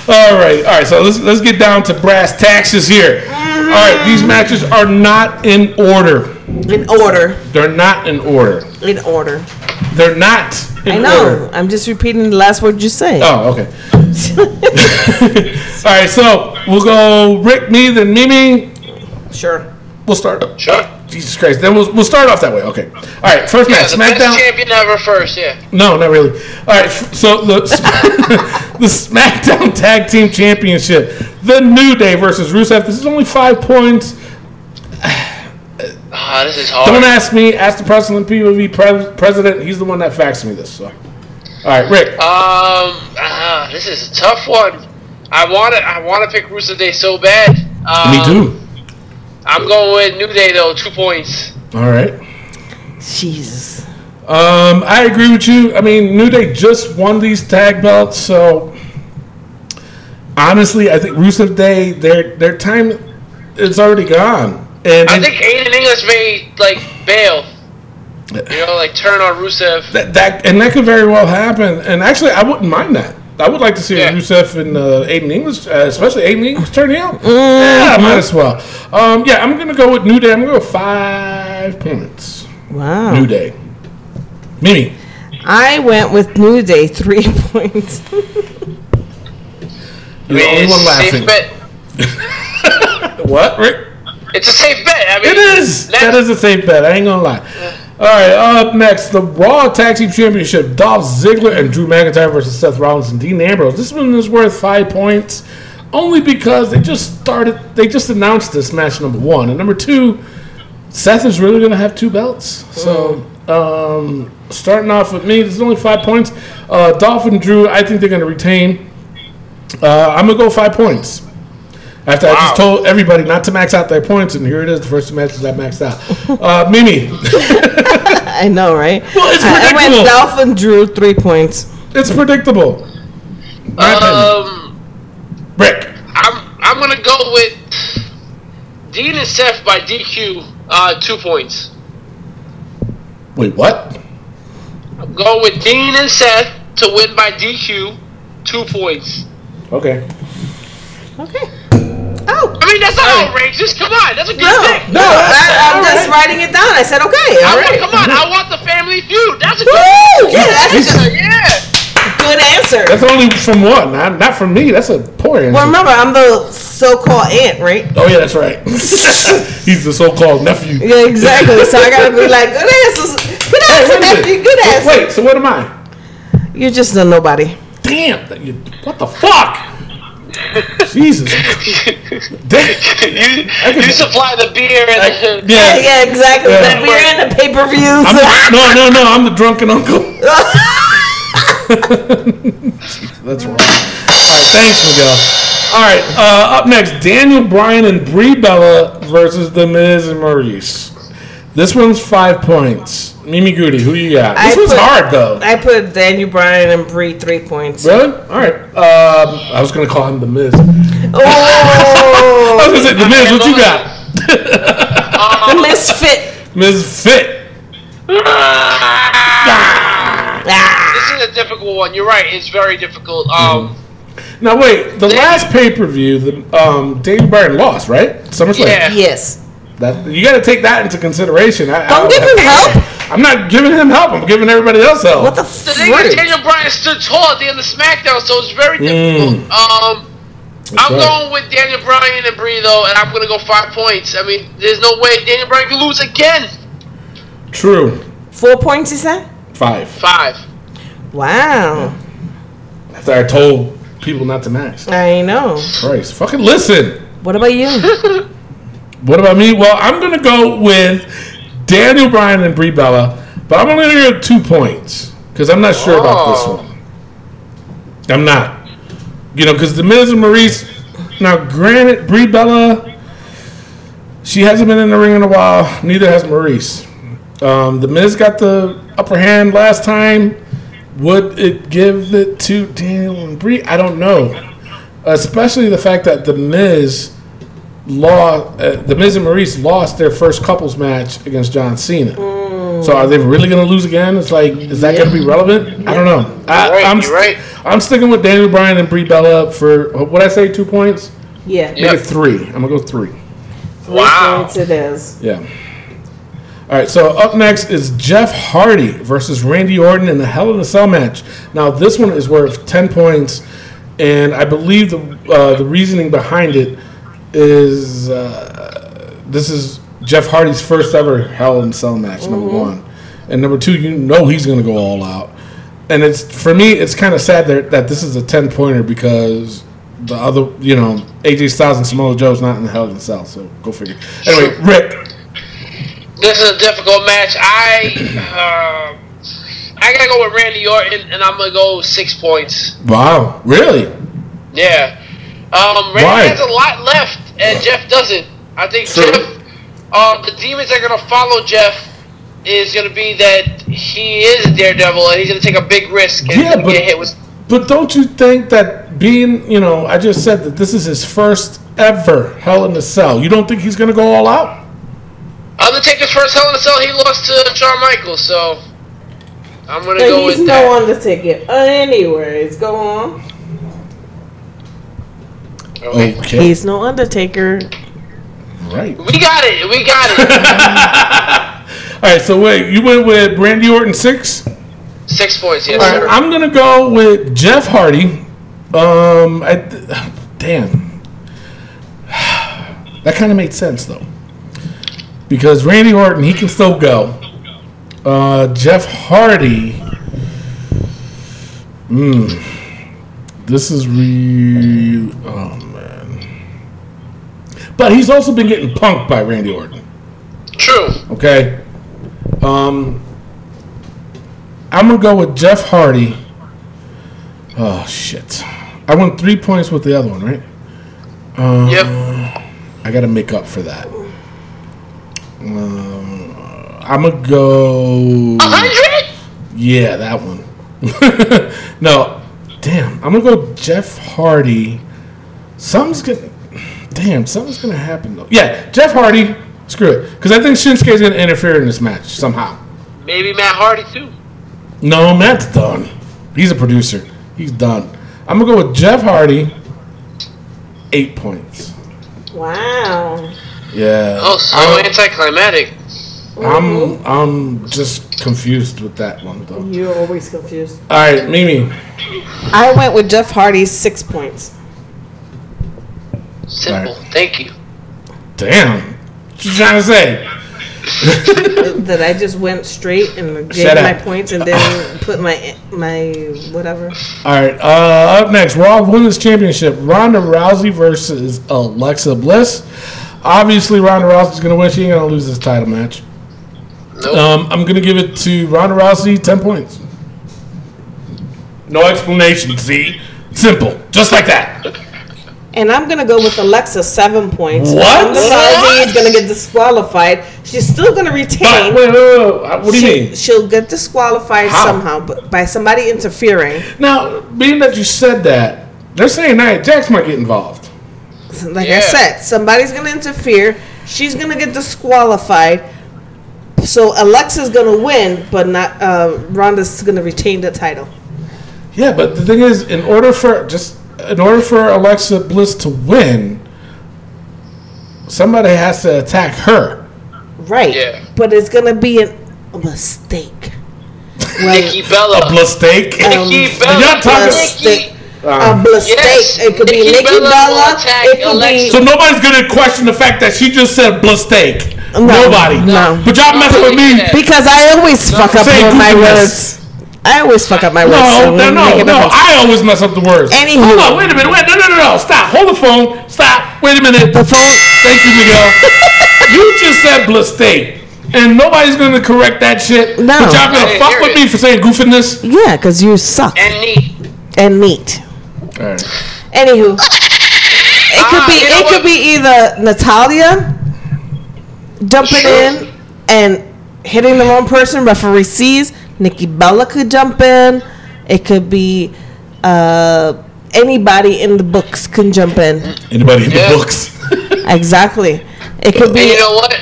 Speaker 2: all right, all right. So let's let's get down to brass taxes here. All right,
Speaker 3: Mm-hmm.
Speaker 2: these matches are not in order.
Speaker 3: In order.
Speaker 2: They're not in order.
Speaker 3: In order.
Speaker 2: They're not. In
Speaker 3: I know.
Speaker 2: Order.
Speaker 3: I'm just repeating the last word you said.
Speaker 2: Oh, okay. (laughs) all right, so we'll go Rick, me, then Mimi.
Speaker 3: Sure.
Speaker 2: We'll start.
Speaker 4: Sure.
Speaker 2: Jesus Christ. Then we'll, we'll start off that way. Okay. All right, first
Speaker 4: Yeah,
Speaker 2: match
Speaker 4: the
Speaker 2: SmackDown.
Speaker 4: best champion ever first, yeah.
Speaker 2: No, not really. All right, f- so the (laughs) the SmackDown Tag Team Championship, The New Day versus Rusev. This is only five points.
Speaker 4: Ah, this is hard.
Speaker 2: Don't ask me. Ask the president, POV pre- president. He's the one that faxed me this. So, all right, Rick.
Speaker 4: Um, ah, this is a tough one. I want to, I want to pick Rusev Day so bad. Um, I'm going with New Day though, two points.
Speaker 2: All right.
Speaker 3: Jesus.
Speaker 2: Um, I agree with you. I mean, New Day just won these tag belts, so honestly, I think Rusev Day their their time it's already gone. And
Speaker 4: I think Aiden English may like bail. You know, like turn on Rusev.
Speaker 2: That, that and that could very well happen. And actually, I wouldn't mind that. I would like to see
Speaker 4: Yeah.
Speaker 2: Rusev and uh, Aiden English, uh, especially Aiden English, turn heel. Yeah, might as well. Um, yeah, I'm gonna go with New Day. I'm gonna go five points.
Speaker 3: Wow.
Speaker 2: New Day. Mimi.
Speaker 3: I went with New Day, three (laughs) points.
Speaker 4: I
Speaker 2: You're the
Speaker 4: mean,
Speaker 2: only
Speaker 4: it's
Speaker 2: one
Speaker 4: a safe
Speaker 2: laughing.
Speaker 4: bet.
Speaker 2: What, Rick?
Speaker 4: It's a safe bet. I mean,
Speaker 2: It is.
Speaker 4: That's,
Speaker 2: That is a safe bet. I ain't gonna lie. All right. Up next, the Raw Tag Team Championship: Dolph Ziggler and Drew McIntyre versus Seth Rollins and Dean Ambrose. This one is worth five points, only because they just started. They just announced this match number one and number two. Seth is really gonna have two belts. So, um, starting off with me, this is only five points. Uh, Dolph and Drew, I think they're gonna retain. Uh, I'm gonna go five points. After I just told everybody not to max out their points, and here it is, the first two matches I maxed out. Uh, Mimi, (laughs)
Speaker 3: I know, right?
Speaker 2: Well, it's
Speaker 3: I, I
Speaker 2: predictable.
Speaker 3: went Dolphin Drew, three points.
Speaker 2: it's predictable. My opinion.
Speaker 4: um,
Speaker 2: Rick,
Speaker 4: I'm I'm gonna go with Dean and Seth by DQ. Uh, two points.
Speaker 2: wait, what?
Speaker 4: I'm going with Dean and Seth to win by DQ. Two points.
Speaker 2: Okay.
Speaker 3: Okay. Oh.
Speaker 4: I mean, that's not outrageous. Come on, that's a good
Speaker 3: No,
Speaker 4: thing.
Speaker 3: no, I, I'm just writing it down. I said, okay,
Speaker 4: I
Speaker 3: all
Speaker 4: want,
Speaker 3: right.
Speaker 4: come on, I want the family feud. That's a good.
Speaker 3: Woo! Yeah, that's a
Speaker 4: Yeah.
Speaker 3: good answer.
Speaker 2: That's only from one, not, not from me. That's a poor answer.
Speaker 3: Well, remember, I'm the so-called aunt, right?
Speaker 2: oh, yeah, that's right. (laughs) He's the so called nephew.
Speaker 3: Yeah, exactly. (laughs) So I gotta be like, good answers, good
Speaker 2: Hey,
Speaker 3: answer,
Speaker 2: wait a minute.
Speaker 3: nephew, good
Speaker 2: So-
Speaker 3: answer.
Speaker 2: Wait, so what am I?
Speaker 3: You're just a nobody.
Speaker 2: Damn, that you, what the fuck? Jesus. Damn.
Speaker 4: you
Speaker 2: can-
Speaker 4: you supply the beer and the.
Speaker 3: Yeah,
Speaker 2: Yeah.
Speaker 3: yeah exactly.
Speaker 2: Yeah.
Speaker 3: That we're in the pay-per-views.
Speaker 2: I'm the, no, no, no, I'm the drunken uncle. (laughs) That's wrong. All right, thanks, Miguel. All right, uh, up next, Daniel Bryan and Brie Bella versus The Miz and Maurice. This one's five points. Mimi Goody, who you got? This
Speaker 3: I
Speaker 2: one's
Speaker 3: put-
Speaker 2: hard though.
Speaker 3: (laughs) I put Daniel Bryan and Brie three points.
Speaker 2: really? All right. Um, I was gonna call him The Miz. I
Speaker 4: (laughs)
Speaker 2: was
Speaker 3: Oh,
Speaker 2: gonna say The Miz. What you got?
Speaker 3: the misfit.
Speaker 2: Miz Fit.
Speaker 3: Ah,
Speaker 4: This is a difficult one. You're right. It's very difficult. Um,
Speaker 2: Now wait, the last pay per view, the um, Daniel Bryan lost, right? SummerSlam.
Speaker 4: Yeah.
Speaker 3: yes.
Speaker 2: That, you got to take that into consideration. I, I
Speaker 3: Don't give him help.
Speaker 2: I'm not giving him help. I'm giving everybody else help.
Speaker 3: What the
Speaker 4: the thing is,
Speaker 3: frick?
Speaker 4: Daniel Bryan stood tall at the end of SmackDown, so it's very difficult. Um, I'm
Speaker 2: Mm. right.
Speaker 4: going with Daniel Bryan and Brie though, and I'm gonna go five points. I mean, there's no way Daniel Bryan can lose again.
Speaker 2: True.
Speaker 3: Four points is that?
Speaker 2: Five.
Speaker 4: Five.
Speaker 3: Wow.
Speaker 2: After I told people not to max.
Speaker 3: I know.
Speaker 2: Christ, fucking listen.
Speaker 3: What about you?
Speaker 4: (laughs)
Speaker 2: What about me? Well, I'm gonna go with Daniel Bryan and Brie Bella, but I'm only gonna give two points because I'm not sure about this
Speaker 4: Oh.
Speaker 2: one. I'm not. You know, because the Miz and Maurice. Now, granted, Brie Bella, she hasn't been in the ring in a while. Neither has Maurice. Um, the Miz got the upper hand last time. Would it give it to Daniel and Brie? I don't know. Especially the fact that the Miz lost. Uh, the Miz and Maurice lost their first couples match against John Cena.
Speaker 4: Mm.
Speaker 2: So are they really going to lose again? It's like, is that going to be relevant? I don't know. I,
Speaker 4: You're right,
Speaker 2: I'm
Speaker 4: you're right.
Speaker 2: I'm sticking with Daniel Bryan and Brie Bella for what I say two points.
Speaker 3: Yeah.
Speaker 2: Make
Speaker 4: Yep.
Speaker 2: it three. I'm gonna go three.
Speaker 3: Three
Speaker 4: Wow.
Speaker 3: points it is.
Speaker 2: Yeah. All right. So up next is Jeff Hardy versus Randy Orton in the Hell in a Cell match. Now this one is worth ten points, and I believe the uh, the reasoning behind it is uh, this is Jeff Hardy's first ever Hell in a Cell match. Number one, and number two, you know he's gonna go all out. And it's for me, it's kind of sad that, that this is a ten pointer because the other, you know, AJ Styles and Samoa Joe's not in the Hell in a Cell, so go figure. Anyway, Rick,
Speaker 4: This is a difficult match. I (clears throat) um, I gotta go with Randy Orton, and I'm gonna go six points.
Speaker 2: Wow, really?
Speaker 4: Yeah. Um, Randy
Speaker 2: Why?
Speaker 4: has a lot left, and Jeff doesn't. I think
Speaker 2: True.
Speaker 4: Jeff, um, the demons that are gonna follow Jeff is gonna be that he is a daredevil, and he's gonna take a big risk and
Speaker 2: Yeah, but-
Speaker 4: get hit with.
Speaker 2: But don't you think that being, you know, I just said that this is his first ever Hell in a Cell. You don't think he's going to go all out?
Speaker 4: Undertaker's first Hell in a Cell, he lost to Shawn Michaels, so I'm gonna
Speaker 3: So
Speaker 4: go
Speaker 3: he's
Speaker 4: with
Speaker 3: no
Speaker 4: that.
Speaker 3: Undertaker. Anyways, go on.
Speaker 2: Okay.
Speaker 3: He's no Undertaker.
Speaker 2: Right.
Speaker 4: We got it. We got it.
Speaker 2: (laughs) All right, so wait, you went with Randy Orton 6? All
Speaker 4: Six points. Yes,
Speaker 2: right,
Speaker 4: sir.
Speaker 2: I'm going to go with Jeff Hardy. Um, I, damn. That kind of made sense, though. Because Randy Orton, he can still go. Uh, Jeff Hardy. Hmm. This is real. Oh man! But he's also been getting punked by Randy Orton.
Speaker 4: True.
Speaker 2: Okay. Um, I'm gonna go with Jeff Hardy. Oh shit! I won three points with the other one, right? Um,
Speaker 4: Yep.
Speaker 2: Uh-huh. I gotta make up for that. Um, I'm gonna go.
Speaker 4: Hundred.
Speaker 2: Yeah, that one. (laughs) no, damn. I'm gonna go Jeff Hardy. Something's gonna. Damn, something's gonna happen though. Yeah, Jeff Hardy. Screw it, because I think Shinsuke's gonna interfere in this match somehow.
Speaker 4: Maybe Matt Hardy too.
Speaker 2: No, Matt's done. He's a producer. He's done. I'm gonna go with Jeff Hardy. Eight points.
Speaker 3: Wow.
Speaker 2: Yeah.
Speaker 4: Oh, so
Speaker 2: I'm,
Speaker 4: anticlimactic.
Speaker 2: I'm I'm just confused with that one though.
Speaker 3: You're always confused.
Speaker 2: All right, Mimi.
Speaker 3: I went with Jeff Hardy's six points.
Speaker 4: Simple.
Speaker 2: Right.
Speaker 4: Thank you.
Speaker 2: Damn. What you trying to say?
Speaker 3: that I just went straight and gave
Speaker 2: Shut
Speaker 3: my
Speaker 2: up.
Speaker 3: points and then put my my whatever.
Speaker 2: All right. Uh, up next, Raw Women's Championship: Ronda Rousey versus Alexa Bliss. Obviously, Ronda Rousey's going to win. She ain't going to lose this title match.
Speaker 4: Nope.
Speaker 2: Um, I'm going to give it to Ronda Rousey. Ten points. No explanation. See, simple, just like that.
Speaker 3: And I'm gonna go with Alexa seven points.
Speaker 2: What?
Speaker 3: Ronda Rousey is gonna get disqualified. She's still gonna retain.
Speaker 2: But wait, wait, wait, wait. What do you
Speaker 3: she,
Speaker 2: mean?
Speaker 3: will get disqualified
Speaker 2: How?
Speaker 3: somehow, but by somebody interfering.
Speaker 2: Now, being that you said that, they're saying Nia Jax might get involved.
Speaker 3: Like
Speaker 4: Yeah.
Speaker 3: I said, somebody's gonna interfere. She's gonna get disqualified. So Alexa's gonna win, but not uh, Ronda's gonna retain the title.
Speaker 2: Yeah, but the thing is, in order for just in order for Alexa Bliss to win, somebody has to attack her.
Speaker 3: Right.
Speaker 4: Yeah.
Speaker 3: But it's gonna be an, a mistake.
Speaker 4: Nikki Bella.
Speaker 2: A mistake.
Speaker 3: Um,
Speaker 4: Nikki Bella.
Speaker 2: You're talking-
Speaker 4: Nikki.
Speaker 3: a mistake.
Speaker 4: yes,
Speaker 3: It could be
Speaker 4: Nikki
Speaker 3: Nikki
Speaker 4: Bella will
Speaker 3: Bella.
Speaker 4: attack
Speaker 3: It could
Speaker 2: (laughs)
Speaker 4: Alexa.
Speaker 2: So
Speaker 3: be.
Speaker 2: nobody's gonna question the fact that she just said mistake.
Speaker 3: No,
Speaker 2: Nobody.
Speaker 3: no.
Speaker 2: But y'all messing with me.
Speaker 4: Yeah.
Speaker 3: Because I always fuck up
Speaker 2: Say
Speaker 3: with my
Speaker 2: goofiness.
Speaker 3: words. I always fuck up my words.
Speaker 2: No, no,
Speaker 3: so we're
Speaker 2: no,
Speaker 3: making
Speaker 2: no.
Speaker 3: up
Speaker 2: I always mess up the words.
Speaker 3: Anywho.
Speaker 2: Hold on, wait a minute. Wait, no, no, no, no. Stop. Hold the phone. Stop. Wait a minute.
Speaker 3: the phone.
Speaker 2: Thank you, Miguel. you just said mistake, and nobody's gonna correct that shit.
Speaker 3: No.
Speaker 2: But
Speaker 4: I
Speaker 2: y'all gonna
Speaker 4: didn't
Speaker 2: fuck
Speaker 4: hear
Speaker 2: with
Speaker 4: it.
Speaker 2: me for saying goofiness.
Speaker 3: Yeah, because you suck.
Speaker 4: And knee.
Speaker 3: and meat.
Speaker 2: All right.
Speaker 3: Anywho, it could
Speaker 4: Ah,
Speaker 3: be
Speaker 4: you know
Speaker 3: it
Speaker 4: what?
Speaker 3: could be either Natalia dumping
Speaker 4: Sure.
Speaker 3: in and hitting the wrong person. Referee sees Nikki Bella could jump in. It could be uh, anybody in the books can jump in.
Speaker 2: Anybody in
Speaker 4: Yeah.
Speaker 2: the books?
Speaker 3: Exactly. It could
Speaker 4: And
Speaker 3: be
Speaker 4: you know what?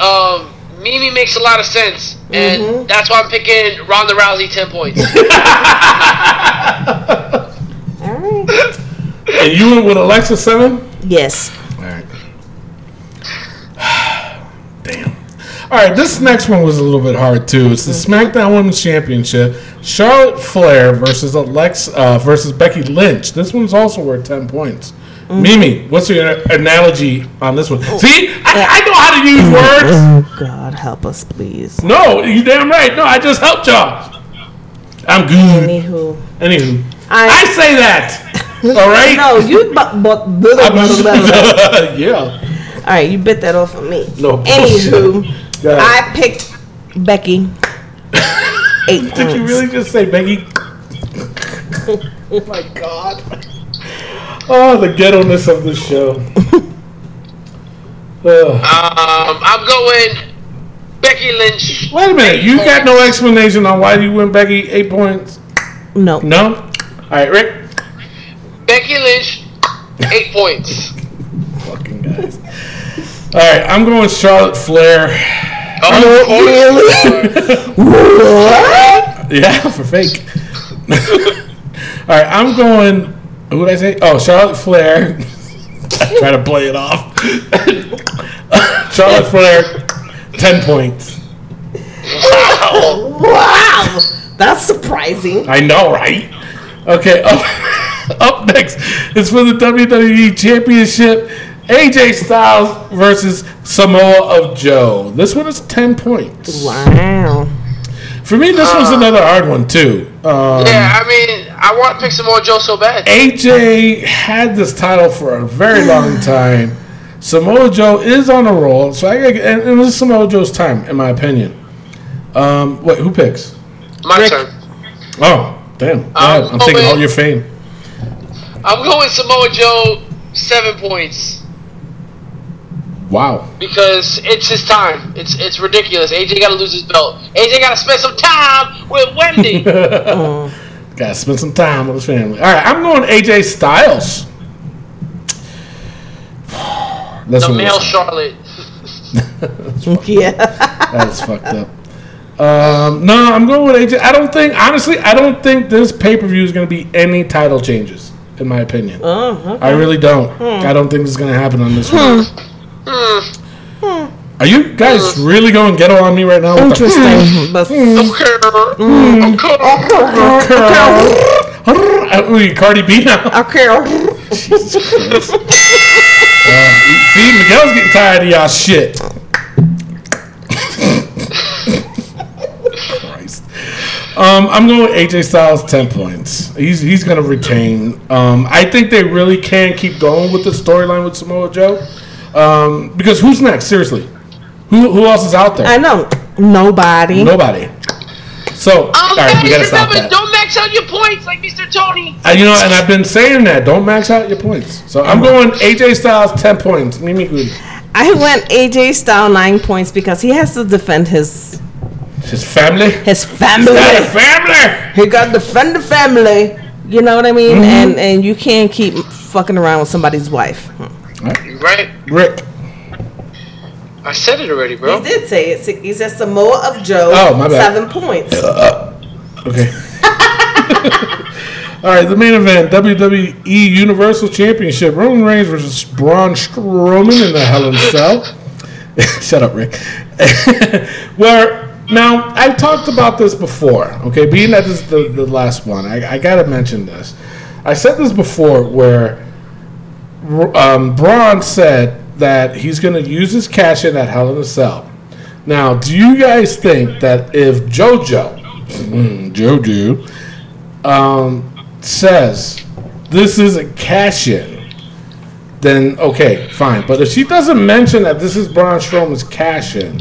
Speaker 4: Um, Mimi makes a lot of sense, and that's why I'm picking Ronda Rousey ten points. Um,
Speaker 3: all right.
Speaker 2: (laughs) and you went with Alexa seven.
Speaker 3: Yes.
Speaker 2: All right. (sighs) Damn. All right, this next one was a little bit hard too. It's the SmackDown Women's Championship: Charlotte Flair versus Alex uh, versus Becky Lynch. This one's also worth ten points. Mimi, what's your analogy on this one? See, I, I know how to use words.
Speaker 3: Oh God, help us, please.
Speaker 2: No, you damn right. No, I just helped y'all. I'm good.
Speaker 3: Anywho,
Speaker 2: Anywho,
Speaker 3: I-
Speaker 2: I say (laughs) that. All right. (laughs)
Speaker 3: no, you but but.
Speaker 2: yeah.
Speaker 3: All right, you bit that off of me.
Speaker 2: No
Speaker 3: Anywho,
Speaker 2: Go ahead.
Speaker 3: I picked
Speaker 2: (laughs)
Speaker 3: Becky. Eight points.
Speaker 2: Did you really just say Becky? oh my god. Oh, the ghetto-ness of this (laughs) show. Ugh.
Speaker 4: um, I'm going Becky Lynch.
Speaker 2: Wait a minute. You got no explanation on why you went Becky eight points?
Speaker 3: No.
Speaker 2: No? All right, Rick.
Speaker 4: Becky Lynch, eight points.
Speaker 2: Fucking guys. All right, I'm going Charlotte Flair.
Speaker 4: Oh,
Speaker 2: (laughs) Yeah, for fake. All right, I'm going. Who did I say? Oh, Charlotte Flair. Try to play it off. (laughs) Charlotte Flair, ten points.
Speaker 3: Wow, that's surprising.
Speaker 2: I know, right? Okay, (laughs) up, up next is for the WWE Championship. AJ Styles versus Samoa of Joe. This one is ten points.
Speaker 3: Wow.
Speaker 2: For me, this one's another hard one too. Um,
Speaker 4: Uh. yeah, I mean, I want to pick some more Joe so bad.
Speaker 2: AJ had this title for a very long time. Samoa Joe is on a roll, so I gotta, get- and, and this is Samoa Joe's time, in my opinion. Um, wait, who picks?
Speaker 4: My turn.
Speaker 2: Oh, damn! God, I'm
Speaker 4: oh,
Speaker 2: taking all
Speaker 4: wait.
Speaker 2: your fame.
Speaker 4: I'm going Samoa Joe, seven points
Speaker 2: Wow.
Speaker 4: because it's his time. It's it's ridiculous. AJ got to lose his belt. AJ got to spend some time with Wendy.
Speaker 2: Gotta spend some time with his family. All right, I'm going AJ Styles. (sighs) That's
Speaker 4: the
Speaker 2: what
Speaker 4: male Charlotte.
Speaker 3: Yeah.
Speaker 2: That's fucked up. Um, no, I'm going with AJ. I don't think, honestly, I don't think this pay per view is going to be any title changes, in my opinion.
Speaker 4: Oh,
Speaker 2: I really don't.
Speaker 4: Hmm.
Speaker 2: I don't think this is going to happen on this one.
Speaker 4: Hmm.
Speaker 2: Are you guys really going ghetto on me right now? What the
Speaker 3: Interesting. (laughs) But
Speaker 4: Okay, okay.
Speaker 2: (laughs) fuck? Ooh, you Cardi B now.
Speaker 3: okay.
Speaker 2: See, Miguel's getting tired of y'all shit. Christ. Um, I'm going with AJ Styles ten points. He's he's gonna retain. Um, I think they really can keep going with the storyline with Samoa Joe, um, because who's next? Seriously, who who else is out there?
Speaker 3: I know nobody.
Speaker 2: Nobody. So all right, we gotta stop
Speaker 4: remember,
Speaker 2: that.
Speaker 4: don't max out your points like Mr. Tony.
Speaker 2: Uh, you know, and I've been saying that. Don't max out your points. So I'm going AJ Styles ten points. Mimi Goody.
Speaker 3: I went AJ style nine points because he has to defend his
Speaker 2: His family.
Speaker 3: his family.
Speaker 2: Got a family.
Speaker 3: He got to defend the family. You know what I mean?
Speaker 2: Mm-hmm.
Speaker 3: And and you can't keep fucking around with somebody's wife.
Speaker 4: Right?
Speaker 2: Rick.
Speaker 4: I said it already,
Speaker 3: He
Speaker 4: bro.
Speaker 3: did say it. He said Samoa of Joe.
Speaker 2: Oh, my bad.
Speaker 3: Seven points.
Speaker 2: Okay. (laughs) All right, the main event: WWE Universal Championship, Roman Reigns versus Braun Strowman in the Hell in a Cell. (laughs) Shut up, Rick. (laughs) Where now I've talked about this before. Okay, being that this is the, the last one, I, I gotta mention this. I said this before, where um, Braun said that he's gonna use his cash in at Hell in a Cell. Now, do you guys think that if JoJo, mm, JoJo, um, says this is a cash in, then okay, fine. But if she doesn't mention that this is Braun Strowman's cash in,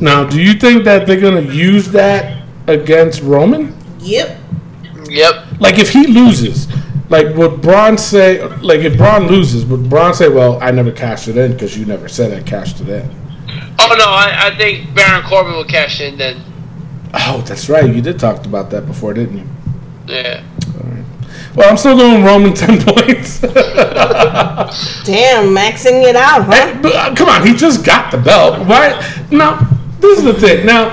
Speaker 2: now do you think that they're gonna use that against Roman?
Speaker 3: Yep.
Speaker 4: Yep.
Speaker 2: Like if he loses, like would Braun say? Like if Braun loses, would Braun say, "Well, I never cashed it in because you never said I cashed it in."
Speaker 4: Oh no, I, I think Baron Corbin will cash in then.
Speaker 2: Oh, that's right. You did talk about that before, didn't you?
Speaker 4: Yeah.
Speaker 2: Well, I'm still going Roman (laughs) ten points.
Speaker 3: Damn, maxing it out, huh?
Speaker 2: But, uh, come on, he just got the belt. Why? Now, this is the thing. Now,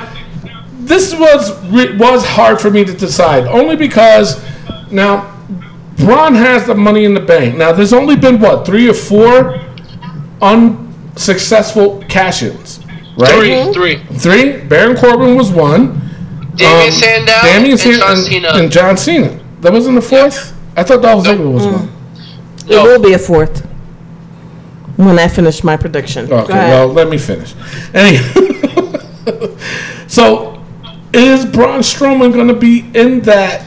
Speaker 2: this was re- was hard for me to decide only because now Braun has the money in the bank. Now, there's only been what three or four unsuccessful cash-ins,
Speaker 4: Three,
Speaker 2: right?
Speaker 4: three.
Speaker 2: Three. Baron Corbin was one.
Speaker 4: Damian
Speaker 2: Um,
Speaker 4: Sandow,
Speaker 2: Damian
Speaker 4: and
Speaker 2: Sandow
Speaker 4: John
Speaker 2: and-
Speaker 4: Cena.
Speaker 2: and John Cena. That wasn't the fourth. I thought Dolph Ziggler
Speaker 4: Mm.
Speaker 2: was one.
Speaker 4: No.
Speaker 3: It will be a fourth when I finish my prediction.
Speaker 2: Okay, well, let me finish. Anyway, (laughs) so is Braun Strowman going to be in that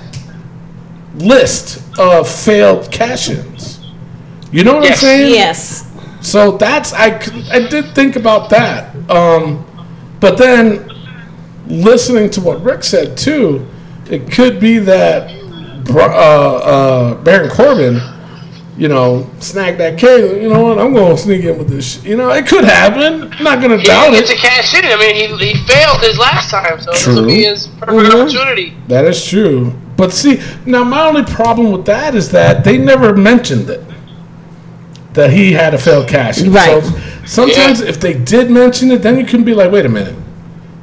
Speaker 2: list of failed cash-ins? You know what I'm
Speaker 4: Yes.
Speaker 2: saying?
Speaker 3: yes.
Speaker 2: So that's I c- I did think about that. Um, but then listening to what Rick said too, it could be that Bra- uh, uh, Baron Corbin, you know, snagged that case. You know what? I'm going to sneak in with this. Sh-. You know, it could happen. I'm not going to
Speaker 4: He
Speaker 2: doubt
Speaker 4: didn't get to
Speaker 2: it.
Speaker 4: cash in. I mean, he, he failed his last time, so this
Speaker 2: True. Mm-hmm.
Speaker 4: will be his perfect opportunity.
Speaker 2: That is true. But see, now my only problem with that is that they never mentioned it. That he had a failed cash.
Speaker 3: Right.
Speaker 2: So sometimes if they did mention it, then you can be like, wait a minute.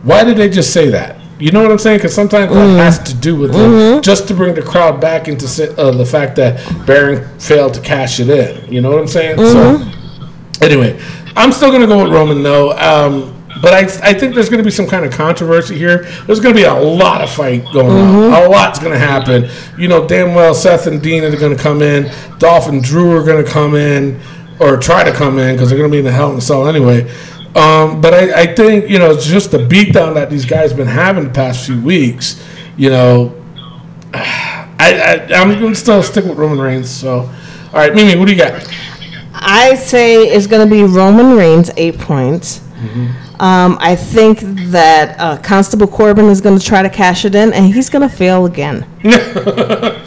Speaker 2: Why did they just say that? You know what I'm saying? Because sometimes that has to do with it, just to bring the crowd back into si- uh, the fact that Baron failed to cash it in. You know what I'm saying? So, anyway, I'm still going to go with Roman, though. Um, but I, I think there's going to be some kind of controversy here. There's going to be a lot of fight going on. A lot's going to happen. You know, damn well Seth and Dean are going to come in. Dolph and Drew are going to come in or try to come in because they're going to be in the Hell in a Cell anyway. Um, but I, I think you know it's just the beatdown that these guys been having the past few weeks. You know, (sighs) I, I I'm going to still stick with Roman Reigns. So, all right, Mimi, what do you got?
Speaker 3: I say it's going to be Roman Reigns, eight points.
Speaker 2: Mm-hmm.
Speaker 3: Um, I think that uh, Constable Corbin is going to try to cash it in, and he's going to fail again.
Speaker 2: Uh,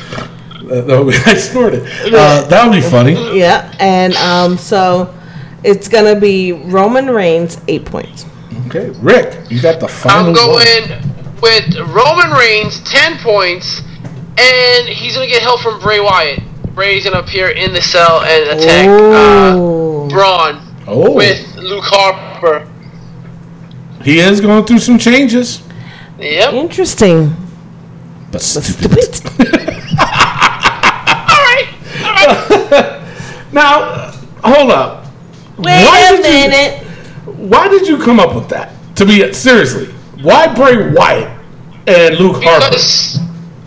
Speaker 2: that would be- (laughs) I snorted. Uh, that would be funny.
Speaker 3: Yeah, and um, so it's going to be Roman Reigns, eight points.
Speaker 2: Okay, Rick, you got the final.
Speaker 4: I'm
Speaker 2: word.
Speaker 4: going with Roman Reigns, 10 points, and he's going to get help from Bray Wyatt. Bray's going to appear in the cell and attack uh,
Speaker 3: Ooh.
Speaker 4: Braun
Speaker 2: Oh,
Speaker 4: with Luke Harper.
Speaker 2: he is going through some changes,
Speaker 4: Yep.
Speaker 3: Interesting.
Speaker 2: but stupid.
Speaker 3: Stupid.
Speaker 2: Now, uh, hold up.
Speaker 3: (laughs) Wait
Speaker 2: Why
Speaker 3: a
Speaker 2: did you-
Speaker 3: minute.
Speaker 2: Why did you come up with that? To be seriously, why Bray Wyatt and Luke Harper?
Speaker 4: Because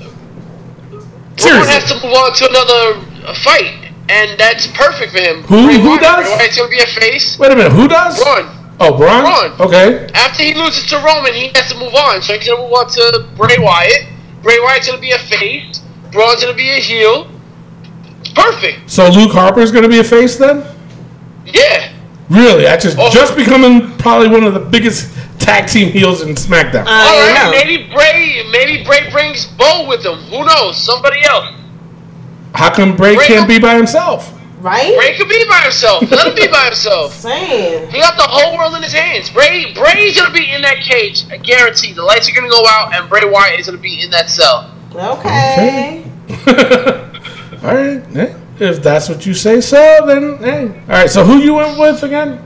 Speaker 4: Braun
Speaker 2: Seriously.
Speaker 4: has to move on to another uh, fight, and that's perfect for him.
Speaker 2: Who-
Speaker 4: Bray
Speaker 2: who
Speaker 4: Wyatt.
Speaker 2: does?
Speaker 4: Bray Wyatt's going to be a face.
Speaker 2: Wait a minute, who does?
Speaker 4: Braun.
Speaker 2: Oh, Braun?
Speaker 4: Braun.
Speaker 2: Okay.
Speaker 4: After he loses to Roman, he has to move on. So he's gonna move on to Bray Wyatt. Bray Wyatt's gonna be a face. Braun's gonna be a heel. Perfect.
Speaker 2: So Luke Harper's going to be a face then?
Speaker 4: Yeah.
Speaker 2: Really? I just
Speaker 4: Oh.
Speaker 2: just becoming probably one of the biggest tag team heels in SmackDown.
Speaker 4: All
Speaker 3: I
Speaker 4: right.
Speaker 3: know.
Speaker 4: Maybe Bray. Maybe Bray brings Bo with him. Who knows? Somebody else.
Speaker 2: How come Bray
Speaker 4: Bray-
Speaker 2: can't be by himself?
Speaker 3: Right?
Speaker 4: Bray could be by himself. Let him be by himself.
Speaker 3: Saying.
Speaker 4: He got the whole world in his hands. Bray. Bray's gonna be in that cage. I guarantee. The lights are gonna go out, and Bray Wyatt is gonna be in that cell.
Speaker 3: Okay.
Speaker 2: (laughs) All right. eh, If that's what you say so, then hey. All right. So who you went with again?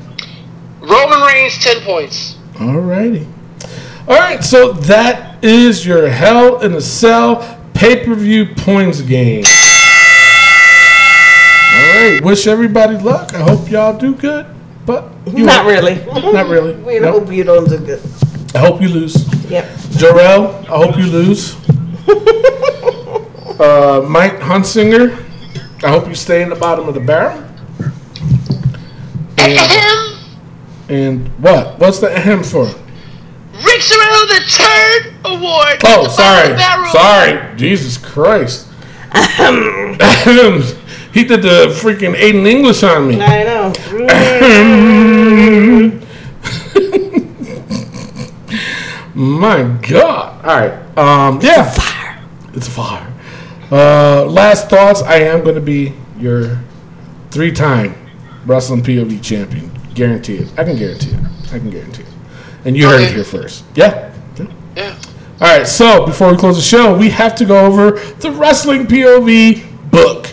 Speaker 4: Roman Reigns, ten points.
Speaker 2: All righty. All right. So that is your Hell in a Cell pay-per-view points game. All right. Wish everybody luck. I hope y'all do good, but you
Speaker 3: Not
Speaker 2: won't.
Speaker 3: really.
Speaker 2: Not really.
Speaker 3: (laughs) We
Speaker 2: Nope.
Speaker 3: hope you don't do good.
Speaker 2: I hope you lose.
Speaker 3: Yep.
Speaker 2: Jarrell, I hope you
Speaker 3: (laughs)
Speaker 2: lose. uh, Mike Hunsinger, I hope you stay in the bottom of the barrel. And,
Speaker 4: Ahem.
Speaker 2: and what? What's the ahem for?
Speaker 4: Rick Serrano the Third Award.
Speaker 2: Oh,
Speaker 4: The
Speaker 2: sorry.
Speaker 4: Bottom Barrel.
Speaker 2: Sorry. Jesus Christ. Ahem. (laughs) he did the freaking Aiden English on me.
Speaker 3: I know.
Speaker 2: My God. All right. Um, yeah. It's a fire. It's a fire. Uh, last thoughts. I am going to be your three-time wrestling POV champion. Guarantee it. I can guarantee it. I can guarantee it. And you heard it
Speaker 4: Okay.
Speaker 2: here first. Yeah. yeah.
Speaker 4: Yeah.
Speaker 2: All right. So before we close the show, we have to go over the wrestling POV book.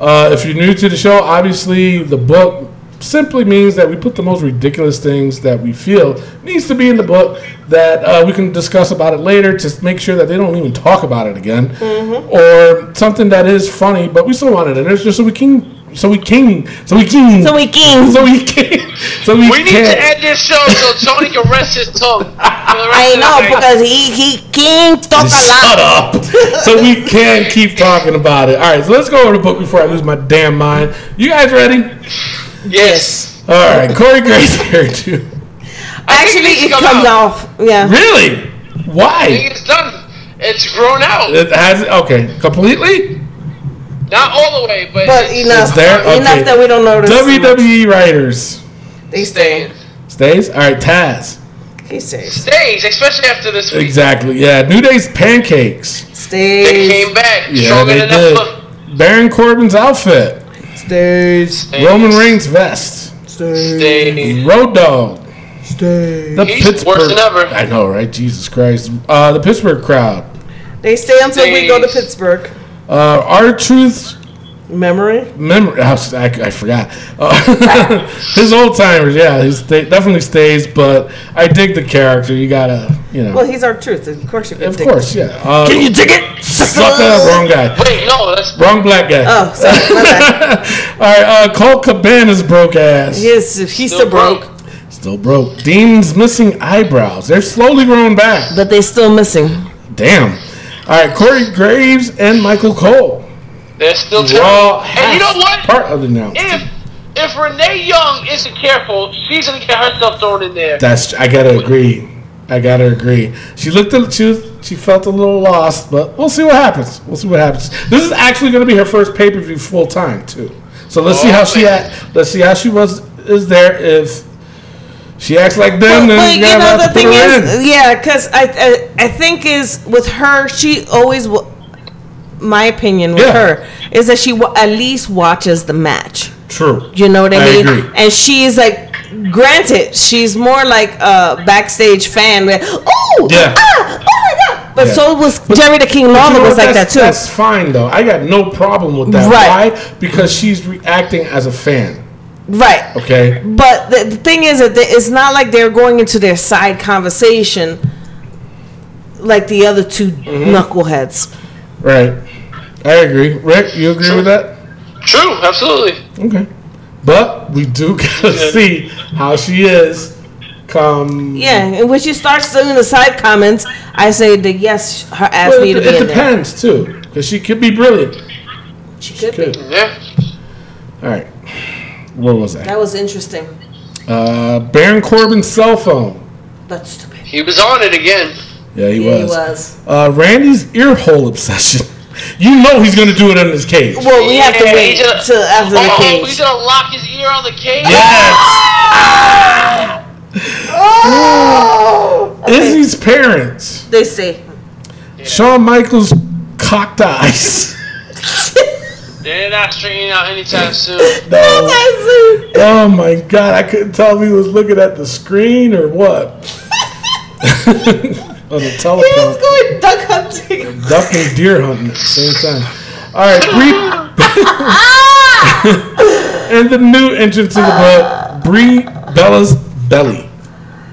Speaker 2: Uh, if you're new to the show, obviously the book simply means that we put the most ridiculous things that we feel needs to be in the book that uh, we can discuss about it later to make sure that they don't even talk about it again
Speaker 4: Mm-hmm.
Speaker 2: or something that is funny but we still want it in there just so we can so we can so we can
Speaker 3: (coughs) So we can.
Speaker 2: so we can (laughs) so we,
Speaker 4: We need
Speaker 2: can
Speaker 4: to end this show so
Speaker 2: (laughs)
Speaker 4: Tony can rest his tongue. For the rest
Speaker 3: I
Speaker 4: of the
Speaker 3: know
Speaker 4: night.
Speaker 3: because he he can't talk a
Speaker 2: Shut
Speaker 3: lot.
Speaker 2: up. so we can keep talking about it. All right, so let's go over the book before I lose my damn mind. You guys ready?
Speaker 4: yes.
Speaker 2: All right, Corey Grace here (laughs) too.
Speaker 4: think it
Speaker 3: Actually,
Speaker 4: needs to
Speaker 3: it
Speaker 4: come
Speaker 3: comes
Speaker 4: out.
Speaker 3: off. Yeah.
Speaker 2: Really? Why?
Speaker 4: It's done. It's grown out.
Speaker 2: It has okay completely.
Speaker 4: Not all the way, but,
Speaker 3: But
Speaker 4: it's,
Speaker 3: enough.
Speaker 2: It's there? Okay.
Speaker 3: Enough that we don't notice.
Speaker 2: WWE E writers
Speaker 3: They
Speaker 4: staying.
Speaker 3: stay.
Speaker 2: stays. All right, Taz.
Speaker 3: He stays.
Speaker 4: Stays, especially after this week.
Speaker 2: Exactly. Yeah, New Day's pancakes.
Speaker 4: They
Speaker 3: Stays.
Speaker 4: came back
Speaker 2: Yeah,
Speaker 4: stronger
Speaker 2: they
Speaker 4: than ever.
Speaker 2: did. Baron Corbin's outfit.
Speaker 3: Stays.
Speaker 4: Stays.
Speaker 2: Roman Reigns vest.
Speaker 4: Stays.
Speaker 2: Road Dog. The
Speaker 4: He's worse than ever.
Speaker 2: I know, right? Jesus Christ. Uh, the Pittsburgh crowd.
Speaker 3: They stay until we go to
Speaker 4: Stays.
Speaker 3: Pittsburgh.
Speaker 2: Uh, our truth
Speaker 3: Memory.
Speaker 2: memory. I, was- I, I forgot. Uh, (laughs) his old timers, yeah, he sta- definitely stays. But I dig the character. You gotta, you know.
Speaker 3: Well, he's our truth. Of course you can
Speaker 2: of
Speaker 3: take it.
Speaker 2: course, yeah. Uh, Can you dig it? Sucker, wrong guy,
Speaker 4: Wait, no, that's
Speaker 2: wrong black guy.
Speaker 3: Oh, sorry. My (laughs) bad.
Speaker 2: All right, uh, Cole Cabana's broke ass.
Speaker 3: Yes, he's still,
Speaker 4: still
Speaker 3: broke,
Speaker 4: broke.
Speaker 2: Still broke. Dean's missing eyebrows. They're slowly growing back.
Speaker 3: but they still missing.
Speaker 2: Damn. All right, Corey Graves and Michael Cole.
Speaker 4: They're still
Speaker 2: Raw.
Speaker 4: terrible. And you know what?
Speaker 2: Part of the now.
Speaker 4: If if Renee Young isn't careful, she's gonna get herself thrown in there.
Speaker 2: That's I gotta agree. I gotta agree. She looked a she was, she felt a little lost, but we'll see what happens. We'll see what happens. This is actually gonna be her first pay per view full time too. So let's see how she
Speaker 4: Oh,
Speaker 2: act. Let's see how she was is there if she acts like them.
Speaker 3: but,
Speaker 2: then
Speaker 3: but
Speaker 2: you
Speaker 3: you
Speaker 2: gotta
Speaker 3: know
Speaker 2: have
Speaker 3: the
Speaker 2: to put
Speaker 3: thing
Speaker 2: her
Speaker 3: is, uh,
Speaker 2: in.
Speaker 3: yeah, because I, I I think is with her, she always. W- my opinion with
Speaker 2: Yeah.
Speaker 3: her is that she w- at least watches the match.
Speaker 2: True.
Speaker 3: You know what I,
Speaker 2: I
Speaker 3: mean?
Speaker 2: agree.
Speaker 3: And she's like, granted, she's more like a backstage fan. Like, oh,
Speaker 2: Yeah.
Speaker 3: ah, oh my god! But
Speaker 2: Yeah.
Speaker 3: so was Jerry the King
Speaker 2: But you
Speaker 3: Lawler
Speaker 2: know
Speaker 3: was
Speaker 2: what?
Speaker 3: like that
Speaker 2: that's,
Speaker 3: too.
Speaker 2: That's fine though. I got no problem with that.
Speaker 3: Right.
Speaker 2: Why? Because she's reacting as a fan.
Speaker 3: right.
Speaker 2: Okay.
Speaker 3: But the, the thing is that they- it's not like they're going into their side conversation like the other 2
Speaker 2: Mm-hmm.
Speaker 3: knuckleheads.
Speaker 2: Right. I agree. Rick, you agree with that?
Speaker 4: True, absolutely.
Speaker 2: Okay. But we do (laughs) gotta see how she is come.
Speaker 3: Yeah, and when she starts doing the side comments, I say that yes, her ass
Speaker 2: Well,
Speaker 3: need
Speaker 2: it
Speaker 3: to be
Speaker 2: it
Speaker 3: in there.
Speaker 2: depends too, because she could be brilliant. She could.
Speaker 4: Yeah.
Speaker 2: All right. Where was I?
Speaker 3: That was interesting.
Speaker 2: Uh, Baron Corbin's cell phone.
Speaker 3: That's stupid.
Speaker 4: He was on it again.
Speaker 2: Yeah, he
Speaker 3: He
Speaker 2: was.
Speaker 3: was.
Speaker 2: Uh, Randy's ear hole obsession. (laughs) You know he's gonna do it in his cage.
Speaker 3: Well, we have to
Speaker 4: Yeah,
Speaker 3: wait
Speaker 4: he's gonna-
Speaker 3: till after the
Speaker 4: Oh, he's
Speaker 3: cage.
Speaker 4: gonna lock his ear on the cage.
Speaker 2: Yes.
Speaker 3: Oh!
Speaker 2: Izzy's parents.
Speaker 3: They say.
Speaker 2: Shawn Michaels cocked eyes. (laughs)
Speaker 4: They're not straightening out anytime soon.
Speaker 2: No. (laughs) Oh my god, I couldn't tell if he was looking at the screen or what. On the
Speaker 3: He was
Speaker 2: telephone.
Speaker 3: going duck hunting.
Speaker 2: Duck and deer hunting at the same time. Alright, Bree
Speaker 3: Ah!
Speaker 2: (laughs) And the new entrance to the book, Bree Bella's belly.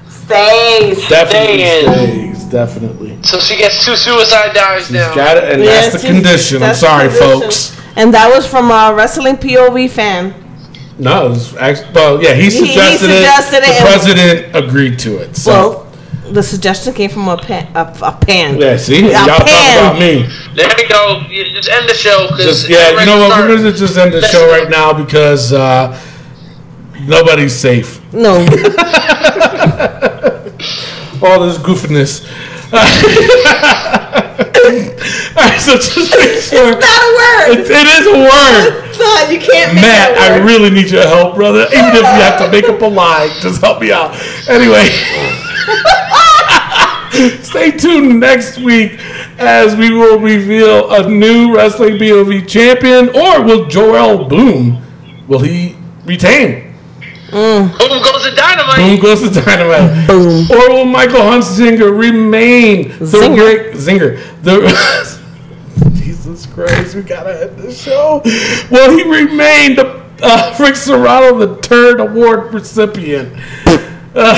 Speaker 3: Thanks.
Speaker 2: Definitely
Speaker 4: Damn.
Speaker 2: stays, definitely.
Speaker 4: So she gets two suicide dives
Speaker 2: She's
Speaker 4: now.
Speaker 2: got it, and
Speaker 3: Yes,
Speaker 2: that's the
Speaker 3: she's-
Speaker 2: condition.
Speaker 3: that's the
Speaker 2: I'm sorry,
Speaker 3: condition.
Speaker 2: folks.
Speaker 3: And that was from a wrestling POV fan.
Speaker 2: No, it was actually, well, yeah, he suggested,
Speaker 3: suggested
Speaker 2: it.
Speaker 3: it
Speaker 2: The
Speaker 3: and-
Speaker 2: president agreed to it. So,
Speaker 3: Well, the suggestion came from a pan. A, a pan.
Speaker 2: yeah, see, y'all talk
Speaker 3: pan.
Speaker 2: about me.
Speaker 4: There you go. You just end the show because
Speaker 2: Just, yeah, you know what? We're gonna just end the show right now because uh, nobody's safe. (laughs)
Speaker 3: No,
Speaker 2: All this goofiness. (laughs) All right, so just make sure
Speaker 3: not a
Speaker 2: it,
Speaker 3: (laughs) word.
Speaker 2: it is a word.
Speaker 3: It's not. You can't make
Speaker 2: Matt,
Speaker 3: that
Speaker 2: I
Speaker 3: word.
Speaker 2: really need your help, brother. Even if you have to make up a lie, just help me out. (laughs) Anyway, stay tuned next week as we will reveal a new wrestling BOV champion, or will Joel Boom will he retain?
Speaker 4: Boom goes the dynamite.
Speaker 2: Boom goes to dynamite. Boom. Or will Michael Hunsinger remain the
Speaker 3: Zinger.
Speaker 2: great- Zinger? The (laughs) Jesus Christ, we gotta end this show. Will he remain the uh, Rick Serrano the third award recipient?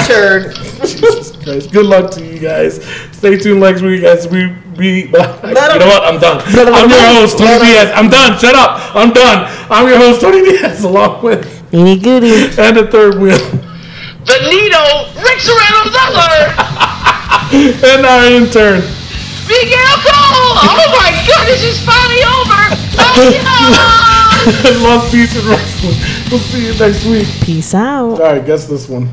Speaker 3: Turd.
Speaker 2: Jesus Christ. Good luck to you guys. Stay tuned next week as we (laughs) be. you know what? I'm done. I'm your host, Tony Diaz. I'm done. Shut up. I'm done. I'm your host, Tony Diaz, (laughs) along with
Speaker 3: Any goody.
Speaker 2: and the third wheel.
Speaker 4: The Nito Rick Serrano Zeller.
Speaker 2: (laughs) And our intern.
Speaker 4: Miguel Cole. Oh my goodness, it's finally over.
Speaker 2: (laughs)
Speaker 4: Oh, yeah.
Speaker 2: Love, peace, and wrestling. We'll see you next week.
Speaker 3: Peace out.
Speaker 2: All right, guess this one.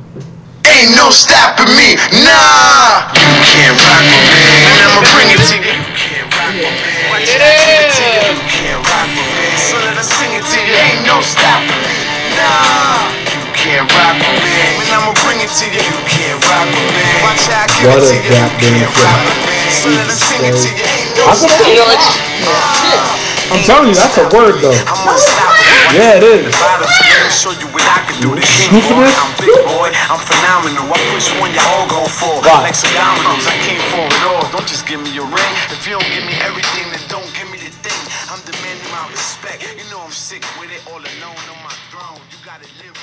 Speaker 8: Ain't no stopping me, nah. You can't rock with me, and I'ma bring it to you.
Speaker 4: Yeah.
Speaker 8: Ain't no stopping me, nah. You can't rock with me, and I'ma bring it to you. You can't rock with me. Watch out, give
Speaker 2: What
Speaker 8: it
Speaker 2: a
Speaker 8: to you.
Speaker 2: goddamn
Speaker 8: You can't
Speaker 2: shame.
Speaker 8: rock with me, so let us sing it to you. Ain't no
Speaker 2: That's a-
Speaker 4: You know, it's,
Speaker 2: I'm telling you, that's a word, though.
Speaker 8: I'm unstoppable.
Speaker 2: Yeah, it is.
Speaker 8: bottles and let 'em show you what I can do. The king boy, I'm big boy, I'm phenomenal. I push one, you all go for.
Speaker 2: Wow.
Speaker 8: Like some dominoes, I came for it all. Don't just give me a ring. If you don't give me everything, then don't give me the thing. I'm demanding my respect. You know I'm sick with it, all alone on my throne. You gotta live.